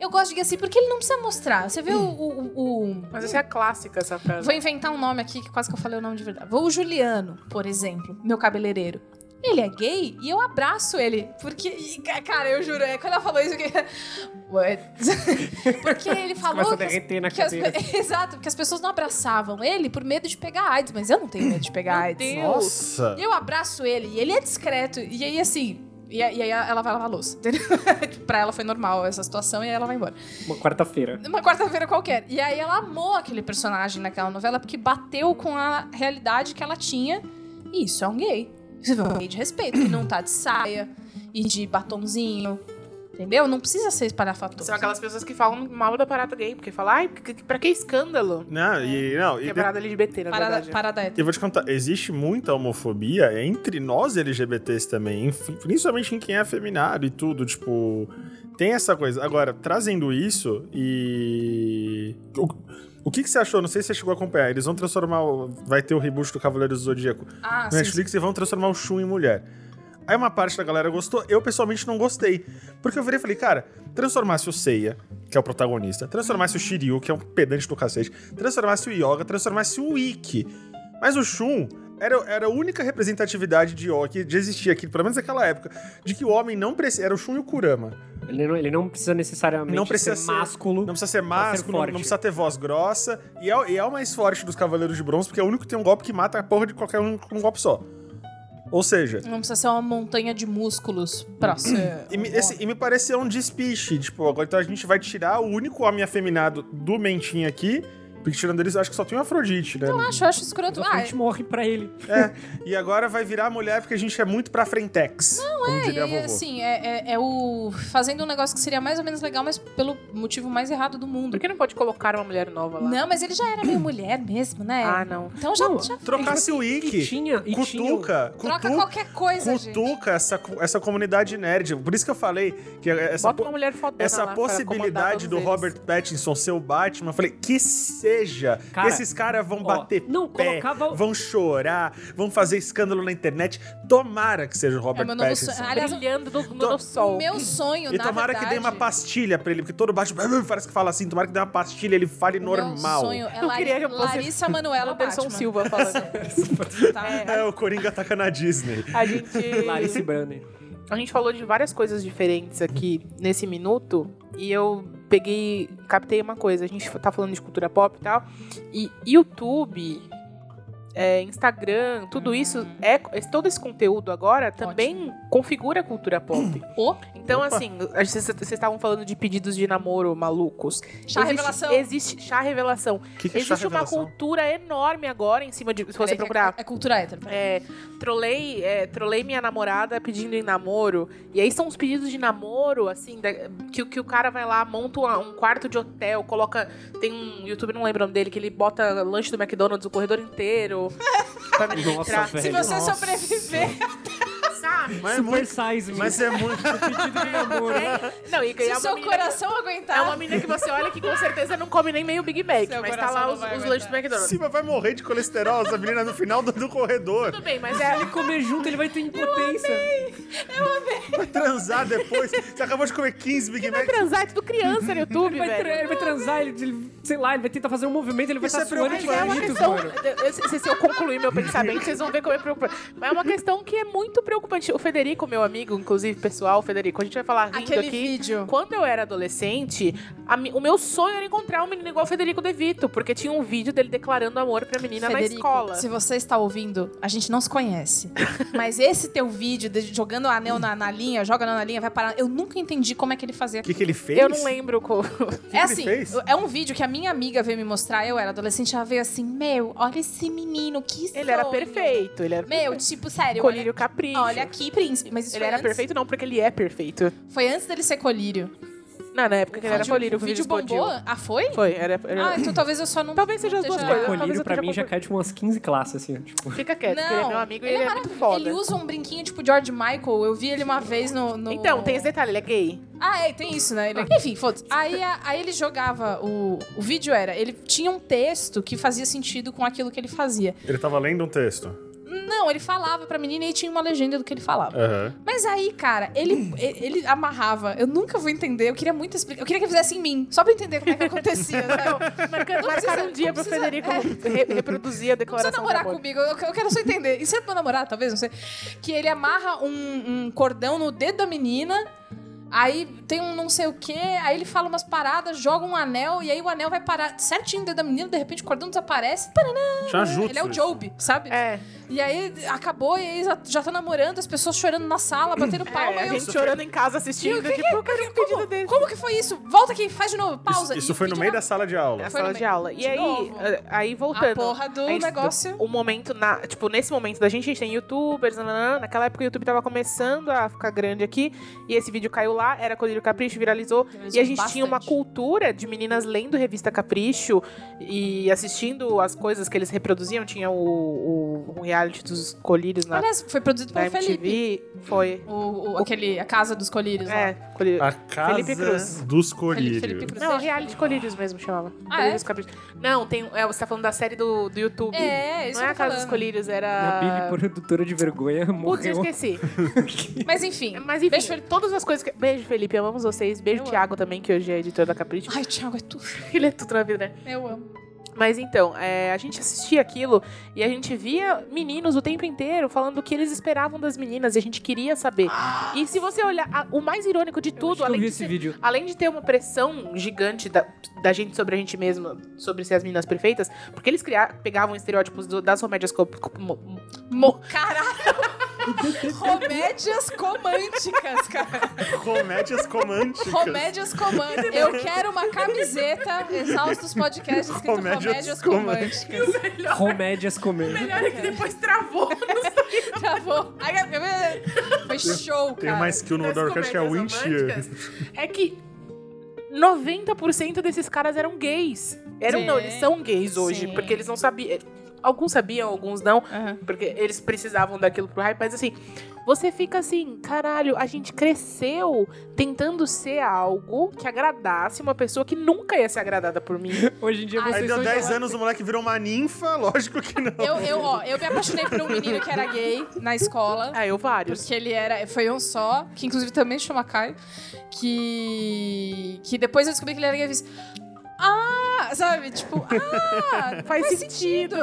C: eu gosto de gay assim porque ele não precisa mostrar. Você vê o- o- o,
A: Mas essa é a clássica, essa frase.
C: Vou inventar um nome aqui que quase que eu falei o nome de verdade. Vou o Juliano, por exemplo, meu cabeleireiro. Ele é gay e eu abraço ele. Porque, e, ca- cara, eu juro, é, quando ela falou isso, eu fiquei. <laughs> What? <laughs> porque ele
D: Começa a
C: falou. que as-
D: derreter na
C: que as pe-
D: cadeira.
C: <laughs> Exato, porque as pessoas não abraçavam ele por medo de pegar AIDS, mas eu não tenho medo de pegar
A: Meu
C: AIDS.
A: Deus.
B: Nossa!
C: E eu abraço ele, e ele é discreto. E aí, assim. E aí e aí ela vai lavar a louça, entendeu? <laughs> pra ela foi normal essa situação e aí ela vai embora
D: Uma quarta-feira.
C: numa quarta-feira qualquer. E aí ela amou aquele personagem naquela novela porque bateu com a realidade que ela tinha. E isso é um gay. Você vê um gay de respeito, que não tá de saia e de batonzinho. Entendeu? Não precisa ser espalhafatoso.
A: São aquelas pessoas que falam mal da parada gay, porque falam, ai, que- que- pra que escândalo?
B: Não, e não, e
A: Que é parada LGBT, na
C: Parada,
A: verdade.
C: parada hétero.
B: Eu vou te contar, existe muita homofobia entre nós LGBTs também, inf- principalmente em quem é afeminado e tudo, tipo, tem essa coisa. Agora, trazendo isso e o, o que que você achou? Não sei se você chegou a acompanhar. Eles vão transformar, o- vai ter o reboot do Cavaleiros do Zodíaco no
C: Ah, sim. sim.
B: Netflix e vão transformar o Shun em mulher. Aí uma parte da galera gostou, eu pessoalmente não gostei. Porque eu virei e falei, cara, transformasse o Seiya, que é o protagonista, transformasse o Shiryu, que é um pedante do cacete, transformasse o Yoga, transformasse o Ikki. Mas o Shun era, era a única representatividade de Yoga que de existia aqui, pelo menos naquela época, de que o homem não precisa. Era o Shun e o Kurama.
D: Ele não, ele não precisa necessariamente
B: Não precisa
D: ser,
B: ser-
D: másculo.
B: Não precisa ser
D: Pra ser
B: másculo, não,
D: forte.
B: precisa ter voz grossa. E é, o- e é o mais forte dos Cavaleiros de Bronze, porque é o único que tem um golpe que mata a porra de qualquer um com um golpe só. Ou seja,
C: Não precisa ser uma montanha de músculos pra ser.
B: E me,
C: um
B: esse-
C: homem.
B: e me pareceu um despiche. Tipo, agora então a gente vai tirar o único homem afeminado do Mentinho aqui. Porque tirando eles, acho que só tem o Afrodite, né?
C: Eu acho, eu acho escroto.
D: Mas
C: Ah,
D: a gente morre pra ele.
B: É. E agora vai virar mulher porque a gente é muito pra frentex. Não, como
C: É, e
B: diria a
C: aí,
B: vovó.
C: assim, é, é- é o. Fazendo um negócio que seria mais ou menos legal, mas pelo motivo mais errado do mundo.
A: Por que não pode colocar uma mulher nova lá?
C: Não, mas ele já era meio mulher mesmo, né?
A: Ah, não.
C: Então já.
D: Não,
C: já-
B: Trocasse o
D: E
B: Wiki.
D: tinha, e tinha.
B: Cutuca.
C: Troca
B: cutuca-
C: qualquer coisa, gente.
B: cutuca essa, co- essa comunidade nerd. Por isso que eu falei que essa,
A: Bota
B: po-
A: uma mulher fodona
B: essa
A: lá pra comandar
B: possibilidade
A: todos
B: do
A: eles.
B: Robert Pattinson ser o Batman, eu falei, que seja.
D: Cara,
B: que esses caras vão
D: ó,
B: bater
D: não,
B: pé,
D: colocava-
B: vão chorar, vão fazer escândalo na internet. Tomara que seja o
C: É
B: Robert
C: meu novo
B: Pattinson.
C: sonho. Aliás,
A: Brilhando no, no,
B: Tô-
A: no sol.
C: o meu sonho,
B: E
C: na
B: tomara que dê
C: verdade,
B: uma pastilha pra ele, porque todo Batman <laughs> parece que fala assim, tomara que dê uma pastilha, ele fale
C: o
B: normal.
C: Meu sonho é
A: Eu
C: Lari-
A: queria que eu fosse-
C: Larissa Manoela
A: Anderson
C: Batman.
A: Silva
C: <laughs>
A: falando.
C: Tá?
B: É, o Coringa ataca na Disney.
A: A gente...
D: Clarice Branner.
A: A gente falou de várias coisas diferentes aqui nesse minuto e eu peguei, captei uma coisa. A gente tá falando de cultura pop e tal. E YouTube, é, Instagram, tudo isso, é, esse- todo esse conteúdo agora também configura a cultura
C: <coughs>
A: pop.
C: Ô,
A: Então,
B: Opa.
A: assim, a gente- vocês vocês estavam falando de pedidos de namoro malucos.
C: Chá
A: assim, Existe-
C: revelação.
A: Existe chá revelação.
B: O <laughs> que, que é chá
A: existe uma
B: revelação?
A: cultura enorme agora em cima de. Se
C: peraí,
A: você
C: que é-
A: procurar.
C: É cultura hétero.
A: É, trolei, é, trolei minha namorada pedindo em namoro. E aí são os pedidos de namoro, assim, da- que, o- que o cara vai lá, monta uma- um quarto de hotel, coloca. Tem um YouTube, não lembro o nome dele, que ele bota lanche do McDonald's o corredor inteiro. pra menina
D: Nossa,
A: entrar.
D: velho.
C: Se você
B: Nossa.
C: sobreviver,
A: Sabe?
B: Mas é
D: Super
B: muito-
D: size, me.
B: Mas é muito.
D: <laughs> pedido de namoro.
A: Não, e
C: se
A: ganhar
C: o
A: uma
C: seu
A: menina que-
C: coração aguentar.
A: É uma menina que você olha que com certeza não come nem meio Big Mac,
C: Seu
A: mas tá
C: coração
A: lá
C: não
A: os,
C: vai
A: os
C: aguentar.
A: lanches do McDonald's.
B: Cima vai morrer de colesterol, essa menina no final do, do corredor.
A: Tudo bem, mas é.
D: Ele comer junto, ele vai ter impotência.
B: Vai transar depois. Você acabou de comer 15 Big
A: Vai
B: Mac.
A: transar, é tudo criança no YouTube,
D: Ele vai, tra-
A: velho.
D: ele vai transar, ele, ele- sei lá, ele vai tentar fazer um movimento, ele vai
B: Isso
D: estar
B: é
D: suando de
A: Mas é uma
B: Muito
D: jeito,
A: questão.
D: mano.
A: eu- Se, se eu concluir meu pensamento, vocês vão ver como é preocupante. Mas é uma questão que é muito preocupante. O Federico, meu amigo, inclusive pessoal, Federico, a gente vai falar rindo
C: Aquele
A: aqui.
C: vídeo.
A: Quando eu era adolescente, a mi- o meu sonho era encontrar um menino igual o Federico De Vito, porque tinha um vídeo dele declarando amor pra menina na
C: Federico,
A: escola.
C: se você está ouvindo, a gente não se conhece. Mas esse teu vídeo de- jogando o anel na, na linha, joga o anel na linha, vai parar. Eu nunca entendi como é que ele fazia.
B: O que, que ele fez?
A: Eu não lembro como.
C: é
B: que ele
C: assim,
B: fez?
C: é um vídeo que a minha amiga veio me mostrar, eu era adolescente, ela veio assim, meu, olha esse menino, que
A: <laughs> Ele era
C: sonho."
A: perfeito. Ele era
C: Meu, tipo, sério, olha,
A: Um colírio capricho.
C: olha aqui, príncipe. Mas isso
A: Ele
C: foi
A: era
C: antes-
A: perfeito, não, porque ele é perfeito.
C: Foi antes dele ser colírio.
A: Não, na época que ele era
C: Vídeo-
A: colírio,
C: o vídeo
A: explodiu.
C: bombou? Ah, foi?
A: Foi, era. era-
C: Ah, então talvez eu só não.
A: Talvez seja as
C: não
A: duas
C: esteja-
A: coisas.
D: O
A: talvez
D: colírio
A: eu
D: pra
A: esteja
D: mim já
A: confundindo.
D: cai de umas 15 classes, assim, tipo.
A: Fica quieto, porque ele é meu amigo e ele, é muito
C: maravilhoso.
A: foda.
C: Ele usa um brinquinho tipo George Michael. Eu vi ele uma vez no. no-
A: Então, tem esse detalhe, ele é gay.
C: Ah, é, tem isso, né? Ele- Enfim, foda-se. Aí, a- aí ele jogava. O, o vídeo era. Ele tinha um texto que fazia sentido com aquilo que ele fazia.
B: Ele tava lendo um texto.
C: Não, ele falava pra menina e tinha uma legenda do que ele falava.
B: Aham.
C: Mas aí, cara, ele, ele ele amarrava. Eu nunca vou entender. Eu queria muito explicar. Eu queria que ele fizesse em mim, só pra entender como é que acontecia. sabe?
A: Marca,
C: Não
A: marcaram
C: precisa-
A: um dia
C: não
A: pro
C: precisa-
A: Federico
C: é.
A: re- reproduzir a
C: Não precisa
A: declaração de
C: namorar
A: amor.
C: comigo, eu, eu quero só entender. E se é meu namorado, talvez, não sei. Que ele amarra um, um cordão no dedo da menina, aí tem um não sei o quê, aí ele fala umas paradas, joga um anel, e aí o anel vai parar certinho no dedo da menina, de repente o cordão desaparece. Paraná,
B: Já junto.
C: ele é o Job, sabe?
A: É,
C: E aí acabou, e aí já- já tá namorando, as pessoas chorando na sala, batendo
A: é,
C: palma.
A: a
C: e eu-
A: gente chorando em casa assistindo, tipo, eu quero um pedido desse.
C: é? Como que foi isso? Volta aqui, É. faz de novo, pausa.
B: Isso, isso foi no
C: pediu
B: meio
C: na-
B: da sala de aula.
A: Na
C: Foi
A: sala
C: no
A: de
C: meio.
A: aula. E
C: De
A: aí,
C: novo.
A: eh, aí voltando.
C: A porra do
A: aí,
C: negócio.
A: O momento na. Tipo, nesse momento da gente, a gente tem youtubers, nananã. naquela época o YouTube tava começando a ficar grande aqui. E esse vídeo caiu lá, era Colírio Capricho, viralizou. E a gente tinha uma
C: Bastante.
A: cultura de meninas lendo revista Capricho e assistindo as coisas que eles reproduziam. Tinha o, o, o reality dos colírios na,
C: Aliás, foi produzido
A: na
C: pelo Felipe.
A: MTV. Foi.
C: O, o- aquele, a casa dos colírios lá.
A: É, colírio.
C: Ah.
B: A casa
A: Felipe Cruz.
B: dos
C: Felipe-
B: colírios.
C: Felipe Cruz.
A: Não, é reality colírios mesmo chamava.
C: Ah,
A: Colírios Capricho. é? Não, tem, é, você tá falando da série do, do YouTube.
C: É, isso
A: Não é
C: que
A: a
C: eu tô
A: Casa dos
C: falando.
A: Colírios,
D: A Billy,
A: era.
D: produtora de vergonha,
A: Putz, eu
D: morreu.
A: esqueci.
C: Mas enfim.
A: Mas enfim,
C: Beijo, Felipe.
A: todas as coisas que. Beijo, Felipe. Amamos vocês. Beijo,
C: Eu
A: Thiago também, que hoje é editor da Capricho.
C: Ai, Thiago, é tudo.
A: <laughs> Ele é tudo na vida, né?
C: Eu
A: <laughs>
C: amo.
A: Mas então, é, a gente assistia aquilo e a gente via meninos o tempo inteiro falando o que eles esperavam das meninas e a gente queria saber.
C: Ah.
A: E se você olhar, a- o mais irônico de
D: Eu acho que
A: tudo,
D: eu
A: além
D: vi
A: de,
D: esse
A: ser-
D: vídeo.
A: além de ter uma pressão gigante da, da gente sobre a gente mesma, sobre ser as meninas perfeitas, porque eles cria- pegavam estereótipos do- das comédias co- co- mo-
C: Mo... Caralho! Romédias comânticas, cara. <laughs>
B: Comédias comânticas.
C: Romédias comânticas. Eu quero uma camiseta exaustos podcasts escrito
B: Romédias
C: Romédias comânticas.
D: Comédias comer.
A: Melhor é que depois travou.
C: Travou. Tá Ai, Foi show, cara.
B: Tem uma skill no
A: das
B: Dorcast que é
A: comédias
B: Wind Shear. <laughs>
A: românticas É que 90% desses caras eram gays. Eram,
C: Sim.
A: não, eles são gays hoje,
C: Sim.
A: porque eles não sabiam. eh, Alguns sabiam, alguns não,
C: Aham.
A: porque eles precisavam daquilo pro hype, mas assim. Você fica assim, caralho, a gente cresceu tentando ser algo que agradasse uma pessoa que nunca ia ser agradada por
C: <laughs>
A: mim.
D: Hoje em dia
C: Ai,
D: vocês
B: Aí deu
D: são
B: 10
D: de-
B: anos, o moleque virou uma ninfa, lógico que não.
C: Eu, eu, ó, eu me apaixonei por um menino que era gay na escola.
A: Ah, eu vários.
C: Porque ele era. Foi um só, que inclusive também chama Caio. Que. Que depois eu descobri que ele era gay e fiz. Ah! Sabe? Tipo, ah!
A: Faz
C: sentido.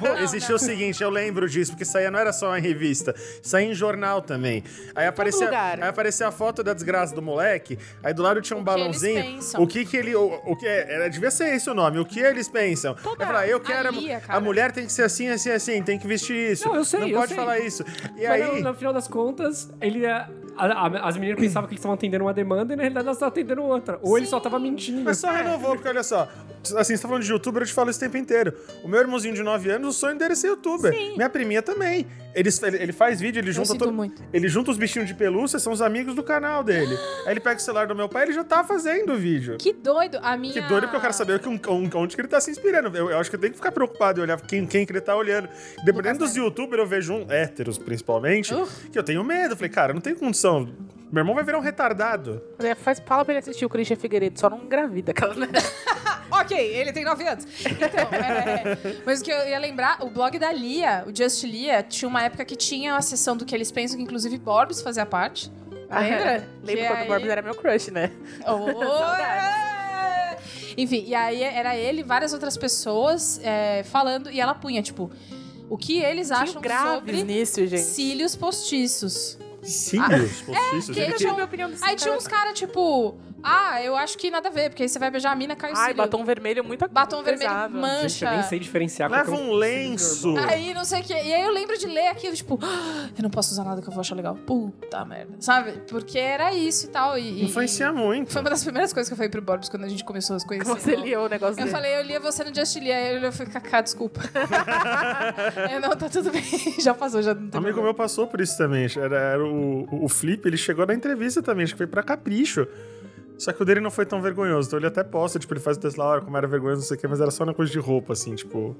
B: Pô, Existia o seguinte, eu lembro disso, porque saía não era só em revista, saía em jornal também. Aí aparecia,
A: lugar.
B: aí aparecia a foto da desgraça do moleque, aí do lado tinha um
C: eles
B: balãozinho.
C: pensam.
B: O que que ele. O, o que é, era, devia ser esse o nome, o que eles pensam. Aí falava, "Ah, eu quero. a mu-
C: alia, cara.
B: a mulher tem que ser assim, assim, assim, tem que vestir isso.
D: Não, eu sei, eu
B: pode
D: sei.
B: falar isso. E
D: Mas
B: aí.
D: no, no final das contas, ele a- a- as meninas pensavam que eles estavam atendendo uma demanda e na realidade elas estavam atendendo outra. Ou ele só tava mentindo.
B: Mas só renovou, porque olha só. Assim, você tá falando de youtuber, eu te falo isso o tempo inteiro. O meu irmãozinho de 9 anos, o sonho dele é ser youtuber. Minha priminha também. Ele, ele faz vídeo, ele junta
C: sinto
B: todo-
C: muito.
B: Ele junta os bichinhos de pelúcia, são os amigos do canal
C: <gasps>
B: dele. Aí ele pega o celular do meu pai ele já tá fazendo o vídeo.
C: Que doido. A minha.
B: Que doido, porque eu quero saber o que um- um- onde que ele tá se inspirando. Eu, eu acho que eu tenho que ficar preocupado e olhar quem, quem que ele tá olhando. Dependendo dos youtubers, eu vejo um héteros, principalmente,
C: Uh.
B: que eu tenho medo. Falei, cara, não tem condição. Meu irmão vai virar um retardado.
A: É, Faz, fala pra ele assistir o Christian Figueiredo, só não engravida aquela. né?
C: Ok, ele tem 9 anos. Então, é, mas o que eu ia lembrar, o blog da Lia, o Just Lia, tinha uma época que tinha a sessão do que eles pensam, que inclusive Borbs fazia parte.
A: <laughs>
C: Lembra?
A: Lembro
C: Que
A: quando
C: É, aí-
A: o Borbs era meu crush, né?
C: Oh, é. Enfim, e aí era ele e várias outras pessoas é, falando, e ela punha, tipo, o que eles acham
A: Tinha graves
C: Tá sobre
A: nisso, gente.
C: cílios postiços.
B: <laughs> Cílios, postiços.
C: É, que
B: ele
C: ele
B: tinha-
C: tinha- um
A: opinião desse
C: Aí tinha uns caras, tipo, ah, eu acho que nada a ver, porque aí você vai beijar a mina, cai o
A: Ai,
C: cílio.
A: batom vermelho muito
C: Batom vermelho,
A: pesado.
C: mancha.
D: Gente, eu nem sei diferenciar.
B: Leva
D: qual que é
B: um
D: o-
B: lenço.
C: Aí não sei o que. E aí eu lembro de ler aquilo, tipo, "Ah, eu não posso usar nada que eu vou achar legal. Puta merda. Sabe? Porque era isso e tal. E, e-
B: Influencia muito.
C: Foi uma das primeiras coisas que eu falei pro Borbs quando a gente começou as coisas.
A: Você lia o negócio
C: Eu
A: dele.
C: falei, eu lia você no Just Lia. Aí ele olhou e falou, Cacá, desculpa. <laughs> eu, não, tá tudo bem. <laughs> Já passou, já não
B: Um
C: tem
B: amigo
C: problema.
B: meu passou por isso também. Era, era o, o Flip, ele chegou na entrevista também, acho que foi pra capricho. Só que o dele não foi tão vergonhoso. Então ele até posta, tipo, ele faz o teste lá, "Olha como era vergonhoso, não sei o quê, mas era só na coisa de roupa, assim, tipo.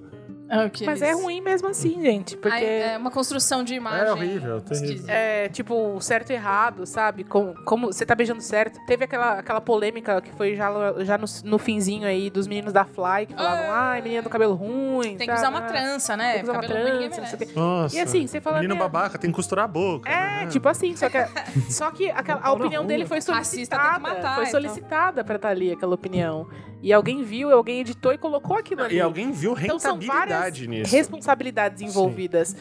C: Ah, o que
A: Mas é
C: eles-
A: ruim mesmo assim, gente. Porque
C: Aí, é uma construção de imagem.
B: É horrível, terrível.
C: esquisita.
A: Ah, é, tipo, o certo e errado, sabe? Com- como você tá beijando certo. Teve aquela, aquela polêmica que foi já, já no, no finzinho aí dos meninos da Fly, que falavam, ai, menina do cabelo ruim.
C: É. Tem que usar
A: sabe? É.
C: uma trança, né?
A: Tem que usar uma
C: Cabelo ruim, ninguém
A: trança, não sei o
C: merece.
A: quê.
B: Nossa.
A: E assim, você fala,
B: Menino
A: né?
B: babaca, tem que costurar a boca.
A: É,
B: né?
A: tipo assim, só que, a, só que aquela- a
D: Pau na
A: opinião
D: rua.
A: dele foi
C: Racista tem que
A: solicitada.
C: matar,
A: foi
C: então.
A: solicitada pra estar ali aquela opinião. E alguém viu, alguém editou e colocou aquilo ali.
B: E alguém viu
A: Então são várias
B: rentabilidade nisso.
A: responsabilidades envolvidas.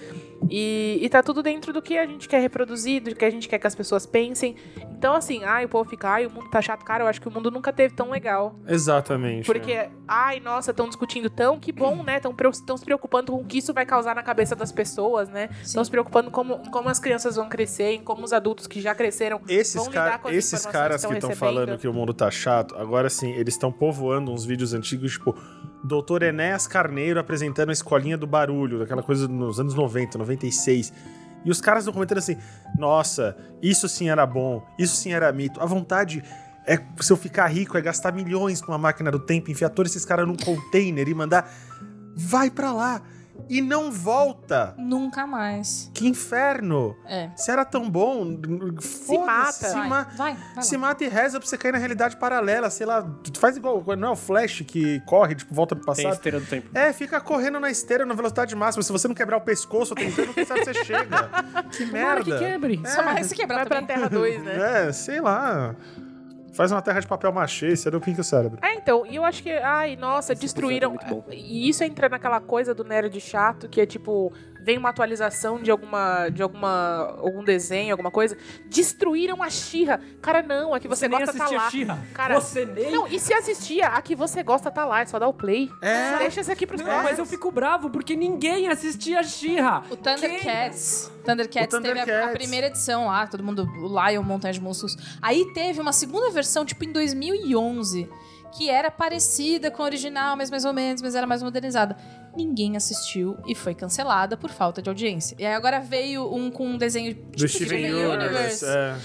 A: E, e tá tudo dentro do que a gente quer reproduzir, do que a gente quer que as pessoas pensem. Então, assim, ai, o povo fica, ai, o mundo tá chato, cara. Eu acho que o mundo nunca teve tão legal.
B: Exatamente. é.
A: Porque, ai, nossa, estão discutindo tão, que bom, né? Estão se preocupando com o que isso vai causar na cabeça das pessoas, né? Estão
C: Então,
A: se preocupando como, como as crianças vão crescer, em como os adultos que já cresceram
B: Esses,
A: vão lidar
B: cara-
A: com as
B: esses
A: informações
B: caras
A: que
B: que
A: estão
B: estão
A: recebendo.
B: falando que o mundo tá chato, agora sim, eles estão povoando uns vídeos antigos, tipo, Doutor Enéas Carneiro apresentando a escolinha do barulho, daquela coisa nos anos 90, 96. E os caras estão comentando assim: nossa, isso sim era bom, isso sim era mito. A vontade é, se eu ficar rico, é gastar milhões com a máquina do tempo, enfiar todos esses caras num container e mandar. Vai pra lá! E não volta!
C: Nunca mais.
B: Que inferno!
C: É.
B: Se era tão bom, foda-se,
A: mata.
B: Se
C: Vai,
B: ma-
C: vai, vai lá.
B: se mata e reza pra você cair na realidade paralela, sei lá, faz igual, não é o Flash que corre, tipo, volta pro
D: Tem a
B: passado.
D: esteira do tempo.
B: É, fica correndo na esteira na velocidade máxima. Se você não quebrar o pescoço tentando, quem sabe você chega. Que
D: Tomara
B: merda.
D: que quebre.
C: Só mais se quebrar
A: Vai pra
C: também.
A: Terra 2, é,
B: <laughs>
A: né?
B: É, sei lá. Faz uma terra de papel machê, você deu pinca o cérebro.
A: É, então, e eu acho que, ai, nossa, destruíram.
D: episódio é muito bom.
A: E isso entra naquela coisa do nerd chato, que é tipo, vem uma atualização de alguma de alguma algum desenho, alguma coisa, destruíram a Xirra. Cara, não, a que você,
D: nem
A: gosta tá
D: assistia
A: lá.
D: She-Ra.
A: Cara,
D: Você nem...
A: Não, e se assistia, a que você gosta tá lá, é só dar o play.
B: É.
A: Deixa isso aqui pros
D: Não, mas eu
A: próximos.
D: fico bravo porque ninguém assistia a Xirra.
C: O Thundercats. Thundercats
B: O
C: teve a- a,
B: Thundercats.
C: primeira edição lá, todo mundo, o Lion, Montanha de Monstros. Aí teve uma segunda versão, tipo, em 2011, que era parecida com a original, mas mais ou menos, mas era mais modernizada. Ninguém assistiu e foi cancelada por falta de audiência. E aí agora veio um com um desenho tipo
B: Do Steven Universe. É.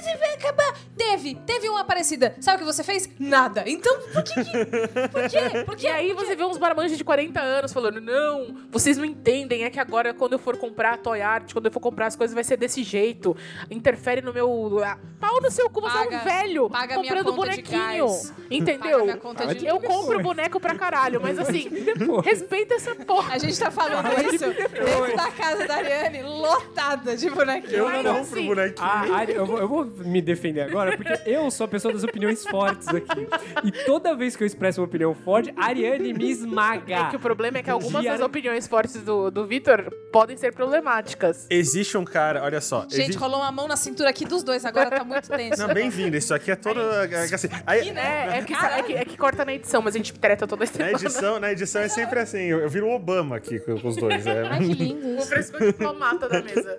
C: Esse vai acabar. Teve, teve uma parecida. Sabe o que você fez? Nada. Então, por que? que- Por quê? Por
A: E
C: quê?
A: aí você vê uns barmanjos de 40 anos falando, não, vocês não entendem, é que agora quando eu for comprar a Toy Art, quando eu for comprar as coisas vai ser desse jeito. Interfere no meu... ah, Pau no seu cu, você é
C: Paga-
A: um velho
C: paga minha
A: comprando
C: conta de
A: bonequinho.
C: gás. Paga
A: Entendeu?
C: minha conta de
A: Eu
C: luz.
A: compro boneco pra caralho, mas assim, <laughs> respeita essa porra.
C: A gente tá falando isso dentro da casa da Ariane, lotada de bonequinhos.
B: Eu
A: Mas
B: não compro
A: assim,
B: bonequinho.
D: A Ari- Ah, eu, vou, eu vou me defender agora, porque eu sou a pessoa das opiniões fortes aqui. E toda vez que eu expresso uma opinião forte, a Ariane me esmaga.
A: É que o problema é que algumas das
D: Diário-
A: opiniões fortes do, do Vitor podem ser problemáticas.
B: Existe um cara, olha só.
C: Gente,
B: existe...
C: rolou uma mão na cintura aqui dos dois, agora tá muito tenso.
B: Não, bem-vindo. Isso aqui é toda. é assim, aí-
A: É, é que, é, que, é que corta na edição, mas a gente treta toda
B: na,
A: semana.
B: edição, na edição é sempre assim. Eu, eu viro o Obama aqui com, com os dois. é.
C: Ai, que lindo
A: O
C: isso.
A: fresco de tomata da mesa.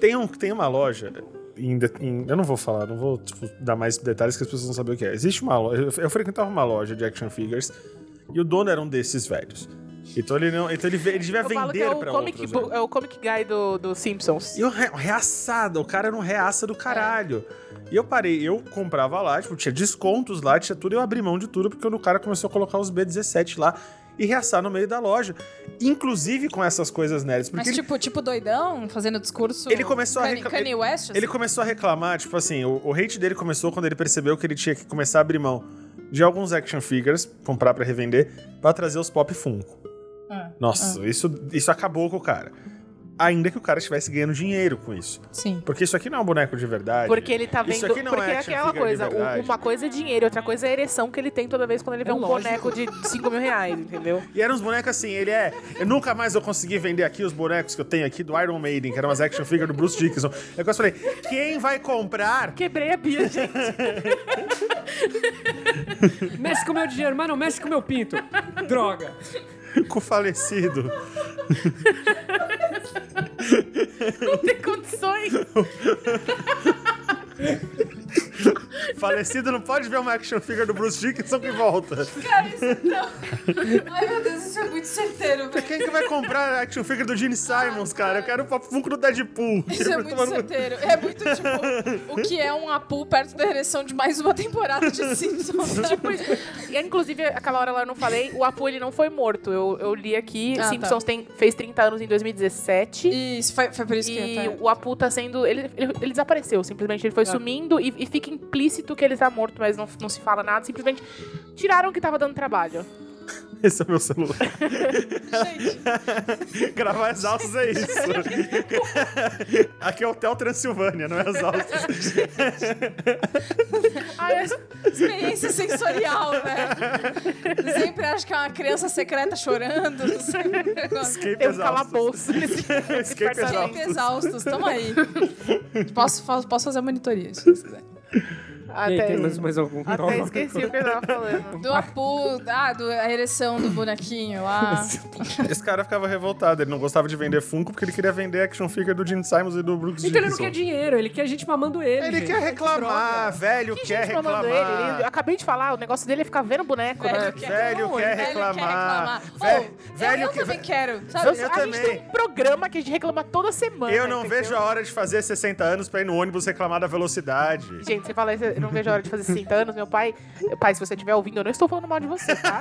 B: Tem, um, tem uma loja. em de- em- eu não vou falar, não vou tipo, dar mais detalhes que as pessoas não sabem o que é. Existe uma loja. Eu, eu frequentava uma loja de action figures e o dono era um desses velhos. Então ele não. Então ele, ve- ele devia
A: Eu falo que
B: vender
A: é o
B: pra
A: comic,
B: outros.
A: bu-
B: né?
A: é o comic guy do, do Simpsons.
B: E o re- reaçado, o cara era um reaça do caralho. E eu parei, eu comprava lá, tipo, tinha descontos lá, tinha tudo, eu abri mão de tudo, porque o cara começou a colocar os B17 lá e reaçar no meio da loja. Inclusive com essas coisas nerds, porque
C: Mas
B: ele,
C: tipo, tipo doidão, fazendo discurso.
B: Ele começou a
C: Kanye,
B: recla-
C: Kanye West?
B: ele
C: assim?
B: começou a reclamar, tipo assim, o, o hate dele começou quando ele percebeu que ele tinha que começar a abrir mão de alguns action figures, comprar pra revender, pra trazer os pop Funko.
C: Ah,
B: Nossa, isso, isso acabou com o cara. Ainda que o cara estivesse ganhando dinheiro com isso.
C: Sim.
B: Porque isso aqui não é um boneco de verdade.
A: Porque ele tá vendo.
B: Isso aqui não
A: porque
B: é
A: é
B: action
A: aquela
B: figure de
A: coisa. o-
B: verdade. É
A: uma coisa é dinheiro, outra coisa é a ereção que ele tem toda vez quando ele vê um boneco de 5 mil reais,
B: <laughs>
A: entendeu?
B: E eram uns bonecos assim, ele é. Eu nunca mais vou conseguir vender aqui os bonecos que eu tenho aqui do Iron Maiden, que eram umas action figures do Bruce Dickinson. É que eu falei, quem vai comprar?
A: Quebrei a pia, gente.
D: <laughs> Mexe com meu dinheiro, mas não mexe com meu pinto. Droga.
B: Com o falecido.
A: Não tem condições.
B: falecido não pode ver uma action figure do Bruce Dickinson que volta.
C: Cara, É isso não. Ai, meu Deus, isso é muito certeiro, velho.
B: Quem que vai comprar a action figure do Gene Simons, cara? Eu quero o Pop Funko do Deadpool.
C: Isso é muito certeiro. É muito tipo o que é um apu perto da ereção de mais uma temporada de <laughs> Simpsons. tipo,
A: E, inclusive, aquela hora lá eu não falei, o Apu ele não foi morto. Eu, eu li aqui,
C: Ah, tá.
A: Simpsons tem, fez 30 anos em 2017.
C: isso, foi, foi por isso que
A: E
C: eu
A: o Apu tá sendo. Ele, ele, ele desapareceu, simplesmente.
C: Ah.
A: Ele foi sumindo e, e fica implícito que ele tá morto, mas não, não se fala nada. Simplesmente tiraram o que tava dando
B: <laughs>
A: trabalho.
B: Esse é meu celular. <laughs>
C: tá. Gente,
B: Gravar as alças é <laughs> isso. Aqui é o Hotel Transilvânia, não é as alças.
A: Ai, eu-
C: experiência sensorial, velho. Sempre acho que é uma criança secreta chorando. Não sei o que negócio.
B: Escape
A: tem um
B: as alças.
A: calabouço. nesse-
B: Escape as
A: Escape
B: alças.
C: Gente, exaustos, tamo aí. Posso, fa- posso fazer a monitoria, se você quiser.
D: e aí,
A: Até,
D: tem mais, mais algum?
A: até esqueci o que eu
B: <laughs>
A: tava falando.
C: Do apu, ah, do, a ereção do bonequinho ah. lá.
B: Esse cara ficava revoltado, ele não gostava de vender Funko porque ele queria vender action figure do Gene Simons e do Brooks
D: Então ele não
B: Dickinson.
D: quer dinheiro, ele quer gente mamando ele.
B: Ele
D: gente.
B: quer reclamar, velho
A: Que
B: quer
A: gente mamando
B: reclamar.
A: ele? ele- Eu acabei de falar, o negócio dele é ficar vendo boneco, né?
C: Velho
B: Velho quer reclamar.
C: Velho,
B: Ve-
C: quer reclamar. Ô,
B: velho
C: eu, eu
B: que-
C: também quero,
A: Eu-
C: sabe?
A: a
B: eu
A: gente
B: também.
A: tem um programa que a gente reclama toda semana.
B: Eu não
A: entendeu?
B: vejo a hora de fazer 60 anos pra ir no ônibus reclamar da velocidade.
A: Gente, você fala isso, eu não vejo a hora de fazer 60 anos. Meu pai, pai, se você estiver ouvindo, eu não estou falando mal de você, tá?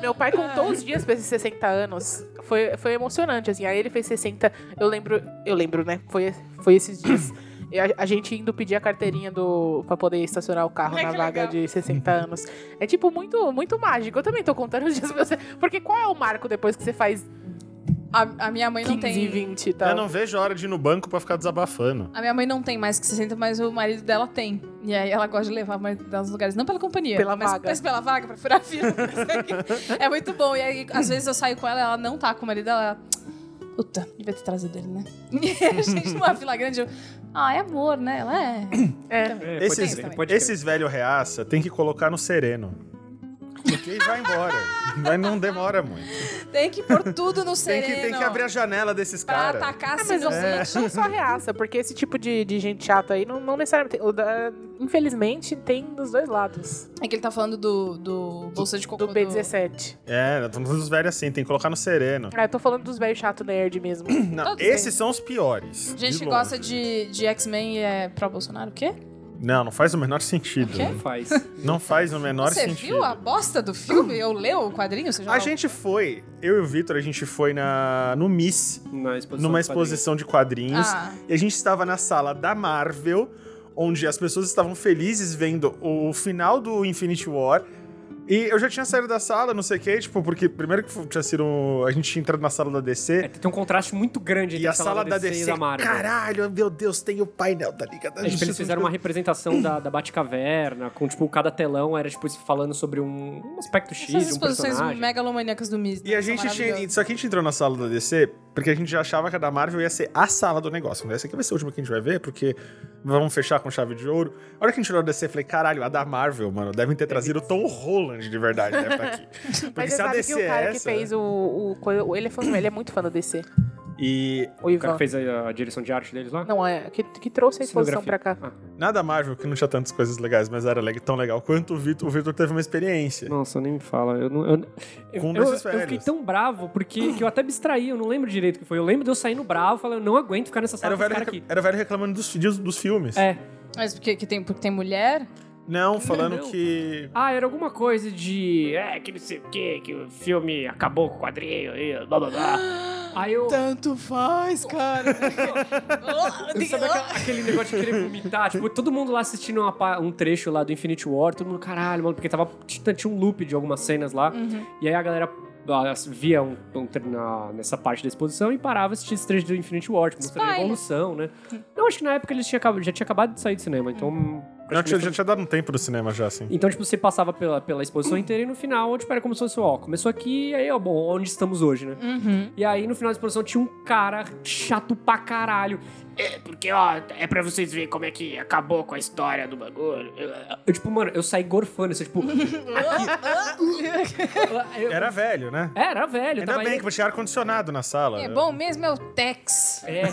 A: Meu pai contou os dias pra esses 60 anos. Foi, foi emocionante, assim. Aí ele fez 60. Eu lembro, eu lembro, né? Foi, foi esses dias. E A, a gente indo pedir a carteirinha do pra poder estacionar o carro
C: Ai,
A: na
C: que
A: vaga
C: legal.
A: de 60 anos. É tipo muito, muito mágico. Eu também tô contando os dias pra você. Porque qual é o marco depois que você faz
C: A, a minha mãe
A: 15
C: não tem.
A: e 20 e tal?
B: Eu não vejo a hora de ir no banco pra ficar desabafando.
C: A minha mãe não tem mais que 60, mas o marido dela tem. E aí ela gosta de levar o marido dela nos lugares, não pela companhia,
A: Pela
C: mas,
A: vaga.
C: mas pela vaga, pra furar
B: <laughs>
C: a fila. é muito bom. E aí, às vezes eu saio com ela, ela não tá com o marido dela. Ela, Puta, devia ter trazido ele, né? <laughs> E a gente numa fila grande, eu, ah, é amor, né?
B: <coughs>
C: Ela é.
A: É.
D: É, pode
B: Esses,
D: crer,
C: também.
D: pode crer.
B: esses velho reaça tem que colocar no sereno. Porque vai embora. Mas não demora muito.
C: Tem que pôr tudo no
B: Tem
C: sereno.
B: que, tem que abrir a janela desses
C: Pra
B: caras.
C: atacar
A: Ah,
C: se
A: mas eu
C: não
B: É.
A: não sou só reaça, porque esse tipo de, de gente chata aí não, não necessariamente. o da- Infelizmente, tem dos dois lados.
C: É que ele tá falando do, do bolsa de cocô
A: Do B17.
B: É, estamos todos velhos assim, tem que colocar no sereno.
A: Ah, eu tô falando dos velhos chato nerd
B: <clears throat>
A: mesmo.
B: Não,
C: Todos
B: esses
C: eles.
B: são os piores.
C: Gente
B: de
C: que
B: longe.
C: gosta de, de X-Men e é pró-Bolsonaro, o quê?
B: Não, não faz o menor sentido.
C: O quê?
D: Não faz.
B: Não faz o menor
C: Você
B: sentido.
C: viu a bosta do filme? Eu leu o quadrinho? Você já
B: A
C: leu?
B: gente foi, eu e o Vitor, a gente foi na, no Miss,
D: Na exposição
B: numa
D: de quadrinhos.
B: exposição de quadrinhos.
C: Ah.
B: E a gente estava na sala da Marvel, onde as pessoas estavam felizes vendo o final do Infinity War. E eu já tinha saído da sala, não sei o quê, tipo, porque primeiro que tinha sido. um- A gente tinha entrado na sala da
D: É,
B: DC.
D: tem um contraste muito grande entre
B: E a sala da DC,
D: e da Marvel.
B: caralho, meu Deus, tem o painel da Liga da
D: É, tipo,
B: Justiça.
D: eles fizeram uma representação da, da Batcaverna, com, tipo, cada telão era, tipo, falando sobre um, um aspecto X
C: Essas
D: de um
C: exposições
D: personagem.
C: megalomaníacas do Miz.
B: E a gente tinha. Só que a gente entrou na sala da DC porque a gente já achava que a da Marvel ia ser a sala do negócio. Né? Essa aqui vai ser a última que a gente vai ver, porque vamos fechar com chave de ouro. A hora que a gente olhou a DC, eu falei, caralho, a da Marvel, mano, devem ter trazido o Tom Holland de verdade, deve estar
A: <laughs>
B: aqui. Porque
A: Mas
B: se
A: você
B: a
A: sabe
B: DC
A: que
B: é
A: o cara que
B: essa.
A: fez o, o, coisa- o Elefante Man, ele é muito fã da DC.
B: E
A: O
D: O cara
A: Ivan.
D: que fez a, a direção de arte deles lá?
A: Não, é. Que, que trouxe a exposição pra cá.
D: Cenografia. Ah,
B: nada Marvel, que não tinha tantas coisas legais, mas era le- tão legal quanto o Vitor. O Vitor teve uma experiência.
D: Nossa, nem me fala. Eu, não, eu, eu,
B: Com
D: eu-
B: desses
D: eu fiquei
B: velhos.
D: tão bravo porque que eu até distraí, eu não lembro direito o que foi. Eu lembro de eu saindo bravo, falando, eu não aguento ficar nessa
B: Era o,
D: sala com esse
B: velho
D: cara
B: recla-
D: aqui.
B: era o velho reclamando dos, dos, dos filmes.
D: É.
C: Mas porque, que tem, porque tem mulher?
B: Não, falando
D: não.
B: que.
D: Ah, era alguma coisa de. É, que não sei o quê, que o filme acabou com o quadrinho e blá blá
B: <gasps>
D: blá. Aí
B: Tá
D: eu.
C: Tanto faz, cara.
D: Sabe aquela- aquele negócio de querer vomitar? Tipo, todo mundo lá assistindo uma pa- um trecho lá do Infinity War, todo mundo, caralho, mano, porque tava, tinha tinha um loop de algumas cenas lá. E aí a galera ah, via um, um tre- na- nessa parte da exposição e parava assistir esse trecho do Infinity War, tipo, mostrando a
C: Spoiler.
D: evolução, né? Não, acho que na época eles tinham, acab- já tinha acabado de sair do cinema, então.
B: Já tinha,
D: praticamente-
B: já tinha dado um tempo do cinema já, assim.
D: Então, tipo, você passava pela, pela exposição inteira e no final, tipo, era como se fosse, ó, começou aqui, aí, ó, bom, onde estamos hoje, né? E aí, no final da exposição, tinha um cara chato pra caralho. É, porque, ó, é pra vocês verem como é que acabou com a história do bagulho. Eu, tipo, mano, eu saí gorfando, assim, tipo...
B: <laughs>
C: <laughs>
D: aqui. Eu-
B: Era velho, né?
D: É, era velho.
B: Ainda
D: tava
B: bem
D: aí-
B: que tinha ar-condicionado na sala.
C: É bom mesmo é o Tex.
D: É,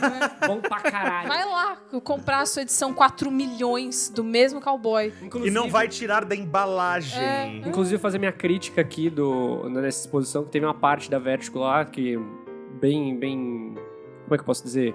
D: bom pra caralho.
C: Vai lá comprar a sua edição 4 milhões do mesmo cowboy.
B: E
D: Inclusive- É.
B: não vai tirar da embalagem.
D: Inclusive, fazer minha crítica aqui do, nessa exposição, que teve uma parte da Vertigo lá que bem, bem... Como é que eu posso dizer?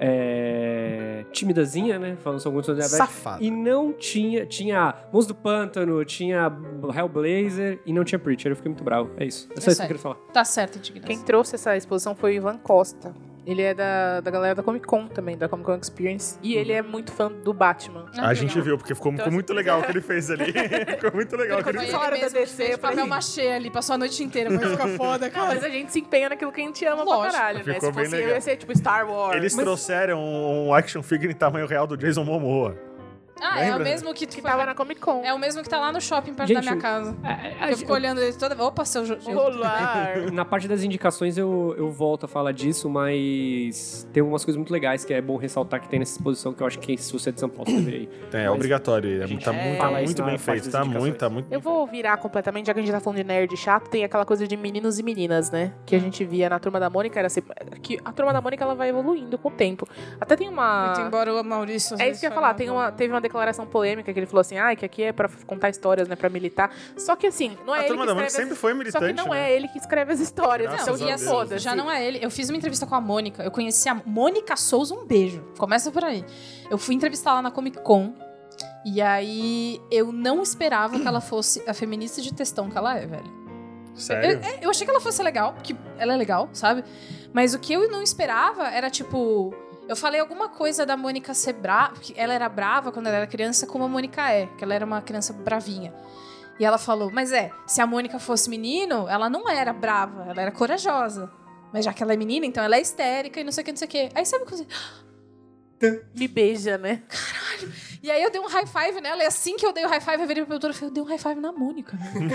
D: É, timidazinha, né? Falando sobre alguns da Vertigo.
B: Safado.
D: E não tinha... Tinha Monstro do Pântano, tinha Hellblazer e não tinha Preacher. Eu fiquei muito bravo. É isso.
C: É
D: É só isso que eu
C: sério.
D: queria falar.
C: Tá certo, Indignação.
A: Quem trouxe essa exposição foi o Ivan Costa. Ele é da, da galera da Comic Con também, da Comic Con Experience. E ele é muito fã do Batman.
C: Ah,
B: a gente
C: legal.
B: viu, porque ficou, ficou
A: Então,
B: muito legal o que ele fez ali. ficou muito legal o que ele
A: Ele
C: Foi
B: fez.
A: Só hora
C: ele
A: da
C: mesmo que
A: DC,
C: fez
A: eu falei.
C: papel machê ali, passou a noite inteira, mas fica foda,
A: <laughs> Não,
C: cara.
A: mas a gente se empenha naquilo que a gente ama pra
C: Lógico.
A: caralho, né?
B: Ficou
A: Se
B: bem
A: fosse eu,
B: legal.
A: ia ser tipo Star Wars.
B: Eles trouxeram um action figure em tamanho real do Jason Momoa.
C: Ah, é o
B: Lembra?
C: mesmo que, tu
A: que
C: foi-
A: tava na Comic Con.
C: É o mesmo que tá lá no shopping perto da
D: Gente,
C: minha casa.
D: É, é,
C: Eu fico olhando ele toda. Opa, seu. jo- jo-
A: Rolar.
D: Na parte das indicações eu, eu volto a falar disso, mas tem umas coisas muito legais que é bom ressaltar que tem nessa exposição que eu acho que se você é de São Paulo você deveria ir.
B: É,
D: Mas-
B: obrigatório. ele é-
D: Gente,
B: tá
D: é,
B: muito, tá
D: fala isso
B: muito
D: na
B: bem
D: parte
B: feito.
D: das
B: Tá
D: indicações.
B: muito, tá
A: <laughs>
B: muito.
A: Eu vou virar completamente, já que a gente tá falando de nerd chato, tem aquela coisa de meninos e meninas, né? Que a gente via na Turma da Mônica, era assim, que a Turma da Mônica ela vai evoluindo com o tempo. Até tem
C: Muito
A: uma...
C: embora o Maurício. às
A: É
C: vezes,
A: isso que eu ia
C: fale
A: falar,
C: mal
A: tem
C: do-
A: uma, teve uma declaração polêmica que ele falou assim, ah, que aqui é pra contar histórias, né, pra militar. Só que assim, não é
B: A
A: ele
B: turma
A: que
B: da
A: escreve
B: Mônica
A: as-
B: sempre foi
A: Só
B: militante.
A: que não
B: né?
A: é ele que escreve as histórias,
B: Graças
A: então
C: Não,
B: Graças
C: e
A: dia
B: a Deus.
A: foda
C: assim, já não é ele. Eu fiz uma entrevista com a Mônica. Eu conheci a Mônica Souza, um beijo. Começa por aí. Eu fui entrevistar lá na Comic Con. E aí, eu não esperava que ela fosse a feminista de textão que ela é, velho.
B: Sério?
C: Eu, eu achei que ela fosse legal, porque ela é legal, sabe? Mas o que eu não esperava era tipo. Eu falei alguma coisa da Mônica ser brava, que ela era brava quando ela era criança, como a Mônica é, que ela era uma criança bravinha. E ela falou: Mas é, se a Mônica fosse menino, ela não era brava, ela era corajosa. Mas já que ela é menina, então ela é histérica e não sei o que, não sei o que. Aí sabe o que eu
A: Me beija, né?
C: E aí eu dei um high five nela, e assim que eu dei o high five, eu virei pra produtora e falei, eu dei um high five na Mônica.
A: <laughs>
C: meu."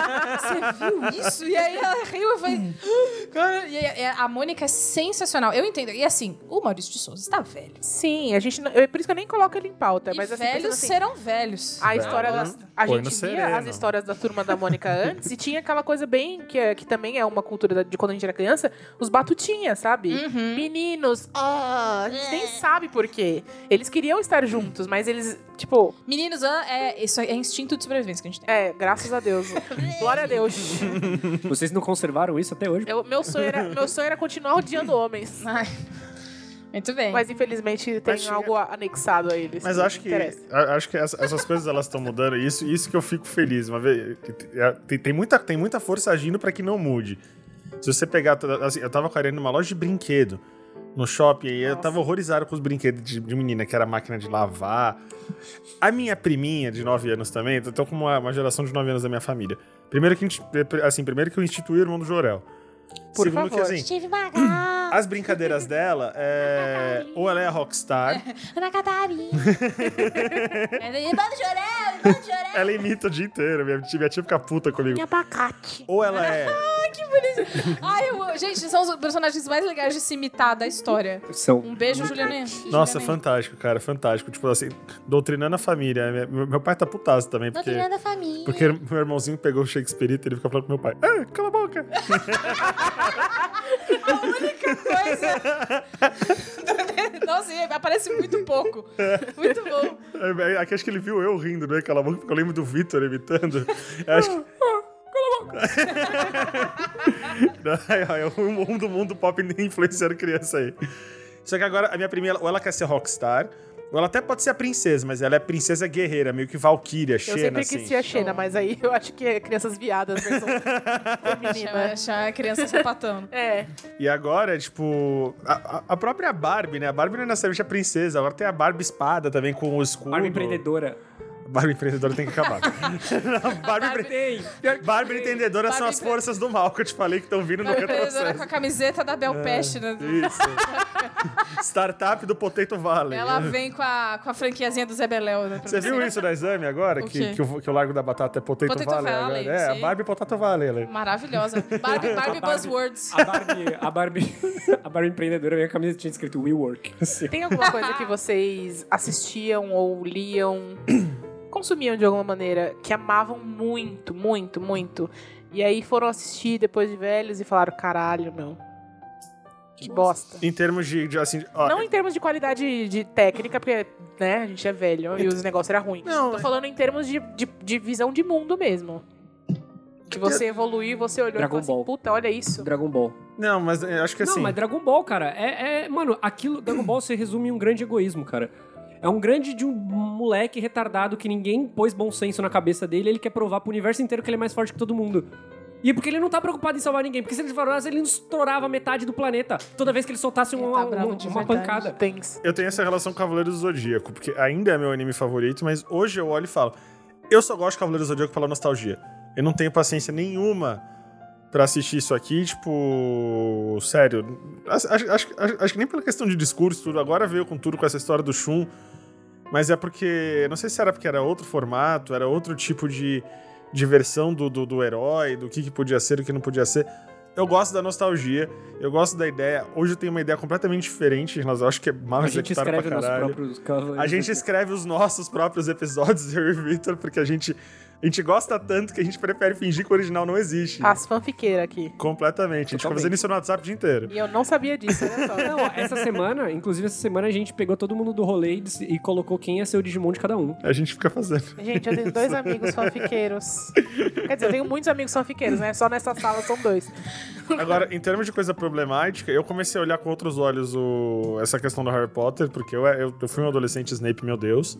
C: Você viu isso? E aí ela riu, eu falei... "Ah, cara." E aí, a Mônica é sensacional, eu entendo. E assim, o Maurício de Souza está velho.
A: Sim, a gente. não- eu- por isso que eu nem coloco ele em pauta.
C: e
A: mas assim,
C: velhos
A: pensando assim,
C: serão velhos.
A: a história da. A
B: Né? Uhum. Põe
A: gente
B: no
A: via
B: sereno.
A: as histórias da turma da
B: <laughs>
A: Mônica antes e tinha aquela coisa bem. que, é- que também é uma cultura da- de quando a gente era criança, os batutinhas, sabe?
C: Uhum.
A: Meninos, ah, a gente nem sabe por quê. Eles queriam estar juntos, mas eles, tipo,
C: Meninos, ah, é, isso é instinto de sobrevivência que a gente tem.
A: é, graças a Deus. Glória a Deus.
D: Vocês não conservaram isso até hoje?
A: Eu- meu, sonho era, meu sonho era continuar odiando homens.
C: Ai, Muito bem.
A: Mas infelizmente tem
B: Mas-
A: algo anexado a eles.
B: Mas
A: não
B: acho que,
A: interessa.
B: a- acho que essa- essas coisas elas estão mudando, e isso, isso que eu fico feliz. Uma vez, é, tem, tem muita, tem muita força agindo pra que não mude. Se você pegar. toda- assim, eu tava com a Ariane numa loja de brinquedo no shopping, e eu
A: Nossa.
B: tava horrorizado com os brinquedos de, de menina, que era máquina de lavar. A minha priminha de 9 anos também, então com uma, uma geração de 9 anos da minha família. Primeiro que, a gente- assim, primeiro que eu instituí o irmão do Jorel.
A: Por
B: Segundo que
A: favor.
B: assim, as brincadeiras dela, é, ou ela é a Rockstar,
C: Ana Catarina. Irmã do Jorel, irmã do Jorel.
B: Ela imita o dia inteiro. Minha tia, minha tia fica puta comigo. Minha abacate. Ou ela é.
C: né? Ah, Ai, eu, gente, são os personagens mais legais de se imitar da história.
D: São.
C: Um beijo, Juliana.
B: Nossa,
C: Juliana.
B: fantástico, cara. Fantástico. Tipo assim, doutrinando a família. Meu- Meu, meu pai tá putaço também, porque.
C: Doutrinando a família.
B: Porque meu irmãozinho pegou o Shakespeare e ele fica falando pro meu pai: Ah, cala a boca.
C: Coisa. <laughs> Nossa, e aparece muito pouco. Muito bom.
B: Aí- aí- É, Aqui acho que ele viu eu rindo, né? Cala a boca, porque eu lembro do Vitor imitando. Eu acho
A: Ah,
B: que. <laughs> Cala a boca. o é um mundo, o mundo pop influenciando criança aí. Só que agora a minha primeira, ou ela quer ser rockstar, ou ela até pode ser a princesa, mas ela é princesa guerreira, meio que Valkyria,
A: Eu
B: Xena,
A: sempre
B: assim.
A: quis ser a Xena, mas aí eu acho que é crianças viadas versão
B: <laughs>
A: feminina.
C: Chama, chama a criança sapatando.
A: É,
B: E agora, tipo, a, a- a própria Barbie, né? A Barbie não é necessariamente a princesa, agora tem a Barbie espada também com o escudo.
D: Arma empreendedora.
B: Barbie empreendedora tem que acabar. <laughs> Não, Barbie, empre-
D: Tem!
B: Barbie entendedora são
C: Barbie
B: as
C: empre-
B: forças do mal que eu te falei que estão vindo no
C: Uma
B: canto
C: empreendedora com a
B: processo. É.
C: camiseta da Bel Peste, né?
B: Isso. Startup do Potato Valley.
C: Ela é vem com a, com a franquiazinha do Zé Beléu, né? pra
B: Você viu isso da exame agora?
C: O
B: Que,
C: quê?
B: que, o, que o Largo da Batata é Potato,
C: Potato
B: Valley,
C: Valley,
B: agora. É, a
C: sim.
B: Barbie Potato Valley. ela-
C: Maravilhosa. Barbie, Barbie
B: <laughs>
C: Buzzwords.
D: A Barbie, a Barbie, <laughs> a Barbie empreendedora, minha camisa tinha escrito We Work. Assim.
A: tem alguma coisa que vocês assistiam ou liam, <clears throat> consumiam de alguma maneira, que amavam muito, muito, muito. E aí foram assistir depois de velhos e falaram, caralho, meu. Que bosta.
B: Em termos de, de, assim... ó,
A: Não em termos de qualidade de técnica, porque, né, a gente é velho e os negócios eram ruins.
B: Não,
A: Tô
B: é-
A: falando em termos de, de, de visão de mundo mesmo. Que você evoluiu, você olhou
D: Dragon
A: e falou
D: Ball.
A: assim, puta, olha isso.
D: Dragon Ball.
B: Não, mas eu acho que assim...
D: Não, mas Dragon Ball, cara, é, é- Mano, aquilo. Dragon Ball se resume em um grande egoísmo, cara. É um grande de um moleque retardado que ninguém pôs bom senso na cabeça dele. Ele quer provar pro universo inteiro que ele é mais forte que todo mundo. E é porque ele não tá preocupado em salvar ninguém. Porque se ele salvasse, ele estourava metade do planeta. Toda vez que ele soltasse
C: Ele
D: uma,
C: tá bravo
D: uma-
C: de
D: uma
C: verdade.
D: pancada.
A: Thanks.
C: é-
B: Eu tenho essa relação com Cavaleiro do Zodíaco, porque ainda é meu anime favorito, mas hoje eu olho e falo: eu só gosto de Cavaleiro do Zodíaco pela nostalgia. Eu não tenho paciência nenhuma pra assistir isso aqui, tipo. Sério. Acho, acho- acho- acho que nem pela questão de discurso, tudo. Agora veio com tudo, com essa história do Shun. Mas é porque. Não sei se era porque era outro formato, era outro tipo de diversão do, do, do herói, do que, que podia ser, do que não podia ser. Eu gosto da nostalgia, eu gosto da ideia. Hoje eu tenho uma ideia completamente diferente em relação. Acho que é mal
D: A gente
B: executada pra
D: escreve nossos
B: caralho.
D: próprios né? cavaleiros.
B: A gente escreve os nossos próprios episódios, eu e o Victor, porque a gente, a gente gosta tanto que a gente prefere fingir que o original não existe.
A: As fanfiqueiras aqui.
B: Completamente. A gente fica
D: Totalmente.
B: fazendo isso no WhatsApp o dia inteiro.
A: E eu não sabia disso, olha
B: <laughs>
A: só.
D: Não, ó, essa semana, inclusive essa semana, a gente pegou todo mundo do rolê e disse- e colocou quem ia ser o Digimon de cada um.
B: A gente fica fazendo.
A: Gente, eu tenho dois amigos fanfiqueiros. Quer dizer, eu tenho muitos amigos fanfiqueiros, né? Só nessa sala são dois.
B: Agora, em termos de coisa problemática, eu comecei a olhar com outros olhos o- essa questão do Harry Potter, porque eu, eu, eu fui um adolescente Snape, meu Deus.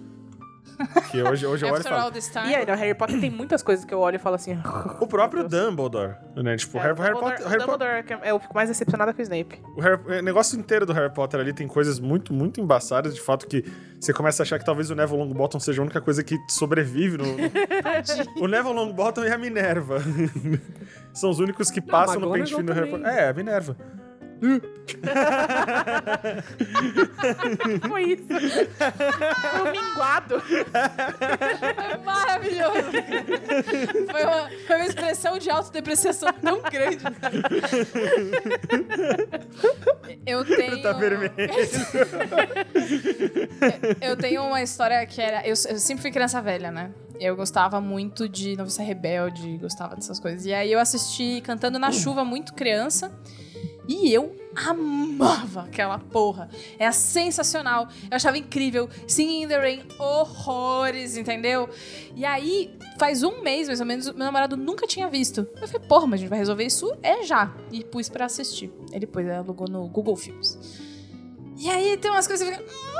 B: Que hoje,
C: <laughs>
B: hoje eu olho e
C: After all
B: falo.
C: this time.
A: E aí, né? no Harry Potter tem muitas coisas que eu olho e falo
B: <laughs>
A: assim.
B: O próprio Dumbledore, né? Tipo, o Harry, Harry Potter.
A: o
B: Harry Potter-
A: É, Dumbledore, é- eu fico mais decepcionada com o
B: <laughs>
A: Snape.
B: O, Harry- o negócio inteiro do Harry Potter ali tem coisas muito, muito embaçadas, de fato, que você começa a achar que talvez o Neville Longbottom seja a única coisa que sobrevive no. no- o Neville Longbottom e a Minerva. <laughs> São os únicos que passam no
D: McGonagall
B: pente fino do Harry
D: também.
B: Potter. É, a Minerva.
A: Foi isso. Foi um minguado.
C: Foi
B: <laughs>
C: maravilhoso. Foi uma, foi uma expressão de autodepreciação tão
B: <laughs>
C: grande. Eu tenho.
B: Tá vermelho.
C: Eu tenho uma história que era. Eu, eu sempre fui criança velha, né? Eu gostava muito de Noviça Rebelde, gostava dessas coisas. E aí eu assisti Cantando na Chuva muito criança. E eu amava aquela porra. Era sensacional. Eu achava incrível. Singing in the Rain, horrores, entendeu? E aí, faz um mês mais ou menos, meu namorado nunca tinha visto. Eu falei, porra, mas a gente vai resolver isso é já. E pus pra assistir. Ele pôs, ele alugou no Google Filmes. E aí tem umas coisas que você fica.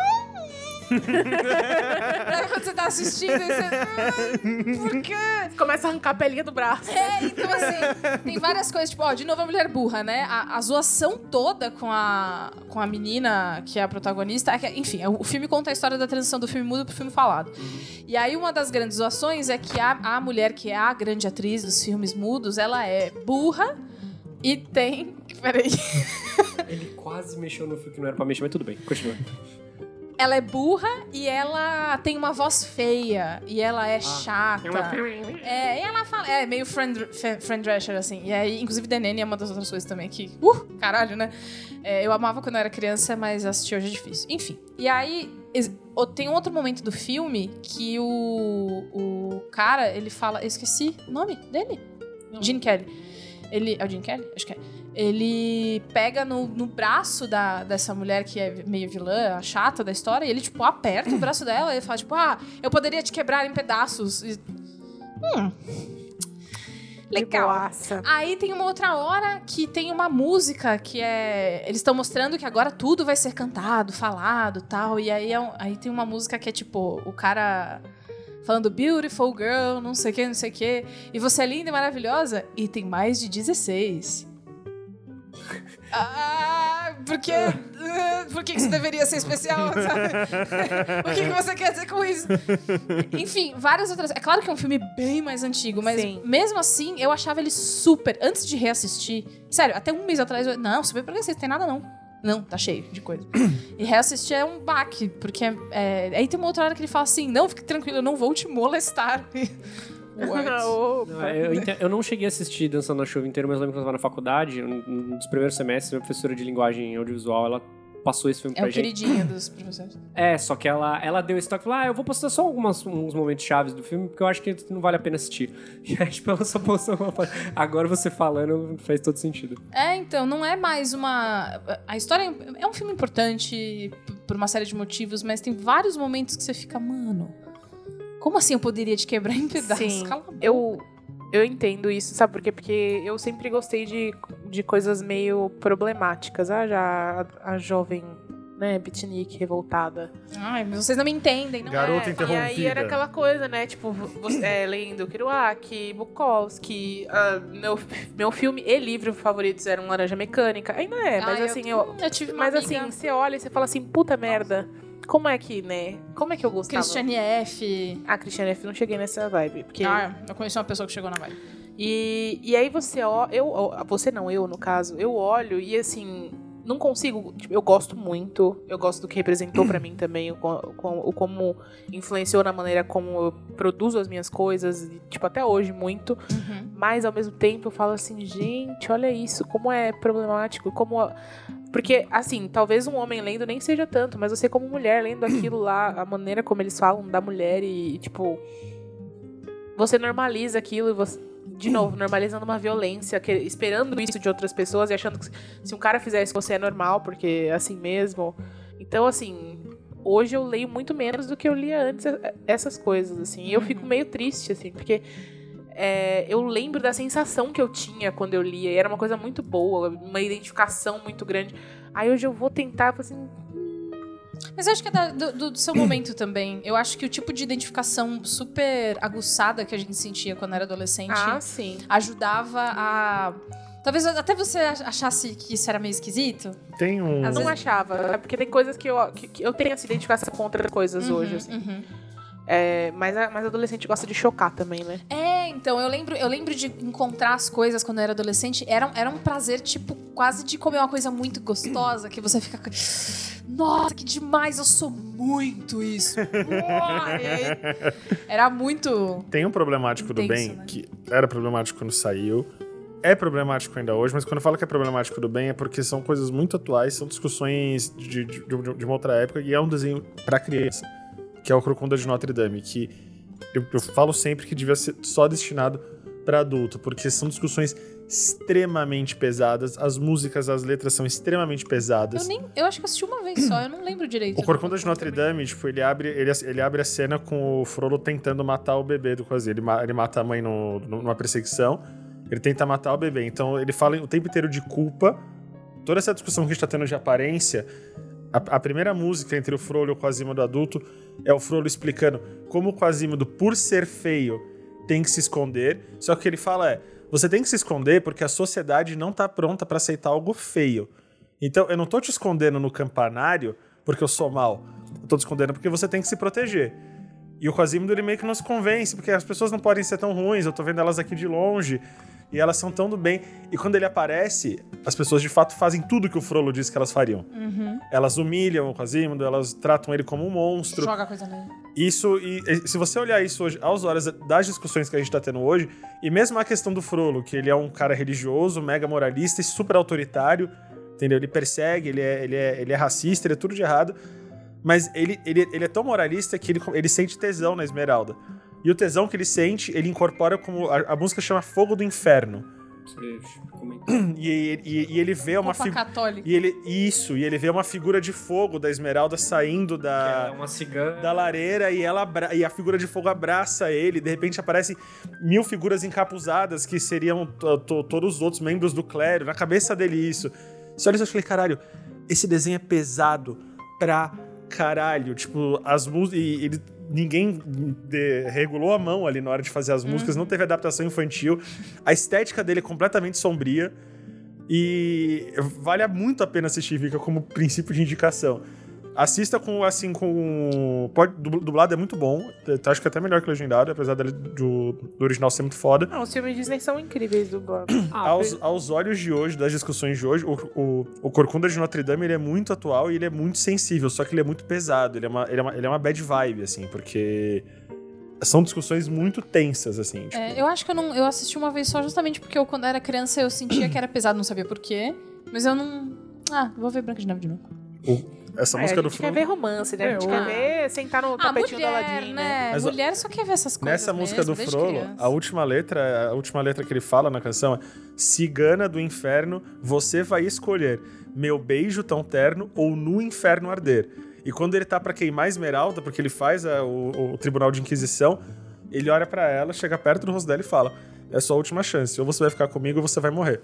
C: Sabe quando você tá assistindo, e você. Por quê?
A: Começa a arrancar a pelinha do braço.
D: <laughs>
C: É, então assim, tem várias coisas, tipo, ó, de novo a mulher burra, né? A, a zoação toda com a, com a menina que é a protagonista. é que- enfim, o filme conta a história da transição do filme mudo pro filme falado. E aí uma das grandes zoações é que a, a mulher que é a grande atriz dos filmes mudos, ela é burra e tem. <laughs> Peraí.
D: Ele quase mexeu no fio que não era pra mexer, mas tudo bem, continua.
C: Ela é burra e ela tem uma voz feia. E ela é chata. É, e ela fala. É meio friend, fe- friend Thrasher, assim. E aí, inclusive, The Nanny é uma das outras coisas também que. Uh, caralho, né? É, eu amava quando eu era criança, mas assistir hoje é difícil. Enfim. E aí, es- o- tem um outro momento do filme que o, o cara, ele fala. Eu esqueci o nome dele. Gene Kelly. Ele. É o Gene Kelly? Acho que é. Ele pega no, no braço da, dessa mulher que é meio vilã, a chata da história, e ele, tipo, aperta o braço dela e fala, tipo, ah, eu poderia te quebrar em pedaços. E Legal.
A: Que boaça.
C: Aí tem uma outra hora que tem uma música que é. Eles estão mostrando que agora tudo vai ser cantado, falado tal. E aí, é um- aí tem uma música que é tipo, o cara falando Beautiful Girl, não sei o que, não sei o que. E você é linda e maravilhosa. E tem mais de 16. Ah, porque. Por que que isso deveria ser especial? sabe? o que, que você quer dizer com isso? Enfim, várias outras. É claro que é um filme bem mais antigo, mas
A: Sim.
C: mesmo assim, eu achava ele super. Antes de reassistir, sério, até um mês atrás eu. Não, super progressista, tem nada não. Não, tá cheio de coisa. E reassistir é um baque, porque é, é- aí tem uma outra hora que ele fala assim: não, fique tranquilo, eu não vou te molestar. <laughs>
A: <laughs>
C: What?
A: Opa.
D: Não, é, eu, inte- eu não cheguei a assistir Dançando na Chuva inteiro, mas lembro que eu tava na faculdade, um, um dos primeiros semestres, minha professora de linguagem audiovisual, ela passou esse filme
C: É
D: pra
C: o
D: gente.
C: queridinho dos professores.
D: É, só que ela, ela deu esse toque e falou: Ah, eu vou postar só algumas, uns momentos chaves do filme, porque eu acho que não vale a pena assistir. <laughs> E aí, tipo, ela só postou uma parte. Agora você falando faz todo sentido.
C: É, então, não é mais uma. A história é um filme importante p- por uma série de motivos, mas tem vários momentos que você fica, mano. Como assim eu poderia te quebrar em pedaços?
A: Sim,
C: Cala a boca.
A: eu, eu entendo isso, sabe por quê? Porque eu sempre gostei de, de coisas meio problemáticas. Ah, já a, a jovem, né, beatnik revoltada.
C: Ai, mas vocês não me entendem, não
B: Garota
C: é?
B: interrompida.
A: E aí era aquela coisa, né? Tipo, você, é, lendo Kerouac, Bukowski, ah, meu, meu filme e livro favoritos eram Laranja Mecânica. Ainda é, mas
C: Ai, eu-
A: assim, eu,
C: Eu tive uma
A: mas
C: amiga,
A: assim, você olha e você fala assim, puta merda, como é que, né? Como é que eu gostava?
C: Christiane F.
A: Ah, Cristiane F, não cheguei nessa vibe. Porque
C: Ah, eu conheci uma pessoa que chegou na vibe.
A: E, e aí você ó, eu ó, você não, eu no caso, eu olho e assim, não consigo, tipo, eu gosto muito, eu gosto do que representou pra mim também, o, co- com- o como influenciou na maneira como eu produzo as minhas coisas, e, tipo até hoje muito,
C: Uhum.
A: mas ao mesmo tempo eu falo assim, gente, olha isso, como é problemático, como a- porque assim, talvez um homem lendo nem seja tanto, mas você como mulher lendo aquilo lá, a maneira como eles falam da mulher e tipo você normaliza aquilo e você de novo, normalizando uma violência, que- esperando isso de outras pessoas e achando que se um cara fizer isso com você é normal, porque é assim mesmo. Então, assim, hoje eu leio muito menos do que eu lia antes eh, essas coisas, assim. E eu fico meio triste, assim, porque é, eu lembro da sensação que eu tinha quando eu lia, e era uma coisa muito boa, uma identificação muito grande. Aí hoje eu vou tentar, eu falo assim,
C: Mas eu acho que é da- do, do- do seu momento também. Eu acho que o tipo de identificação super aguçada que a gente sentia quando era adolescente
A: ah, sim.
C: ajudava a. Talvez até você achasse que isso era meio esquisito.
B: Tem um.
C: Às
A: não
C: vezes-
A: achava, é porque tem coisas que eu, que, que eu tenho essa identificação com outras coisas hoje, assim.
C: Uhum.
A: É, mas, a- mas adolescente gosta de chocar também, né?
C: É, então, eu lembro, eu lembro de encontrar as coisas quando eu era adolescente. Era, um- era um prazer, tipo, quase de comer uma coisa muito gostosa que você fica. com- <gasps> Nossa, que demais, eu sou muito isso. Uau! E aí, era muito.
B: Tem um problemático do
C: Intenso,
B: bem
C: né?
B: que era problemático quando saiu, é problemático ainda hoje, mas quando eu falo que é problemático do bem é porque são coisas muito atuais, são discussões de, de, de- de uma outra época e é um desenho pra criança, que é o Crocunda de Notre Dame, que eu, eu falo sempre que devia ser só destinado pra adulto, porque são discussões extremamente pesadas, as músicas, as letras são extremamente pesadas.
C: Eu, nem, eu acho que eu assisti uma vez só, eu não lembro direito.
B: O Corcunda de Notre Dame, tipo, ele abre, ele, ele abre a cena com o Frollo tentando matar o bebê do Quasir. Ele, ma- ele mata a mãe no- no- numa perseguição, ele tenta matar o bebê. Então, ele fala o tempo inteiro de culpa. Toda essa discussão que a gente tá tendo de aparência, a, a primeira música entre o Frollo e o Quasimodo adulto é o Frollo explicando como o Quasimodo, por ser feio, tem que se esconder. Só que o que ele fala é: você tem que se esconder porque a sociedade não tá pronta pra aceitar algo feio. Então, eu não tô te escondendo no campanário porque eu sou mal. Eu tô te escondendo porque você tem que se proteger. E o Quasimodo, ele meio que nos convence, porque as pessoas não podem ser tão ruins, eu tô vendo elas aqui de longe, e elas são tão do bem. E quando ele aparece, as pessoas de fato fazem tudo que o Frollo disse que elas fariam. Elas humilham o Quasimodo, elas tratam ele como um monstro.
C: Joga a coisa nele.
B: Isso, e, e se você olhar isso hoje, às horas das discussões que a gente tá tendo hoje, e mesmo a questão do Frollo, que ele é um cara religioso, mega moralista e super autoritário, entendeu? Ele persegue, ele é, ele é, ele é racista, ele é tudo de errado, mas ele, ele, ele é tão moralista que ele, ele sente tesão na Esmeralda. E o tesão que ele sente, ele incorpora como. A, a música chama Fogo do Inferno. E, e, e ele vê uma
C: Opa,
B: figura.
C: católico.
B: E ele. Isso, e ele vê uma figura de fogo da Esmeralda saindo da
D: É uma cigana.
B: da lareira e ela abra- e a figura de fogo abraça ele. De repente aparecem mil figuras encapuzadas que seriam to- to- todos os outros membros do clero. Na cabeça dele isso. Só olha isso, eu falei, caralho, esse desenho é pesado pra caralho. Tipo, as músicas. Ele... Ninguém de- regulou a mão ali na hora de fazer as músicas, não teve adaptação infantil. A estética dele é completamente sombria. E vale muito a pena assistir, fica como princípio de indicação. Assista com, assim, com. Pode, dub- dublado é muito bom. Eu Acho que é até melhor que o legendado, apesar dele- do, do original ser muito foda.
A: Não, os filmes Disney são incríveis do Bob.
D: Ah,
B: aos, aos olhos de hoje, das discussões de hoje, o, o, o Corcunda de Notre Dame ele é muito atual e ele é muito sensível, só que ele é muito pesado. Ele é uma, ele é uma, ele é uma bad vibe, assim, porque. São discussões muito tensas, assim. Tipo,
C: É, eu acho que eu não. Eu assisti uma vez só justamente porque eu, quando era criança, eu sentia que era pesado, não sabia por quê. Mas eu não. Ah, vou ver Branca de Neve de novo.
B: essa
A: É,
B: música
A: a
B: do
A: gente quer
B: Frodo.
A: ver romance, né? A gente
D: É,
A: quer
C: o-
A: ver sentar no
C: Ah,
A: tapetinho
C: mulher,
A: do Aladdin, né?
C: né?
B: Mas, ó,
C: mulher só quer ver essas coisas.
B: Nessa música
C: mesmo,
B: do
C: desde
B: Frollo,
C: criança.
B: a última letra, a última letra que ele fala na canção é Cigana do inferno, você vai escolher meu beijo tão terno ou no inferno arder. E quando ele tá pra queimar a esmeralda, porque ele faz a- o, o tribunal de inquisição, ele olha pra ela, chega perto do rosto dela e fala: "É sua última chance, ou você vai ficar comigo ou você vai morrer".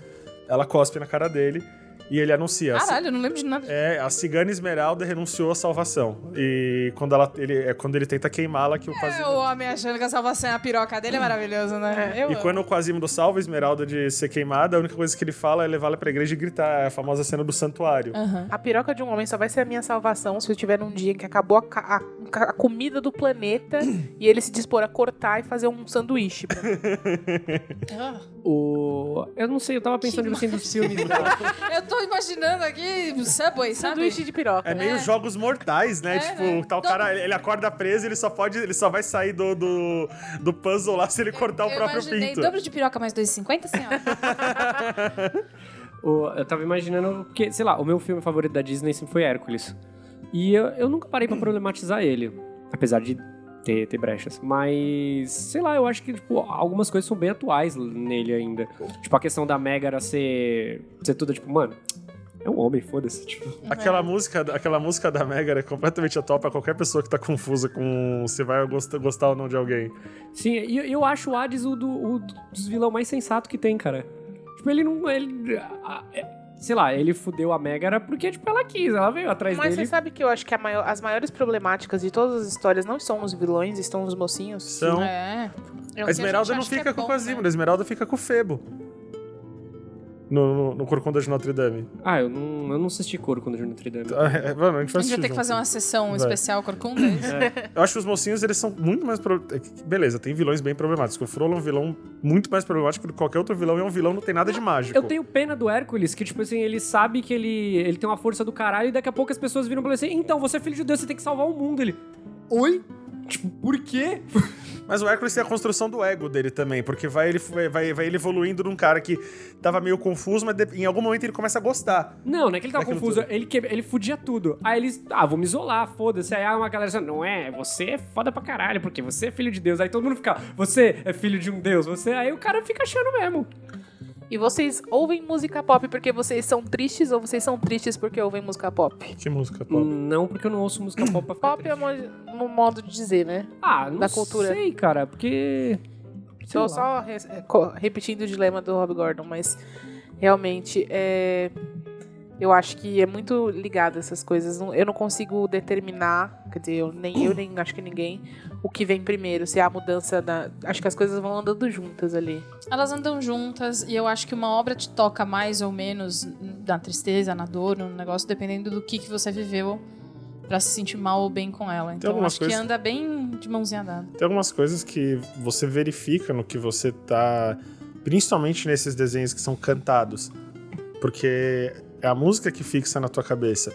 B: Ela cospe na cara dele e ele anuncia:
C: Caralho, eu não lembro de nada.
B: é, a cigana Esmeralda renunciou à salvação. E quando ela, ele, é quando ele tenta queimá-la que o Quasimodo-
C: É, o homem achando que a salvação é a piroca dele é maravilhoso, né? Eu
B: É, E
C: amo.
B: quando o Quasimodo salva a Esmeralda de ser queimada, a única coisa que ele fala é levá-la pra igreja e gritar. É a famosa cena do santuário.
C: Aham.
A: A piroca de um homem só vai ser a minha salvação se eu tiver num dia em que acabou a, ca- a ca- a comida do planeta e ele se dispor a cortar e fazer um sanduíche. pra mim.
C: Ah.
D: o... Eu não sei, eu tava pensando tipo, assim, dos filmes. da-
C: Eu tô imaginando aqui o Subway, sabe?
A: sanduíche de piroca.
B: É meio jogos mortais, né?
C: É,
B: tipo,
C: né?
B: tá o cara, ele acorda preso, ele só pode, ele só vai sair do, do, do puzzle lá se ele cortar o
C: eu
B: próprio
C: imaginei
B: pinto.
C: dobro de piroca mais 2,50, senhora.
D: o- eu tava imaginando, porque, sei lá, o meu filme favorito da Disney sempre foi Hércules. E eu, eu nunca parei pra problematizar ele, apesar de ter, ter brechas. Mas, sei lá, eu acho que tipo, algumas coisas são bem atuais nele ainda. Tipo, a questão da Megara ser, ser toda, tipo, mano, é um homem, foda-se. Tipo,
B: Aquela
C: É.
B: música, aquela música da Megara é completamente atual pra qualquer pessoa que tá confusa com se vai gost- gostar ou não de alguém.
D: Sim, e eu, eu acho o Hades o, do, o dos vilão mais sensato que tem, cara. Tipo, ele não. Ele, a- é- sei lá, ele fudeu a Megara porque, tipo, ela quis, ela veio atrás
A: Mas
D: dele.
A: você sabe que eu acho que a maior- as maiores problemáticas de todas as histórias não são os vilões, estão os mocinhos.
B: São.
C: É. né?
B: um a Esmeralda não fica com o Quasimodo, a Esmeralda fica com o Febo. no, no, no Corcunda de Notre Dame. <laughs>
D: Ah, eu não, eu não assisti couro quando eu de Notre Dame.
B: Ah, é, Mano, a gente vai
C: A gente vai
B: assistir
C: ter que
B: junto.
C: fazer uma sessão
B: Vai.
C: especial corcunda? é isso?
B: Eu acho que os mocinhos, eles são muito mais... Pro... é que- Beleza, tem vilões bem problemáticos. O Frollo é um vilão muito mais problemático do que qualquer outro vilão. E é um vilão que não tem nada de mágico.
D: Eu tenho pena do Hércules, que, tipo assim, ele sabe que ele, ele tem uma força do caralho e daqui a pouco as pessoas viram pra ele assim, então, você é filho de Deus, você tem que salvar o mundo. Ele, oi? Tipo, por quê?
B: Mas o Hércules tem a construção do ego dele também, porque vai ele, vai, vai ele evoluindo num cara que tava meio confuso, mas de- em algum momento ele começa a gostar.
D: Não, não é que ele tava
B: Daquilo
D: confuso,
B: tudo.
D: ele, que, ele fudia tudo. Aí eles, ah, vou me isolar, foda-se. Aí uma galera assim, não é, você é foda pra caralho, porque você é filho de Deus. Aí todo mundo fica, você é filho de um Deus, você... Aí o cara fica achando mesmo.
A: E vocês ouvem música pop porque vocês são tristes ou vocês são tristes porque ouvem música pop?
B: Que música pop.
D: Não, porque eu não ouço música pop pra ficar
A: Pop é
D: triste.
A: um mo- um modo de dizer, né?
D: Ah, não
A: da cultura.
D: sei, cara, porque... sei
A: Estou
D: lá.
A: só res- eh, co- repetindo o dilema do Rob Gordon, mas realmente é, eu acho que é muito ligado essas coisas. Não- Eu não consigo determinar, quer dizer, eu, nem eu, nem acho que ninguém, o que vem primeiro, se há mudança da. Acho que as coisas vão andando juntas ali.
C: Elas andam juntas e eu acho que uma obra te toca mais ou menos na tristeza, na dor, no negócio, dependendo do que, que você viveu pra se sentir mal ou bem com ela. Então
B: algumas
C: acho
B: coisas-
C: que anda bem de mãozinha dada.
B: Tem algumas coisas que você verifica no que você tá. Principalmente nesses desenhos que são cantados. Porque é a música que fixa na tua cabeça.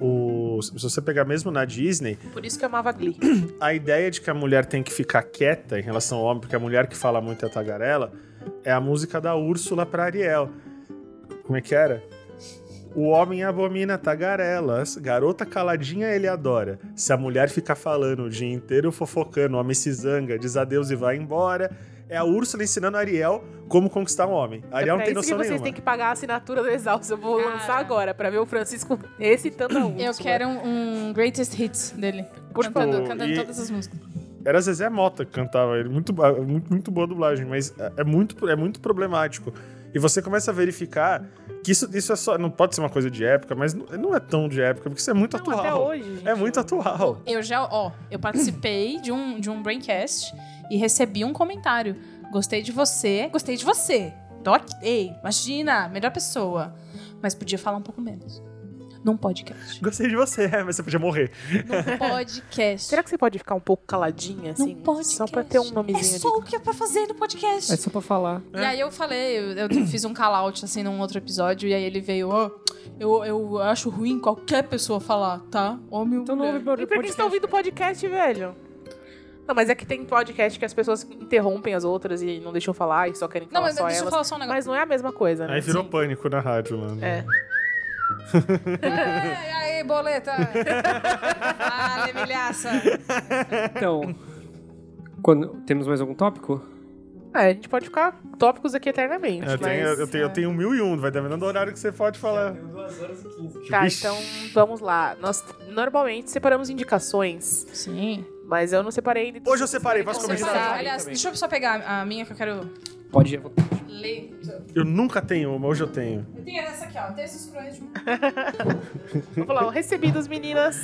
B: O- se você pegar mesmo na Disney,
A: Por isso que eu amava Glee.
B: a ideia de que a mulher tem que ficar quieta em relação ao homem, porque a mulher que fala muito é a tagarela, é a música da Úrsula pra Ariel. Como é que era? O homem abomina tagarelas, garota caladinha ele adora. Se a mulher ficar falando o dia inteiro fofocando, o homem se zanga, diz adeus e vai embora. É a Úrsula ensinando a Ariel como conquistar um homem. A Ariel
A: é
B: não
A: pra
B: tem
A: isso
B: noção
A: que vocês
B: nenhuma.
A: têm que pagar a assinatura do Exausto. Eu vou
C: Cara.
A: lançar agora pra ver o Francisco recitando a Úrsula.
C: Eu quero um, um greatest hits dele.
A: Por
C: cantando,
B: favor.
C: cantando
B: E-
C: todas as músicas.
B: Era Zezé Mota que cantava ele. Muito, ba- muito, muito boa a dublagem, mas é- é muito, é muito problemático. E você começa a verificar que isso, isso é só. Não pode ser uma coisa de época, mas não, não é tão de época, porque isso é muito
A: Não, até
B: atual.
A: hoje, gente. né?
B: é muito atual.
C: Eu já, ó, eu participei de um, de um braincast e recebi um comentário. Gostei de você, gostei de você. Tô aqui. Ei, imagina, melhor pessoa. Mas podia falar um pouco menos. Num podcast.
B: Gostei de você, <laughs> é, mas você podia morrer.
C: Num podcast.
A: Será que você pode ficar um pouco caladinha,
C: Num
A: assim?
C: podcast.
A: Só pra ter um
C: É
A: nomezinho
C: só o que é pra fazer no podcast.
D: É só pra falar.
C: E aí eu falei, eu, eu fiz um call out assim num outro episódio, e aí ele veio, ó, eu, eu acho ruim qualquer pessoa falar, tá? Homem ou
D: Então não
C: mulher.
D: ouve
A: ali. E por que você tá ouvindo podcast, velho? Não, mas é que tem podcast que as pessoas interrompem as outras e não deixam falar e só querem
C: Não,
A: falar
C: mas
A: só
C: deixa eu
A: elas.
C: falar só um negócio.
A: Mas não é a mesma coisa, né?
B: Aí virou
C: Sim.
B: pânico na rádio, mano.
A: É.
C: Ai, aí, boleta!
B: <laughs>
C: ah, milhaça!
D: Então, quando, temos mais algum tópico?
A: É, a gente pode ficar tópicos aqui eternamente.
B: É, Eu, tenho,
A: mas...
B: eu, tenho, eu tenho mil e um, vai dependendo do horário que você pode falar.
A: Tá,
B: Vixe.
A: então vamos lá. Nós normalmente separamos indicações,
C: Sim.
A: mas eu não separei ainda.
B: Hoje eu separei, posso
A: Você
B: começar?
A: vai.
C: Aliás,
D: também.
C: deixa eu só pegar a minha que eu quero
D: Pode ir.
C: ler.
B: Eu nunca tenho uma, hoje eu tenho.
C: Eu tenho essa aqui, ó. Textos cruéis de um
A: Vamos lá, eu recebi das meninas.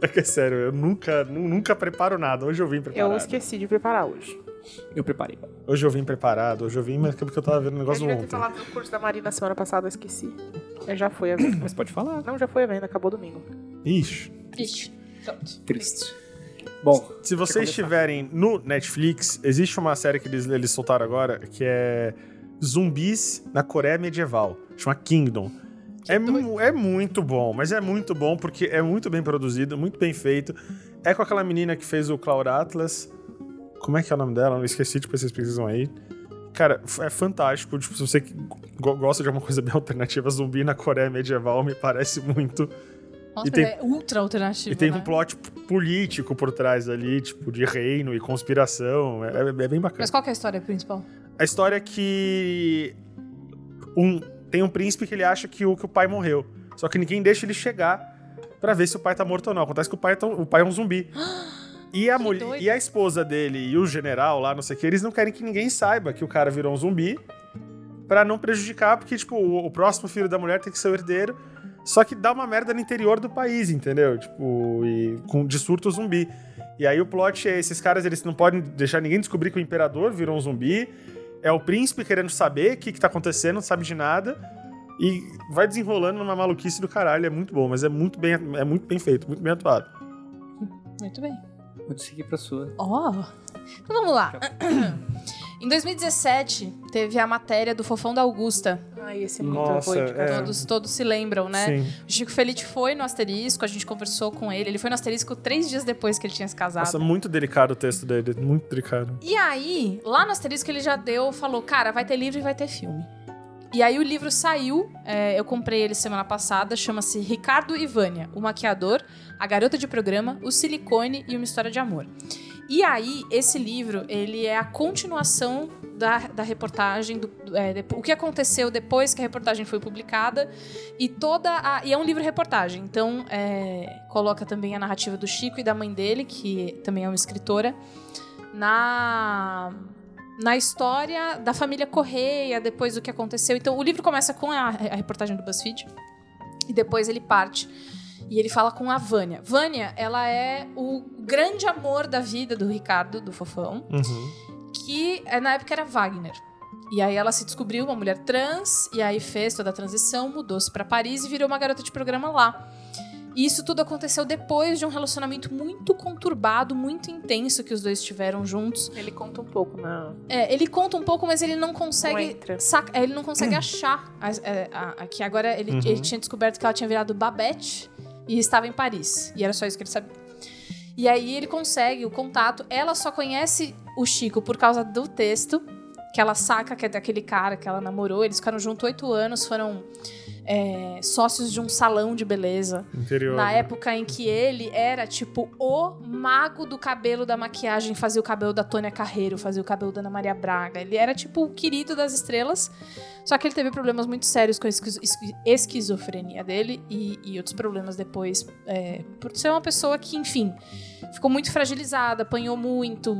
B: É que é sério, eu nunca, nu- nunca preparo nada. Hoje eu vim preparado.
A: Eu esqueci de preparar hoje.
D: Eu preparei.
B: Hoje eu vim preparado, hoje eu vim, mas é porque eu tava vendo um
A: Eu
B: negócio
A: devia ter
B: ontem.
A: falado no curso da Marina semana passada, eu esqueci. É, já foi a venda.
D: Mas pode falar.
A: Não, já foi a venda, acabou domingo.
B: Ixi.
C: bicho. Pronto.
D: Triste. Bom,
B: Se vocês estiverem no Netflix, existe uma série que eles, eles soltaram agora que é Zumbis na Coreia Medieval. Chama Kingdom. É, mu- é muito bom, mas é muito bom porque é muito bem produzido, muito bem feito. É com aquela menina que fez o Cloud Atlas. Como é que é o nome dela? Eu esqueci, tipo, vocês precisam aí. Cara, f- é fantástico. Tipo, se você que go- gosta de alguma coisa bem <laughs> alternativa, zumbi na Coreia Medieval me parece muito.
C: Nossa,
B: E tem-
C: mas é ultra alternativo.
B: E tem
C: né?
B: um plot p- político por trás ali, tipo, de reino e conspiração. É, é- é bem bacana.
C: Mas qual que é a história principal?
B: A história é que. Um, tem um príncipe que ele acha que o, que o pai morreu. Só que ninguém deixa ele chegar pra ver se o pai tá morto ou não. Acontece que o pai, é tão- o pai é um
C: <gasps>
B: zumbi. E a,
C: Que
B: mulher,
C: doido.
B: e a esposa dele e o general lá, não sei o que, eles não querem que ninguém saiba que o cara virou um zumbi pra não prejudicar, porque, tipo, o, o próximo filho da mulher tem que ser o herdeiro. Só que dá uma merda no interior do país, entendeu? Tipo, e com, de surto zumbi. E aí o plot é: esses caras eles não podem deixar ninguém descobrir que o imperador virou um zumbi. é o príncipe querendo saber o que, que tá acontecendo, não sabe de nada. E vai desenrolando numa maluquice do caralho. É muito bom, mas é muito bem, é muito bem feito, muito bem atuado.
C: Muito bem.
D: Pode seguir pra sua.
C: Ó. Então vamos lá. Em 2017, teve a matéria do Fofão da Augusta.
A: Ai, esse é muito
B: Nossa,
A: doido, cara.
B: É.
C: Todos, todos se lembram, né?
B: Sim.
C: O Chico Felite foi no asterisco, a gente conversou com ele. Ele foi no asterisco três dias depois que ele tinha se casado.
B: Nossa, muito delicado o texto dele, muito delicado.
C: E aí, lá no asterisco, ele já deu, falou: cara, vai ter livro e vai ter filme. E aí o livro saiu, é, eu comprei ele semana passada, chama-se Ricardo e Vânia, o maquiador, a garota de programa, o silicone e uma história de amor. E aí, esse livro, ele é a continuação da, da reportagem, do, do- é, depo- o que aconteceu depois que a reportagem foi publicada, e toda a- E é um livro-reportagem, então é, coloca também a narrativa do Chico e da mãe dele, que também é uma escritora, na na história da família Correia, depois do que aconteceu. Então, o livro começa com a, a reportagem do BuzzFeed e depois ele parte e ele fala com a Vânia. Vânia, ela é o grande amor da vida do Ricardo, do Fofão,
B: Uhum.
C: que eh, na época era Wagner. E aí ela se descobriu uma mulher trans e aí fez toda a transição, mudou-se pra Paris e virou uma garota de programa lá. E isso tudo aconteceu depois de um relacionamento muito conturbado, muito intenso que os dois tiveram juntos.
B: é.
A: Ele conta um pouco, né?
C: É, ele conta um pouco, mas ele não consegue.
A: entra.
C: saca- é, ele não consegue achar. a- é, a- a- que agora ele,
B: Uhum.
C: ele tinha descoberto que ela tinha virado Babette e estava em Paris. E era só isso que ele sabia. E aí ele consegue o contato. Ela só conhece o Chico por causa do texto, que ela saca que é daquele cara que ela namorou. Eles ficaram juntos oito anos, foram é, sócios de um salão de beleza.
B: Interior.
C: Na
B: né?
C: época em que ele era, tipo, o mago do cabelo da maquiagem, fazia o cabelo da Tônia Carreiro, fazia o cabelo da Ana Maria Braga. Ele era, tipo, o querido das estrelas. Só que ele teve problemas muito sérios com a esquizo- esqui- esquizofrenia dele e, e outros problemas depois. é, por ser uma pessoa que, enfim, ficou muito fragilizada, apanhou muito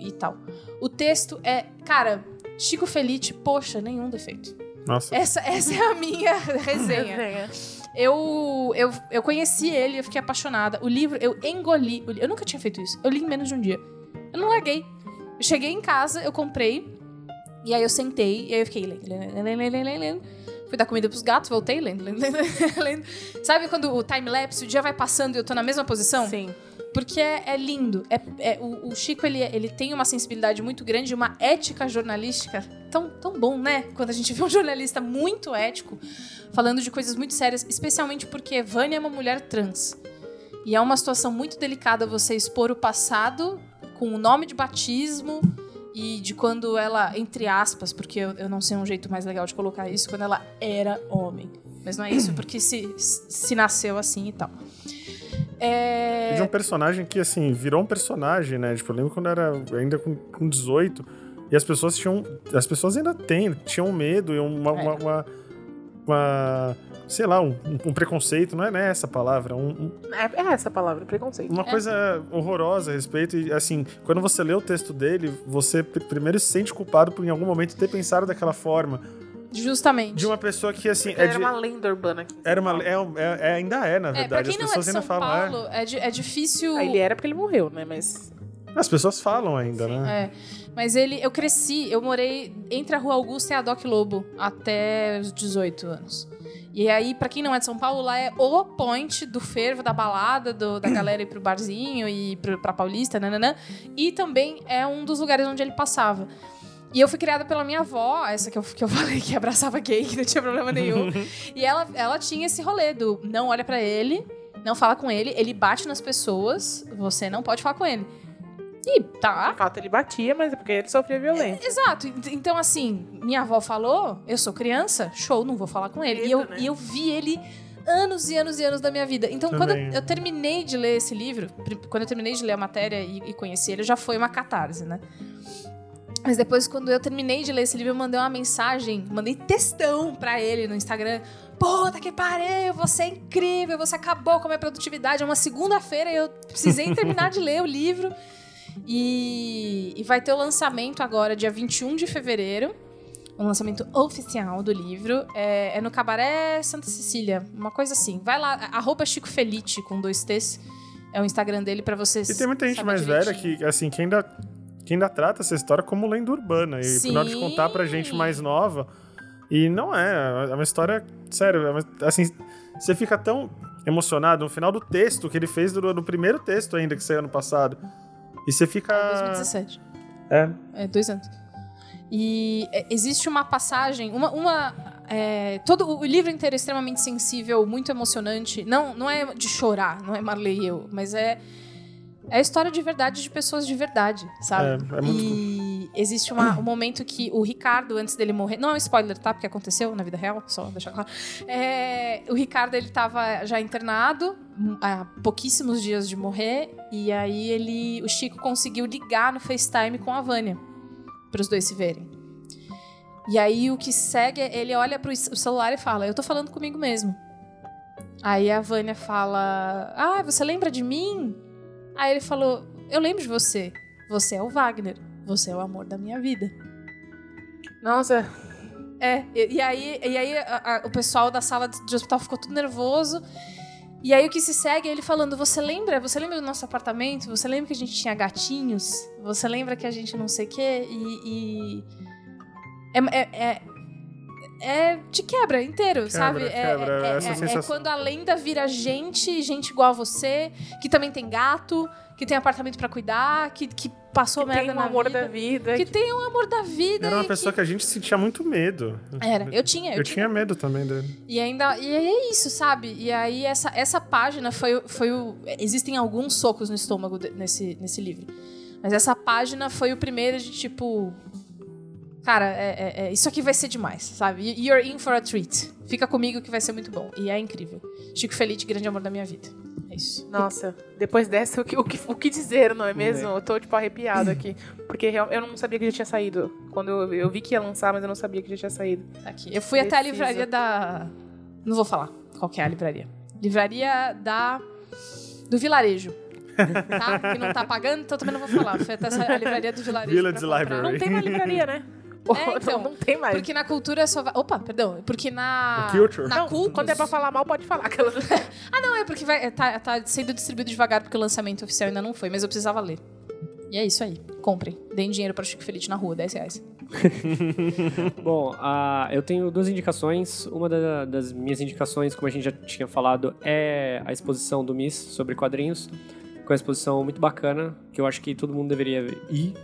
C: e tal. O texto é, cara, Chico Felite, poxa, nenhum defeito.
B: Nossa.
C: Essa, essa é a minha <laughs> resenha. Eu, eu, eu conheci ele, eu fiquei apaixonada. O livro, eu engoli. o li- Eu nunca tinha feito isso. Eu li em menos de um dia. Eu não larguei. Eu cheguei em casa, eu comprei. E aí eu sentei, e aí eu fiquei lendo, lendo, lendo, lendo, lendo, lendo. Fui dar comida pros gatos, voltei lendo, lendo, <laughs> lendo, lendo. Sabe quando o time-lapse, o dia vai passando e eu tô na mesma posição?
A: Sim.
C: Porque é, é lindo. É, é- o, o Chico, ele, ele tem uma sensibilidade muito grande, uma ética jornalística tão, tão bom, né? Quando a gente vê um jornalista muito ético, falando de coisas muito sérias, especialmente porque Vânia é uma mulher trans. E é uma situação muito delicada você expor o passado com o nome de batismo e de quando ela, entre aspas, porque eu, eu não sei um jeito mais legal de colocar isso, quando ela era homem. Mas não é isso, porque se, se nasceu assim e tal. É...
B: De um personagem que, assim, virou um personagem, né? Tipo, eu lembro quando era ainda com, com 18 e as pessoas tinham. As pessoas ainda têm, tinham medo e uma. uma,
C: É.
B: uma- uma- sei lá, um, um preconceito, não é né, essa palavra, um- um-
A: É, é essa a palavra, preconceito.
B: uma
C: É.
B: coisa horrorosa a respeito. E assim, quando você lê o texto dele, você pr- primeiro se sente culpado por em algum momento ter pensado daquela forma.
C: Justamente.
B: De uma pessoa que, assim,
A: Ele
B: é
A: era
B: de-
A: uma lenda urbana aqui. em São
B: era uma.
A: Paulo.
B: É, é- é- ainda é, na
C: É, pra
B: verdade.
C: quem
B: as
C: não é
B: pessoas
C: de São
B: ainda falam. "Ah,
C: Paulo, é, di- é difícil.
A: Ah, ele era porque ele morreu, né? Mas.
B: As pessoas falam ainda, né?
C: É, mas ele, eu cresci, eu morei entre a Rua Augusta e a Doc Lobo até os 18 anos. E aí, pra quem não é de São Paulo, lá é o point do fervo, da balada, do- da galera ir pro barzinho e pro, pra Paulista, nananã. E também é um dos lugares onde ele passava. E eu fui criada pela minha avó, essa que eu, que eu <laughs> falei que abraçava gay, que não tinha problema nenhum. e ela, ela tinha esse rolê do não olha pra ele, não fala com ele, ele bate nas pessoas, você não pode falar com ele. E tá,
A: De fato, ele batia, mas é porque ele sofria violência.
C: Exato. Ent- Então, assim, minha avó falou, eu sou criança, show, não vou falar com ele. E eu,
A: Medo, né?
C: e eu vi ele anos e anos e anos da minha vida. Então, quando eu,
B: Também.
C: eu terminei de ler esse livro, pri- quando eu terminei de ler a matéria e, e conheci ele, já foi uma catarse, né? Mas depois, quando eu terminei de ler esse livro, eu mandei uma mensagem, mandei textão pra ele no Instagram. Puta que pariu, você é incrível, você acabou com a minha produtividade. É uma segunda-feira e eu precisei terminar de ler o livro. E, e vai ter o lançamento agora, dia 21 de fevereiro. O lançamento oficial do livro é, é no Cabaré Santa Cecília, uma coisa assim. Vai lá, a- arroba Chico Felite, com dois T's. É o Instagram dele pra vocês.
B: E tem muita gente
C: saberem
B: mais velha
C: direitinho.
B: que, assim, que ainda que ainda trata essa história como lenda urbana. E
C: Sim.
B: na hora de contar pra gente mais nova. E não é. É uma história. Sério, é uma- assim. Você fica tão emocionado no final do texto que ele fez do, do primeiro texto ainda que saiu ano passado. E você fica.
C: 2017.
B: É.
C: É, dois anos. E é, existe uma passagem, uma. uma, é, todo o livro inteiro é extremamente sensível, muito emocionante. Não, não é de chorar, não é Marley e eu, mas é. É a história de verdade de pessoas de verdade, sabe?
B: É, é muito-
C: E existe uma- um momento que o Ricardo, antes dele morrer. Não é um spoiler, tá? Porque aconteceu na vida real, só deixar claro. É, o Ricardo, ele tava já internado, hum, há pouquíssimos dias de morrer, e aí ele, o Chico conseguiu ligar no FaceTime com a Vânia, para os dois se verem. E aí o que segue, é ele olha pro c- o celular e fala: "Eu tô falando comigo mesmo". Aí a Vânia fala: "Ah, você lembra de mim?" Aí ele falou: "Eu lembro de você. Você é o Wagner. Você é o amor da minha vida".
A: Nossa,
C: É, e, e aí, e aí a- a- o pessoal da sala de de hospital ficou tudo nervoso. E aí o que se segue é ele falando: Você lembra? Você lembra do nosso apartamento? Você lembra que a gente tinha gatinhos? Você lembra que a gente não sei o quê? E. e- É, é, é, é de quebra inteiro, sabe? É-
B: quebra,
C: é, é,
B: essa
C: é- é
B: sensação.
C: quando a lenda vira gente, gente igual a você, que também tem gato, que tem apartamento pra cuidar, que, que passou
A: que
C: merda
A: tem um
C: na
A: amor
C: vida.
A: da vida.
C: Que
A: que-
C: tem um amor da vida.
B: Era uma
C: e
B: pessoa que... a gente sentia muito medo.
C: que... Era, eu tinha, É, eu,
B: Eu tinha medo também dele.
C: e ainda. E é isso, sabe? E aí, essa, essa página foi, o- foi o. Existem alguns socos no estômago de- nesse, nesse livro. Mas essa página foi o primeiro de tipo. Cara, é- é- é, isso aqui vai ser demais, sabe? You- You're in for a treat. Fica comigo que vai ser muito bom. E é incrível. Chico Feliz, grande amor da minha vida. É isso.
A: Nossa, depois dessa, o que, o que, o que dizer, não é mesmo? Eu tô, tipo, arrepiado aqui. Porque real- eu não sabia que já tinha saído. Quando eu, eu vi que ia lançar, mas eu não sabia que já tinha saído.
C: Tá aqui. Eu fui até a
A: Preciso.
C: livraria da. Não vou falar qual que é a livraria. Livraria da. Do vilarejo. Tá? Que não tá pagando, então também não vou falar. Fui até essa- a livraria do vilarejo.
B: Village
C: pra comprar.
B: Library.
A: Não tem mais livraria, né?
C: É, então.
A: <laughs> não, não tem mais.
C: Porque na cultura só vai. Opa, perdão. Porque na.
B: No culture.
C: Na
A: não,
C: cultura.
A: quando é pra falar mal, pode
C: <laughs>
A: falar. Aquela...
C: Ah, não, é porque vai, é, tá, tá sendo distribuído devagar porque o lançamento oficial ainda não foi, mas eu precisava ler. E é isso aí. Comprem. Deem dinheiro para Chico Feliz na rua, 10 reais.
D: Bom, ah, eu tenho duas indicações. Uma da- das minhas indicações, como a gente já tinha falado, é a exposição do Miss sobre quadrinhos. Com uma exposição muito bacana, que eu acho que todo mundo deveria ir.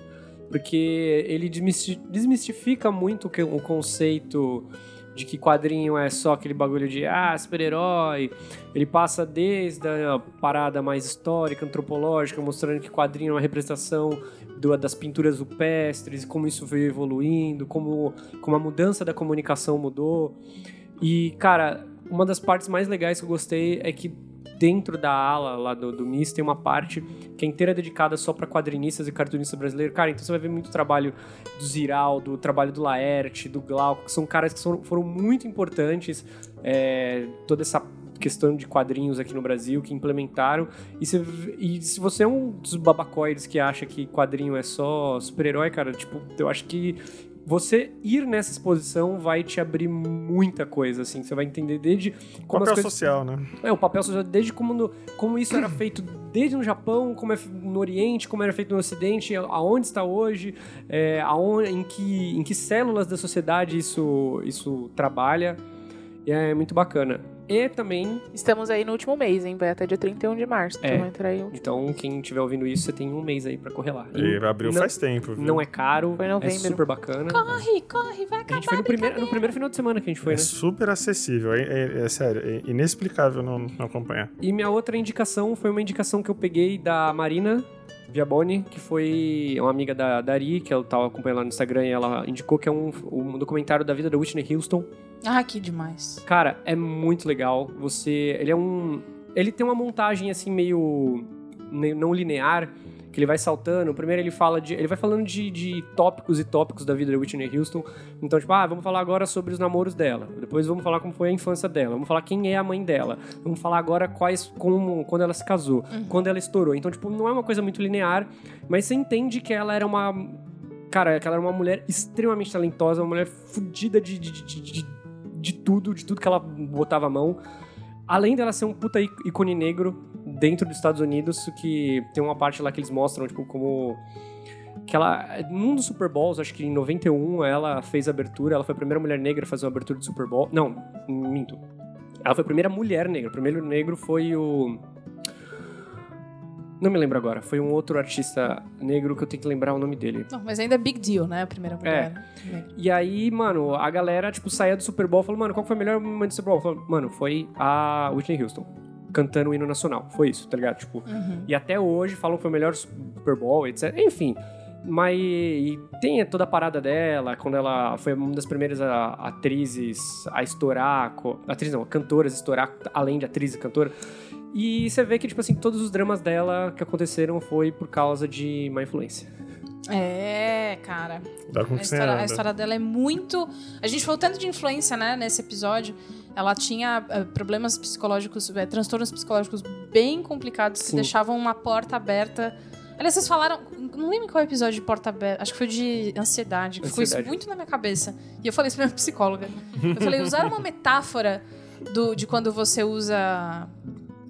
D: Porque ele desmisti- desmistifica muito o que- o conceito de que quadrinho é só aquele bagulho de ah, super-herói. Ele passa desde a parada mais histórica, antropológica, mostrando que quadrinho é uma representação do- das pinturas rupestres, como isso veio evoluindo, como, como a mudança da comunicação mudou. E, cara, uma das partes mais legais que eu gostei é que dentro da ala lá do, do MIS tem uma parte que é inteira dedicada só para quadrinistas e cartunistas brasileiros. Cara, então você vai ver muito trabalho do Ziraldo, trabalho do Laerte, do Glauco, que são caras que são- foram muito importantes é, toda essa questão de quadrinhos aqui no Brasil, que implementaram. E, você- e se você é um dos babacoides que acha que quadrinho é só super-herói, cara, tipo, eu acho que você ir nessa exposição vai te abrir muita coisa, assim. Você vai entender desde como
B: Papel
D: as coisas...
B: social, né?
D: É, o papel social, desde como, no- como isso era feito desde no Japão, como é fe- no Oriente, como era feito no Ocidente, aonde está hoje, é, aon- em, que, em que células da sociedade isso, isso trabalha. E é muito bacana. E também,
A: Estamos aí no último mês, hein? Vai até dia 31 de março.
D: É.
A: Então vai entrar aí. um-
D: então, quem estiver ouvindo isso, você tem um mês aí pra correr lá.
B: E abriu
D: não,
B: faz tempo. Viu?
D: Não é caro,
A: Foi em
D: é
A: novembro.
D: super bacana.
C: Corre, corre, vai
D: A
C: acabar.
D: gente foi no primeiro, no primeiro final de semana que a gente foi,
B: É
D: né?
B: super acessível, é, é- é sério, é inexplicável não, não acompanhar.
D: E minha outra indicação foi uma indicação que eu peguei da Marina Viaboni, que foi uma amiga da Dari, que eu tava acompanhando lá no Instagram, e ela indicou que é um, um documentário da vida da Whitney Houston.
C: Ah, que demais.
D: Cara, é muito legal. Você. Ele é um. Ele tem uma montagem assim meio. meio não linear. Que ele vai saltando. Primeiro ele fala de. Ele vai falando de, de tópicos e tópicos da vida da Whitney Houston. Então, tipo, ah, vamos falar agora sobre os namoros dela. Depois vamos falar como foi a infância dela. Vamos falar quem é a mãe dela. Vamos falar agora quais. como. quando ela se casou. Quando ela estourou. Então, tipo, não é uma coisa muito linear. Mas você entende que ela era uma. Cara, que ela era uma mulher extremamente talentosa, uma mulher fodida de- de- de- de, de de tudo, de tudo que ela botava a mão. Além dela ser um puta í- ícone negro dentro dos Estados Unidos, que tem uma parte lá que eles mostram, tipo, como. que ela, num dos Super Bowls, acho que em 91, ela fez a abertura, ela foi a primeira mulher negra a fazer uma abertura de Super Bowl. Não, minto. Ela foi a primeira mulher negra. O primeiro negro foi o. Não me lembro agora. Foi um outro artista negro que eu tenho que lembrar o nome dele.
C: Não, mas ainda é big deal, né? A primeira mulher. É.
D: E aí, mano, a galera, tipo, saía do Super Bowl e falou, mano, qual que foi o melhor momento do Super Bowl? Falou, mano, foi a Whitney Houston cantando o hino nacional. Foi isso, tá ligado? Tipo, e até hoje falam que foi o melhor Super Bowl, etc. Enfim. Mas e tem toda a parada dela, quando ela foi uma das primeiras a- atrizes a estourar, co- atriz não, cantoras a estourar, além de atriz e cantora. E você vê que, tipo assim, todos os dramas dela que aconteceram foi por causa de má influência.
C: É, cara.
B: Dá com
C: A
B: que você
C: história, a
B: anda.
C: história dela é muito. A gente falou tanto de influência, né, nesse episódio. Ela tinha eh, problemas psicológicos, eh, transtornos psicológicos bem complicados que
D: Sim.
C: deixavam uma porta aberta. Aliás, vocês falaram. Não lembro qual episódio de porta aberta. Acho que foi de ansiedade. que Ficou isso
D: Ansiedade.
C: muito na minha cabeça. E eu falei isso pra minha psicóloga. Eu falei, usar uma metáfora do, de quando você usa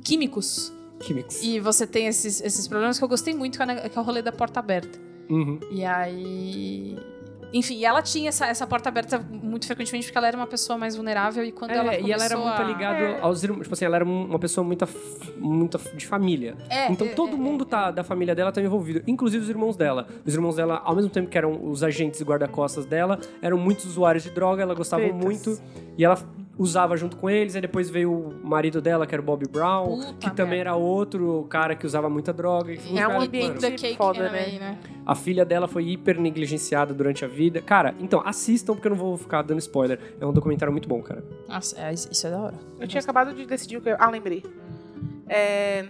C: químicos
D: Que mix.
C: e você tem esses, esses problemas que eu gostei muito, que é o ne- que é o rolê da porta aberta.
D: Uhum.
C: E aí. Enfim, e ela tinha essa, essa porta aberta muito frequentemente porque ela era uma pessoa mais vulnerável e quando
D: É,
C: ela
D: e ela era
C: começou
D: muito
C: a- É.
D: ligada aos irmãos. Tipo assim, ela era um- uma pessoa muito, af- muito af- de família.
C: É,
D: então
C: é,
D: todo
C: é,
D: mundo tá, da família dela tá envolvido, inclusive os irmãos dela. Os irmãos dela, ao mesmo tempo que eram os agentes e guarda-costas dela, eram muitos usuários de droga, ela gostava
A: Tretas.
D: muito. E ela usava junto com eles, aí depois veio o marido dela, que era o Bob Brown,
C: Puta
D: que também
C: merda.
D: era outro cara que usava muita droga. E os
A: É um
D: caras,
A: ambiente
D: mano,
C: The Cake
A: Foda,
C: Enemy,
A: né?
C: né?
D: a filha dela foi hiper negligenciada durante a vida. Cara, então assistam, porque eu não vou ficar dando spoiler. É um documentário muito bom, cara.
C: Nossa, é, isso é da hora.
A: Eu tinha acabado de decidir o que eu... Ah, lembrei. É,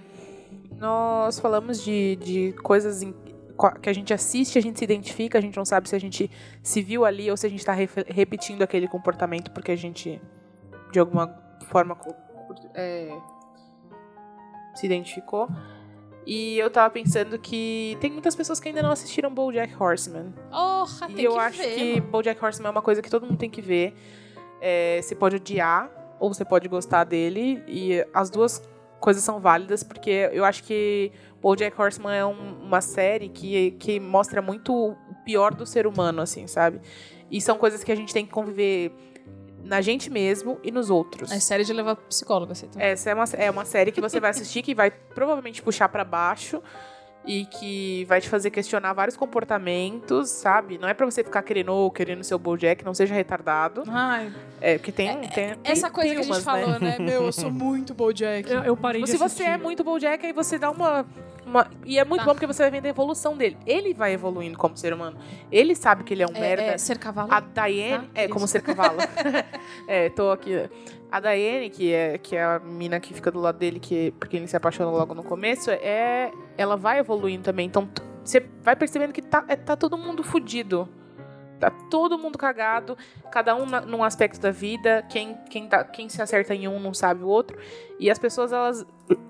A: nós falamos de, de coisas em- co- que a gente assiste, a gente se identifica, a gente não sabe se a gente se viu ali ou se a gente está repetindo aquele comportamento porque a gente, de alguma forma, co- é, se identificou. E eu tava pensando que tem muitas pessoas que ainda não assistiram BoJack Horseman.
C: Orra, tem
A: E eu
C: que
A: acho
C: ver.
A: que BoJack Horseman é uma coisa que todo mundo tem que ver. É, você pode odiar ou você pode gostar dele e as duas coisas são válidas porque eu acho que BoJack Horseman é um- uma série que, que mostra muito o pior do ser humano, assim, sabe? E são coisas que a gente tem que conviver na gente mesmo e nos outros.
C: É série de levar pro psicólogo, assim. Então.
A: Essa é uma, é uma série que você vai assistir que vai provavelmente puxar pra baixo e que vai te fazer questionar vários comportamentos, sabe? Não é pra você ficar querendo ou querendo seu BoJack, não seja retardado.
C: Ai,
A: É, porque tem, tem, tem
C: essa coisa
A: tem
C: que a
A: umas,
C: gente
A: né?
C: falou, né? Meu, eu sou muito BoJack.
D: Eu, eu parei de
A: É Se você
D: assistir.
A: é muito BoJack, aí você dá uma... uma- e é muito
C: Tá.
A: bom porque você vai vendo a evolução dele. Ele vai evoluindo como ser humano. Ele sabe que ele é um
C: É,
A: merda.
C: é, ser cavalo.
A: A Daiane,
C: Tá?
A: é, como ser cavalo.
C: <laughs>
A: é, tô aqui. A Daiane, que é, que é a mina que fica do lado dele, que, porque ele se apaixonou logo no começo, é, ela vai evoluindo também. Então, t- você vai percebendo que tá, é, tá todo mundo fudido. Tá todo mundo cagado, cada um na- num aspecto da vida, quem, quem, tá, quem se acerta em um não sabe o outro. E as pessoas, elas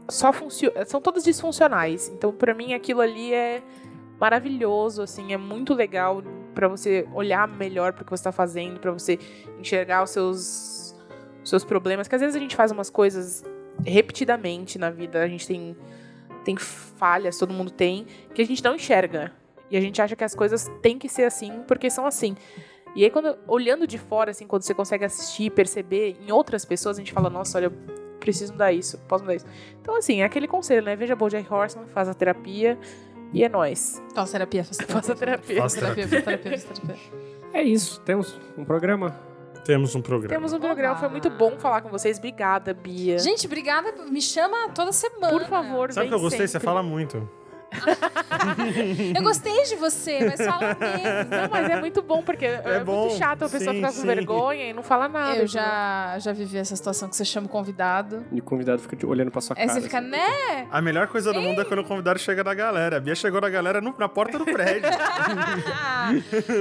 A: só funcionam. São todas disfuncionais. Então, pra mim, aquilo ali é maravilhoso, assim, é muito legal pra você olhar melhor pro que você tá fazendo, pra você enxergar os seus seus problemas, que às vezes a gente faz umas coisas repetidamente na vida, a gente tem tem falhas, todo mundo tem, que a gente não enxerga. E a gente acha que as coisas têm que ser assim porque são assim. E aí quando olhando de fora assim, quando você consegue assistir e perceber em outras pessoas, a gente fala, nossa, olha, eu preciso mudar isso, posso mudar isso. Então assim, é aquele conselho, né? Veja BoJack Horseman, faz a terapia e é nóis.
C: Faz terapia, faz terapia.
A: Faça terapia.
B: Faça
C: terapia, faz terapia, faz terapia.
D: É isso, temos um programa.
B: Temos um programa.
A: Temos um programa, foi muito bom falar com vocês. Obrigada, Bia.
C: Gente, obrigada. Me chama toda semana.
A: É. Por favor,
B: Sabe
A: vem
B: o que eu gostei? Você
A: sempre.
B: fala muito.
C: Eu gostei de você, mas fala mesmo.
A: Não, mas é muito bom,
B: <laughs>
A: porque é,
B: bom,
A: muito chato a pessoa
B: sim,
A: ficar com
B: sim.
A: vergonha e não fala nada.
C: Eu já, já vivi essa situação que você chama o convidado.
D: E o convidado fica te olhando pra sua
C: Aí
A: É,
D: cara.
C: você fica,
D: assim.
C: né?
B: A melhor coisa do mundo é quando o convidado chega na galera. A Bia chegou na galera no- na porta do
C: <laughs>
B: prédio.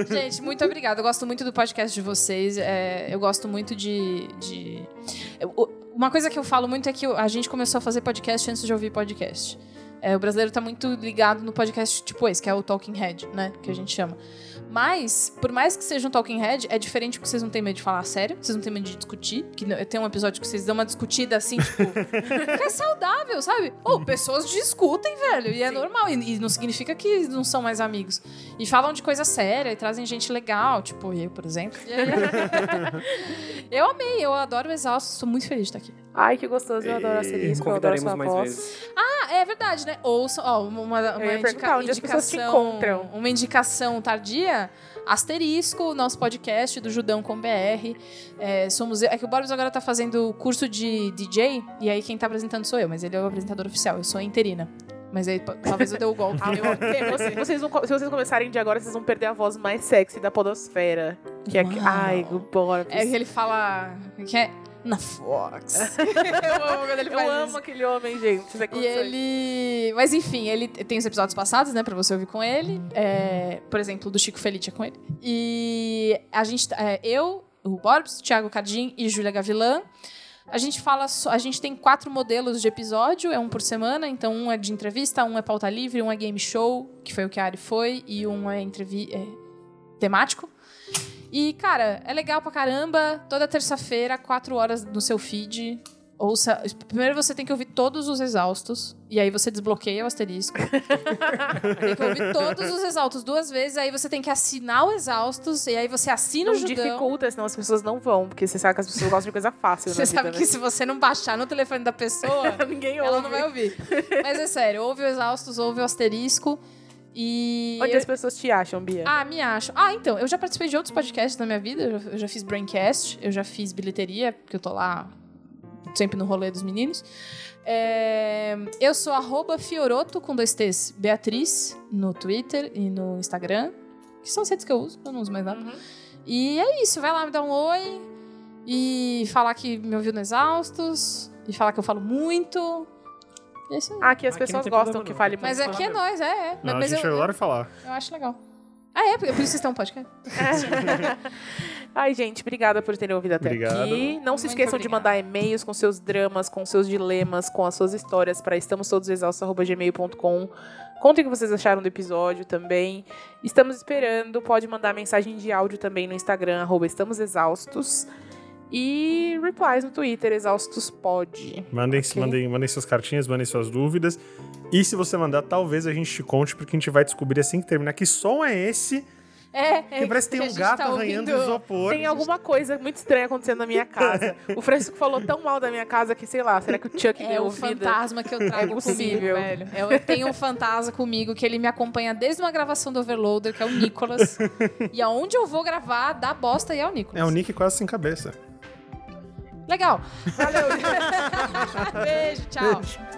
C: Gente, muito obrigada. Eu gosto muito do podcast de vocês. É, eu gosto muito de. de- eu- o- uma coisa que eu falo muito é que a gente começou a fazer podcast antes de ouvir podcast. É, o brasileiro tá muito ligado no podcast tipo esse, que é o Talking Head, né? Que a gente chama. Mas, por mais que seja um Talking Head, é diferente porque vocês não têm medo de falar sério, vocês não têm medo de discutir. Que não- tem um episódio que vocês dão uma discutida assim, tipo. que é saudável, sabe? Ou pessoas discutem, velho, e é normal. E, e não significa que não são mais amigos. E falam de coisa séria e trazem gente legal, tipo eu,
A: <laughs>
C: por exemplo. E aí- eu amei, eu adoro o Exausto, sou muito feliz de estar aqui.
A: Ai, que gostoso, eu adoro a Celisco, eu adoro
D: Convidaremos
A: sua
D: mais
A: voz.
D: vezes.
C: Ah, é verdade, né? Ouçam, ó, uma, uma
A: Eu ia
C: indica-
A: perguntar onde as pessoas se
C: indicação-
A: encontram.
C: Uma indicação tardia, asterisco, nosso podcast do Judão com BR. É, somos, eu- é que o Borbs agora tá fazendo o curso de DJ, e aí quem tá apresentando sou eu, mas ele é o apresentador oficial, eu sou a interina. Mas aí po- talvez eu dê o golpe.
A: <laughs> Ah, eu odeio
B: <laughs>
A: vocês. Vocês não co- se vocês começarem de agora, vocês vão perder a voz mais sexy da podosfera. Que é... que-
C: Uau.
A: Ai, o Borbs.
C: é que ele fala. que é? Na Fox. eu <laughs> amo quando ele
A: Eu
C: faz isso.
A: amo aquele homem, gente. sem
C: E
A: condições.
C: ele. Mas enfim, ele tem os episódios passados, né, pra você ouvir com ele. É, por exemplo, o do Chico Felice é com ele. E a gente. é, eu, o Borbs, Thiago Cardim e Júlia Gavilan. A gente fala. só- A gente tem quatro modelos de episódio, é um por semana, então um é de entrevista, um é pauta livre, um é game show, que foi o que a Ari foi, e um é entrevista. temático. E, cara, é legal pra caramba. Toda terça-feira, 4 horas no seu feed. Ouça. Primeiro você tem que ouvir todos os exaustos. E aí você desbloqueia o asterisco. tem que ouvir todos os exaustos duas vezes. Aí você tem que assinar o exaustos. E aí você assina
A: Não
C: o é um judão.
A: dificulta, senão as pessoas não vão. Porque você sabe que as pessoas gostam de coisa fácil,
C: Você
A: na
C: sabe
A: vida,
C: que se você não baixar no telefone
A: <laughs>
C: da pessoa, <laughs>
A: né? Ninguém ouve.
C: ela não vai ouvir. Mas é sério, ouve o exaustos, ouve o asterisco. E.
A: Onde as pessoas te acham, Bia?
C: Ah, me acho. Ah, então, eu já participei de outros podcasts na minha vida. Eu já, eu já fiz Braincast, eu já fiz bilheteria, porque eu tô lá sempre no rolê dos meninos. É, eu sou arroba Fioroto com dois T's Beatriz no Twitter e no Instagram. Que são as redes que eu uso, eu não uso mais nada.
A: Uhum.
C: E é isso, vai lá me dar um oi e falar que me ouviu no Exaustos. E falar que eu falo muito. E é isso aí.
A: Ah, que as
D: Aqui não
A: pessoas
D: tem
A: gostam
D: problema,
A: que
D: não.
A: fale muito.
C: Mas aqui é nós, é, é.
B: Não,
C: Mas
B: a gente
C: eu, eu,
B: adora falar.
C: eu acho legal. Ah, é? Por por isso vocês estão um podcast?
A: Ai, gente, obrigada por terem ouvido até
B: Obrigado.
A: aqui. Não se
C: Muito
A: esqueçam de
C: obrigada.
A: mandar e-mails com seus dramas, com seus dilemas, com as suas histórias para estamostodosexaustos.gmail.com. Contem o que vocês acharam do episódio também. Estamos esperando. Pode mandar mensagem de áudio também no Instagram, arroba estamos exaustos. E replies no Twitter, exaustos pode.
B: Mandem,
C: Ok.
B: mandem, mandem suas cartinhas, mandem suas dúvidas. E se você mandar, talvez a gente te conte, porque a gente vai descobrir assim que terminar que som é esse.
C: É,
B: que parece que tem
C: a
B: um
C: gente
B: gato
C: tá
B: arranhando
C: ouvindo-
B: isopor.
A: Tem alguma coisa muito estranha acontecendo na minha
D: <laughs>
A: casa. O Francisco falou tão mal da minha casa que, sei lá, será que o Chuck
C: É
A: deu
C: o
A: vida?
C: fantasma que eu trago
A: É possível.
C: comigo, velho. Eu tenho um fantasma comigo que ele me acompanha desde uma gravação do Overloader, que é o
A: <laughs>
C: Nicolas. e aonde eu vou gravar, dá bosta e é o Nicolas.
B: É o Nick quase sem cabeça.
C: <laughs> Legal. Valeu. Beijo, tchau.
B: Beijo.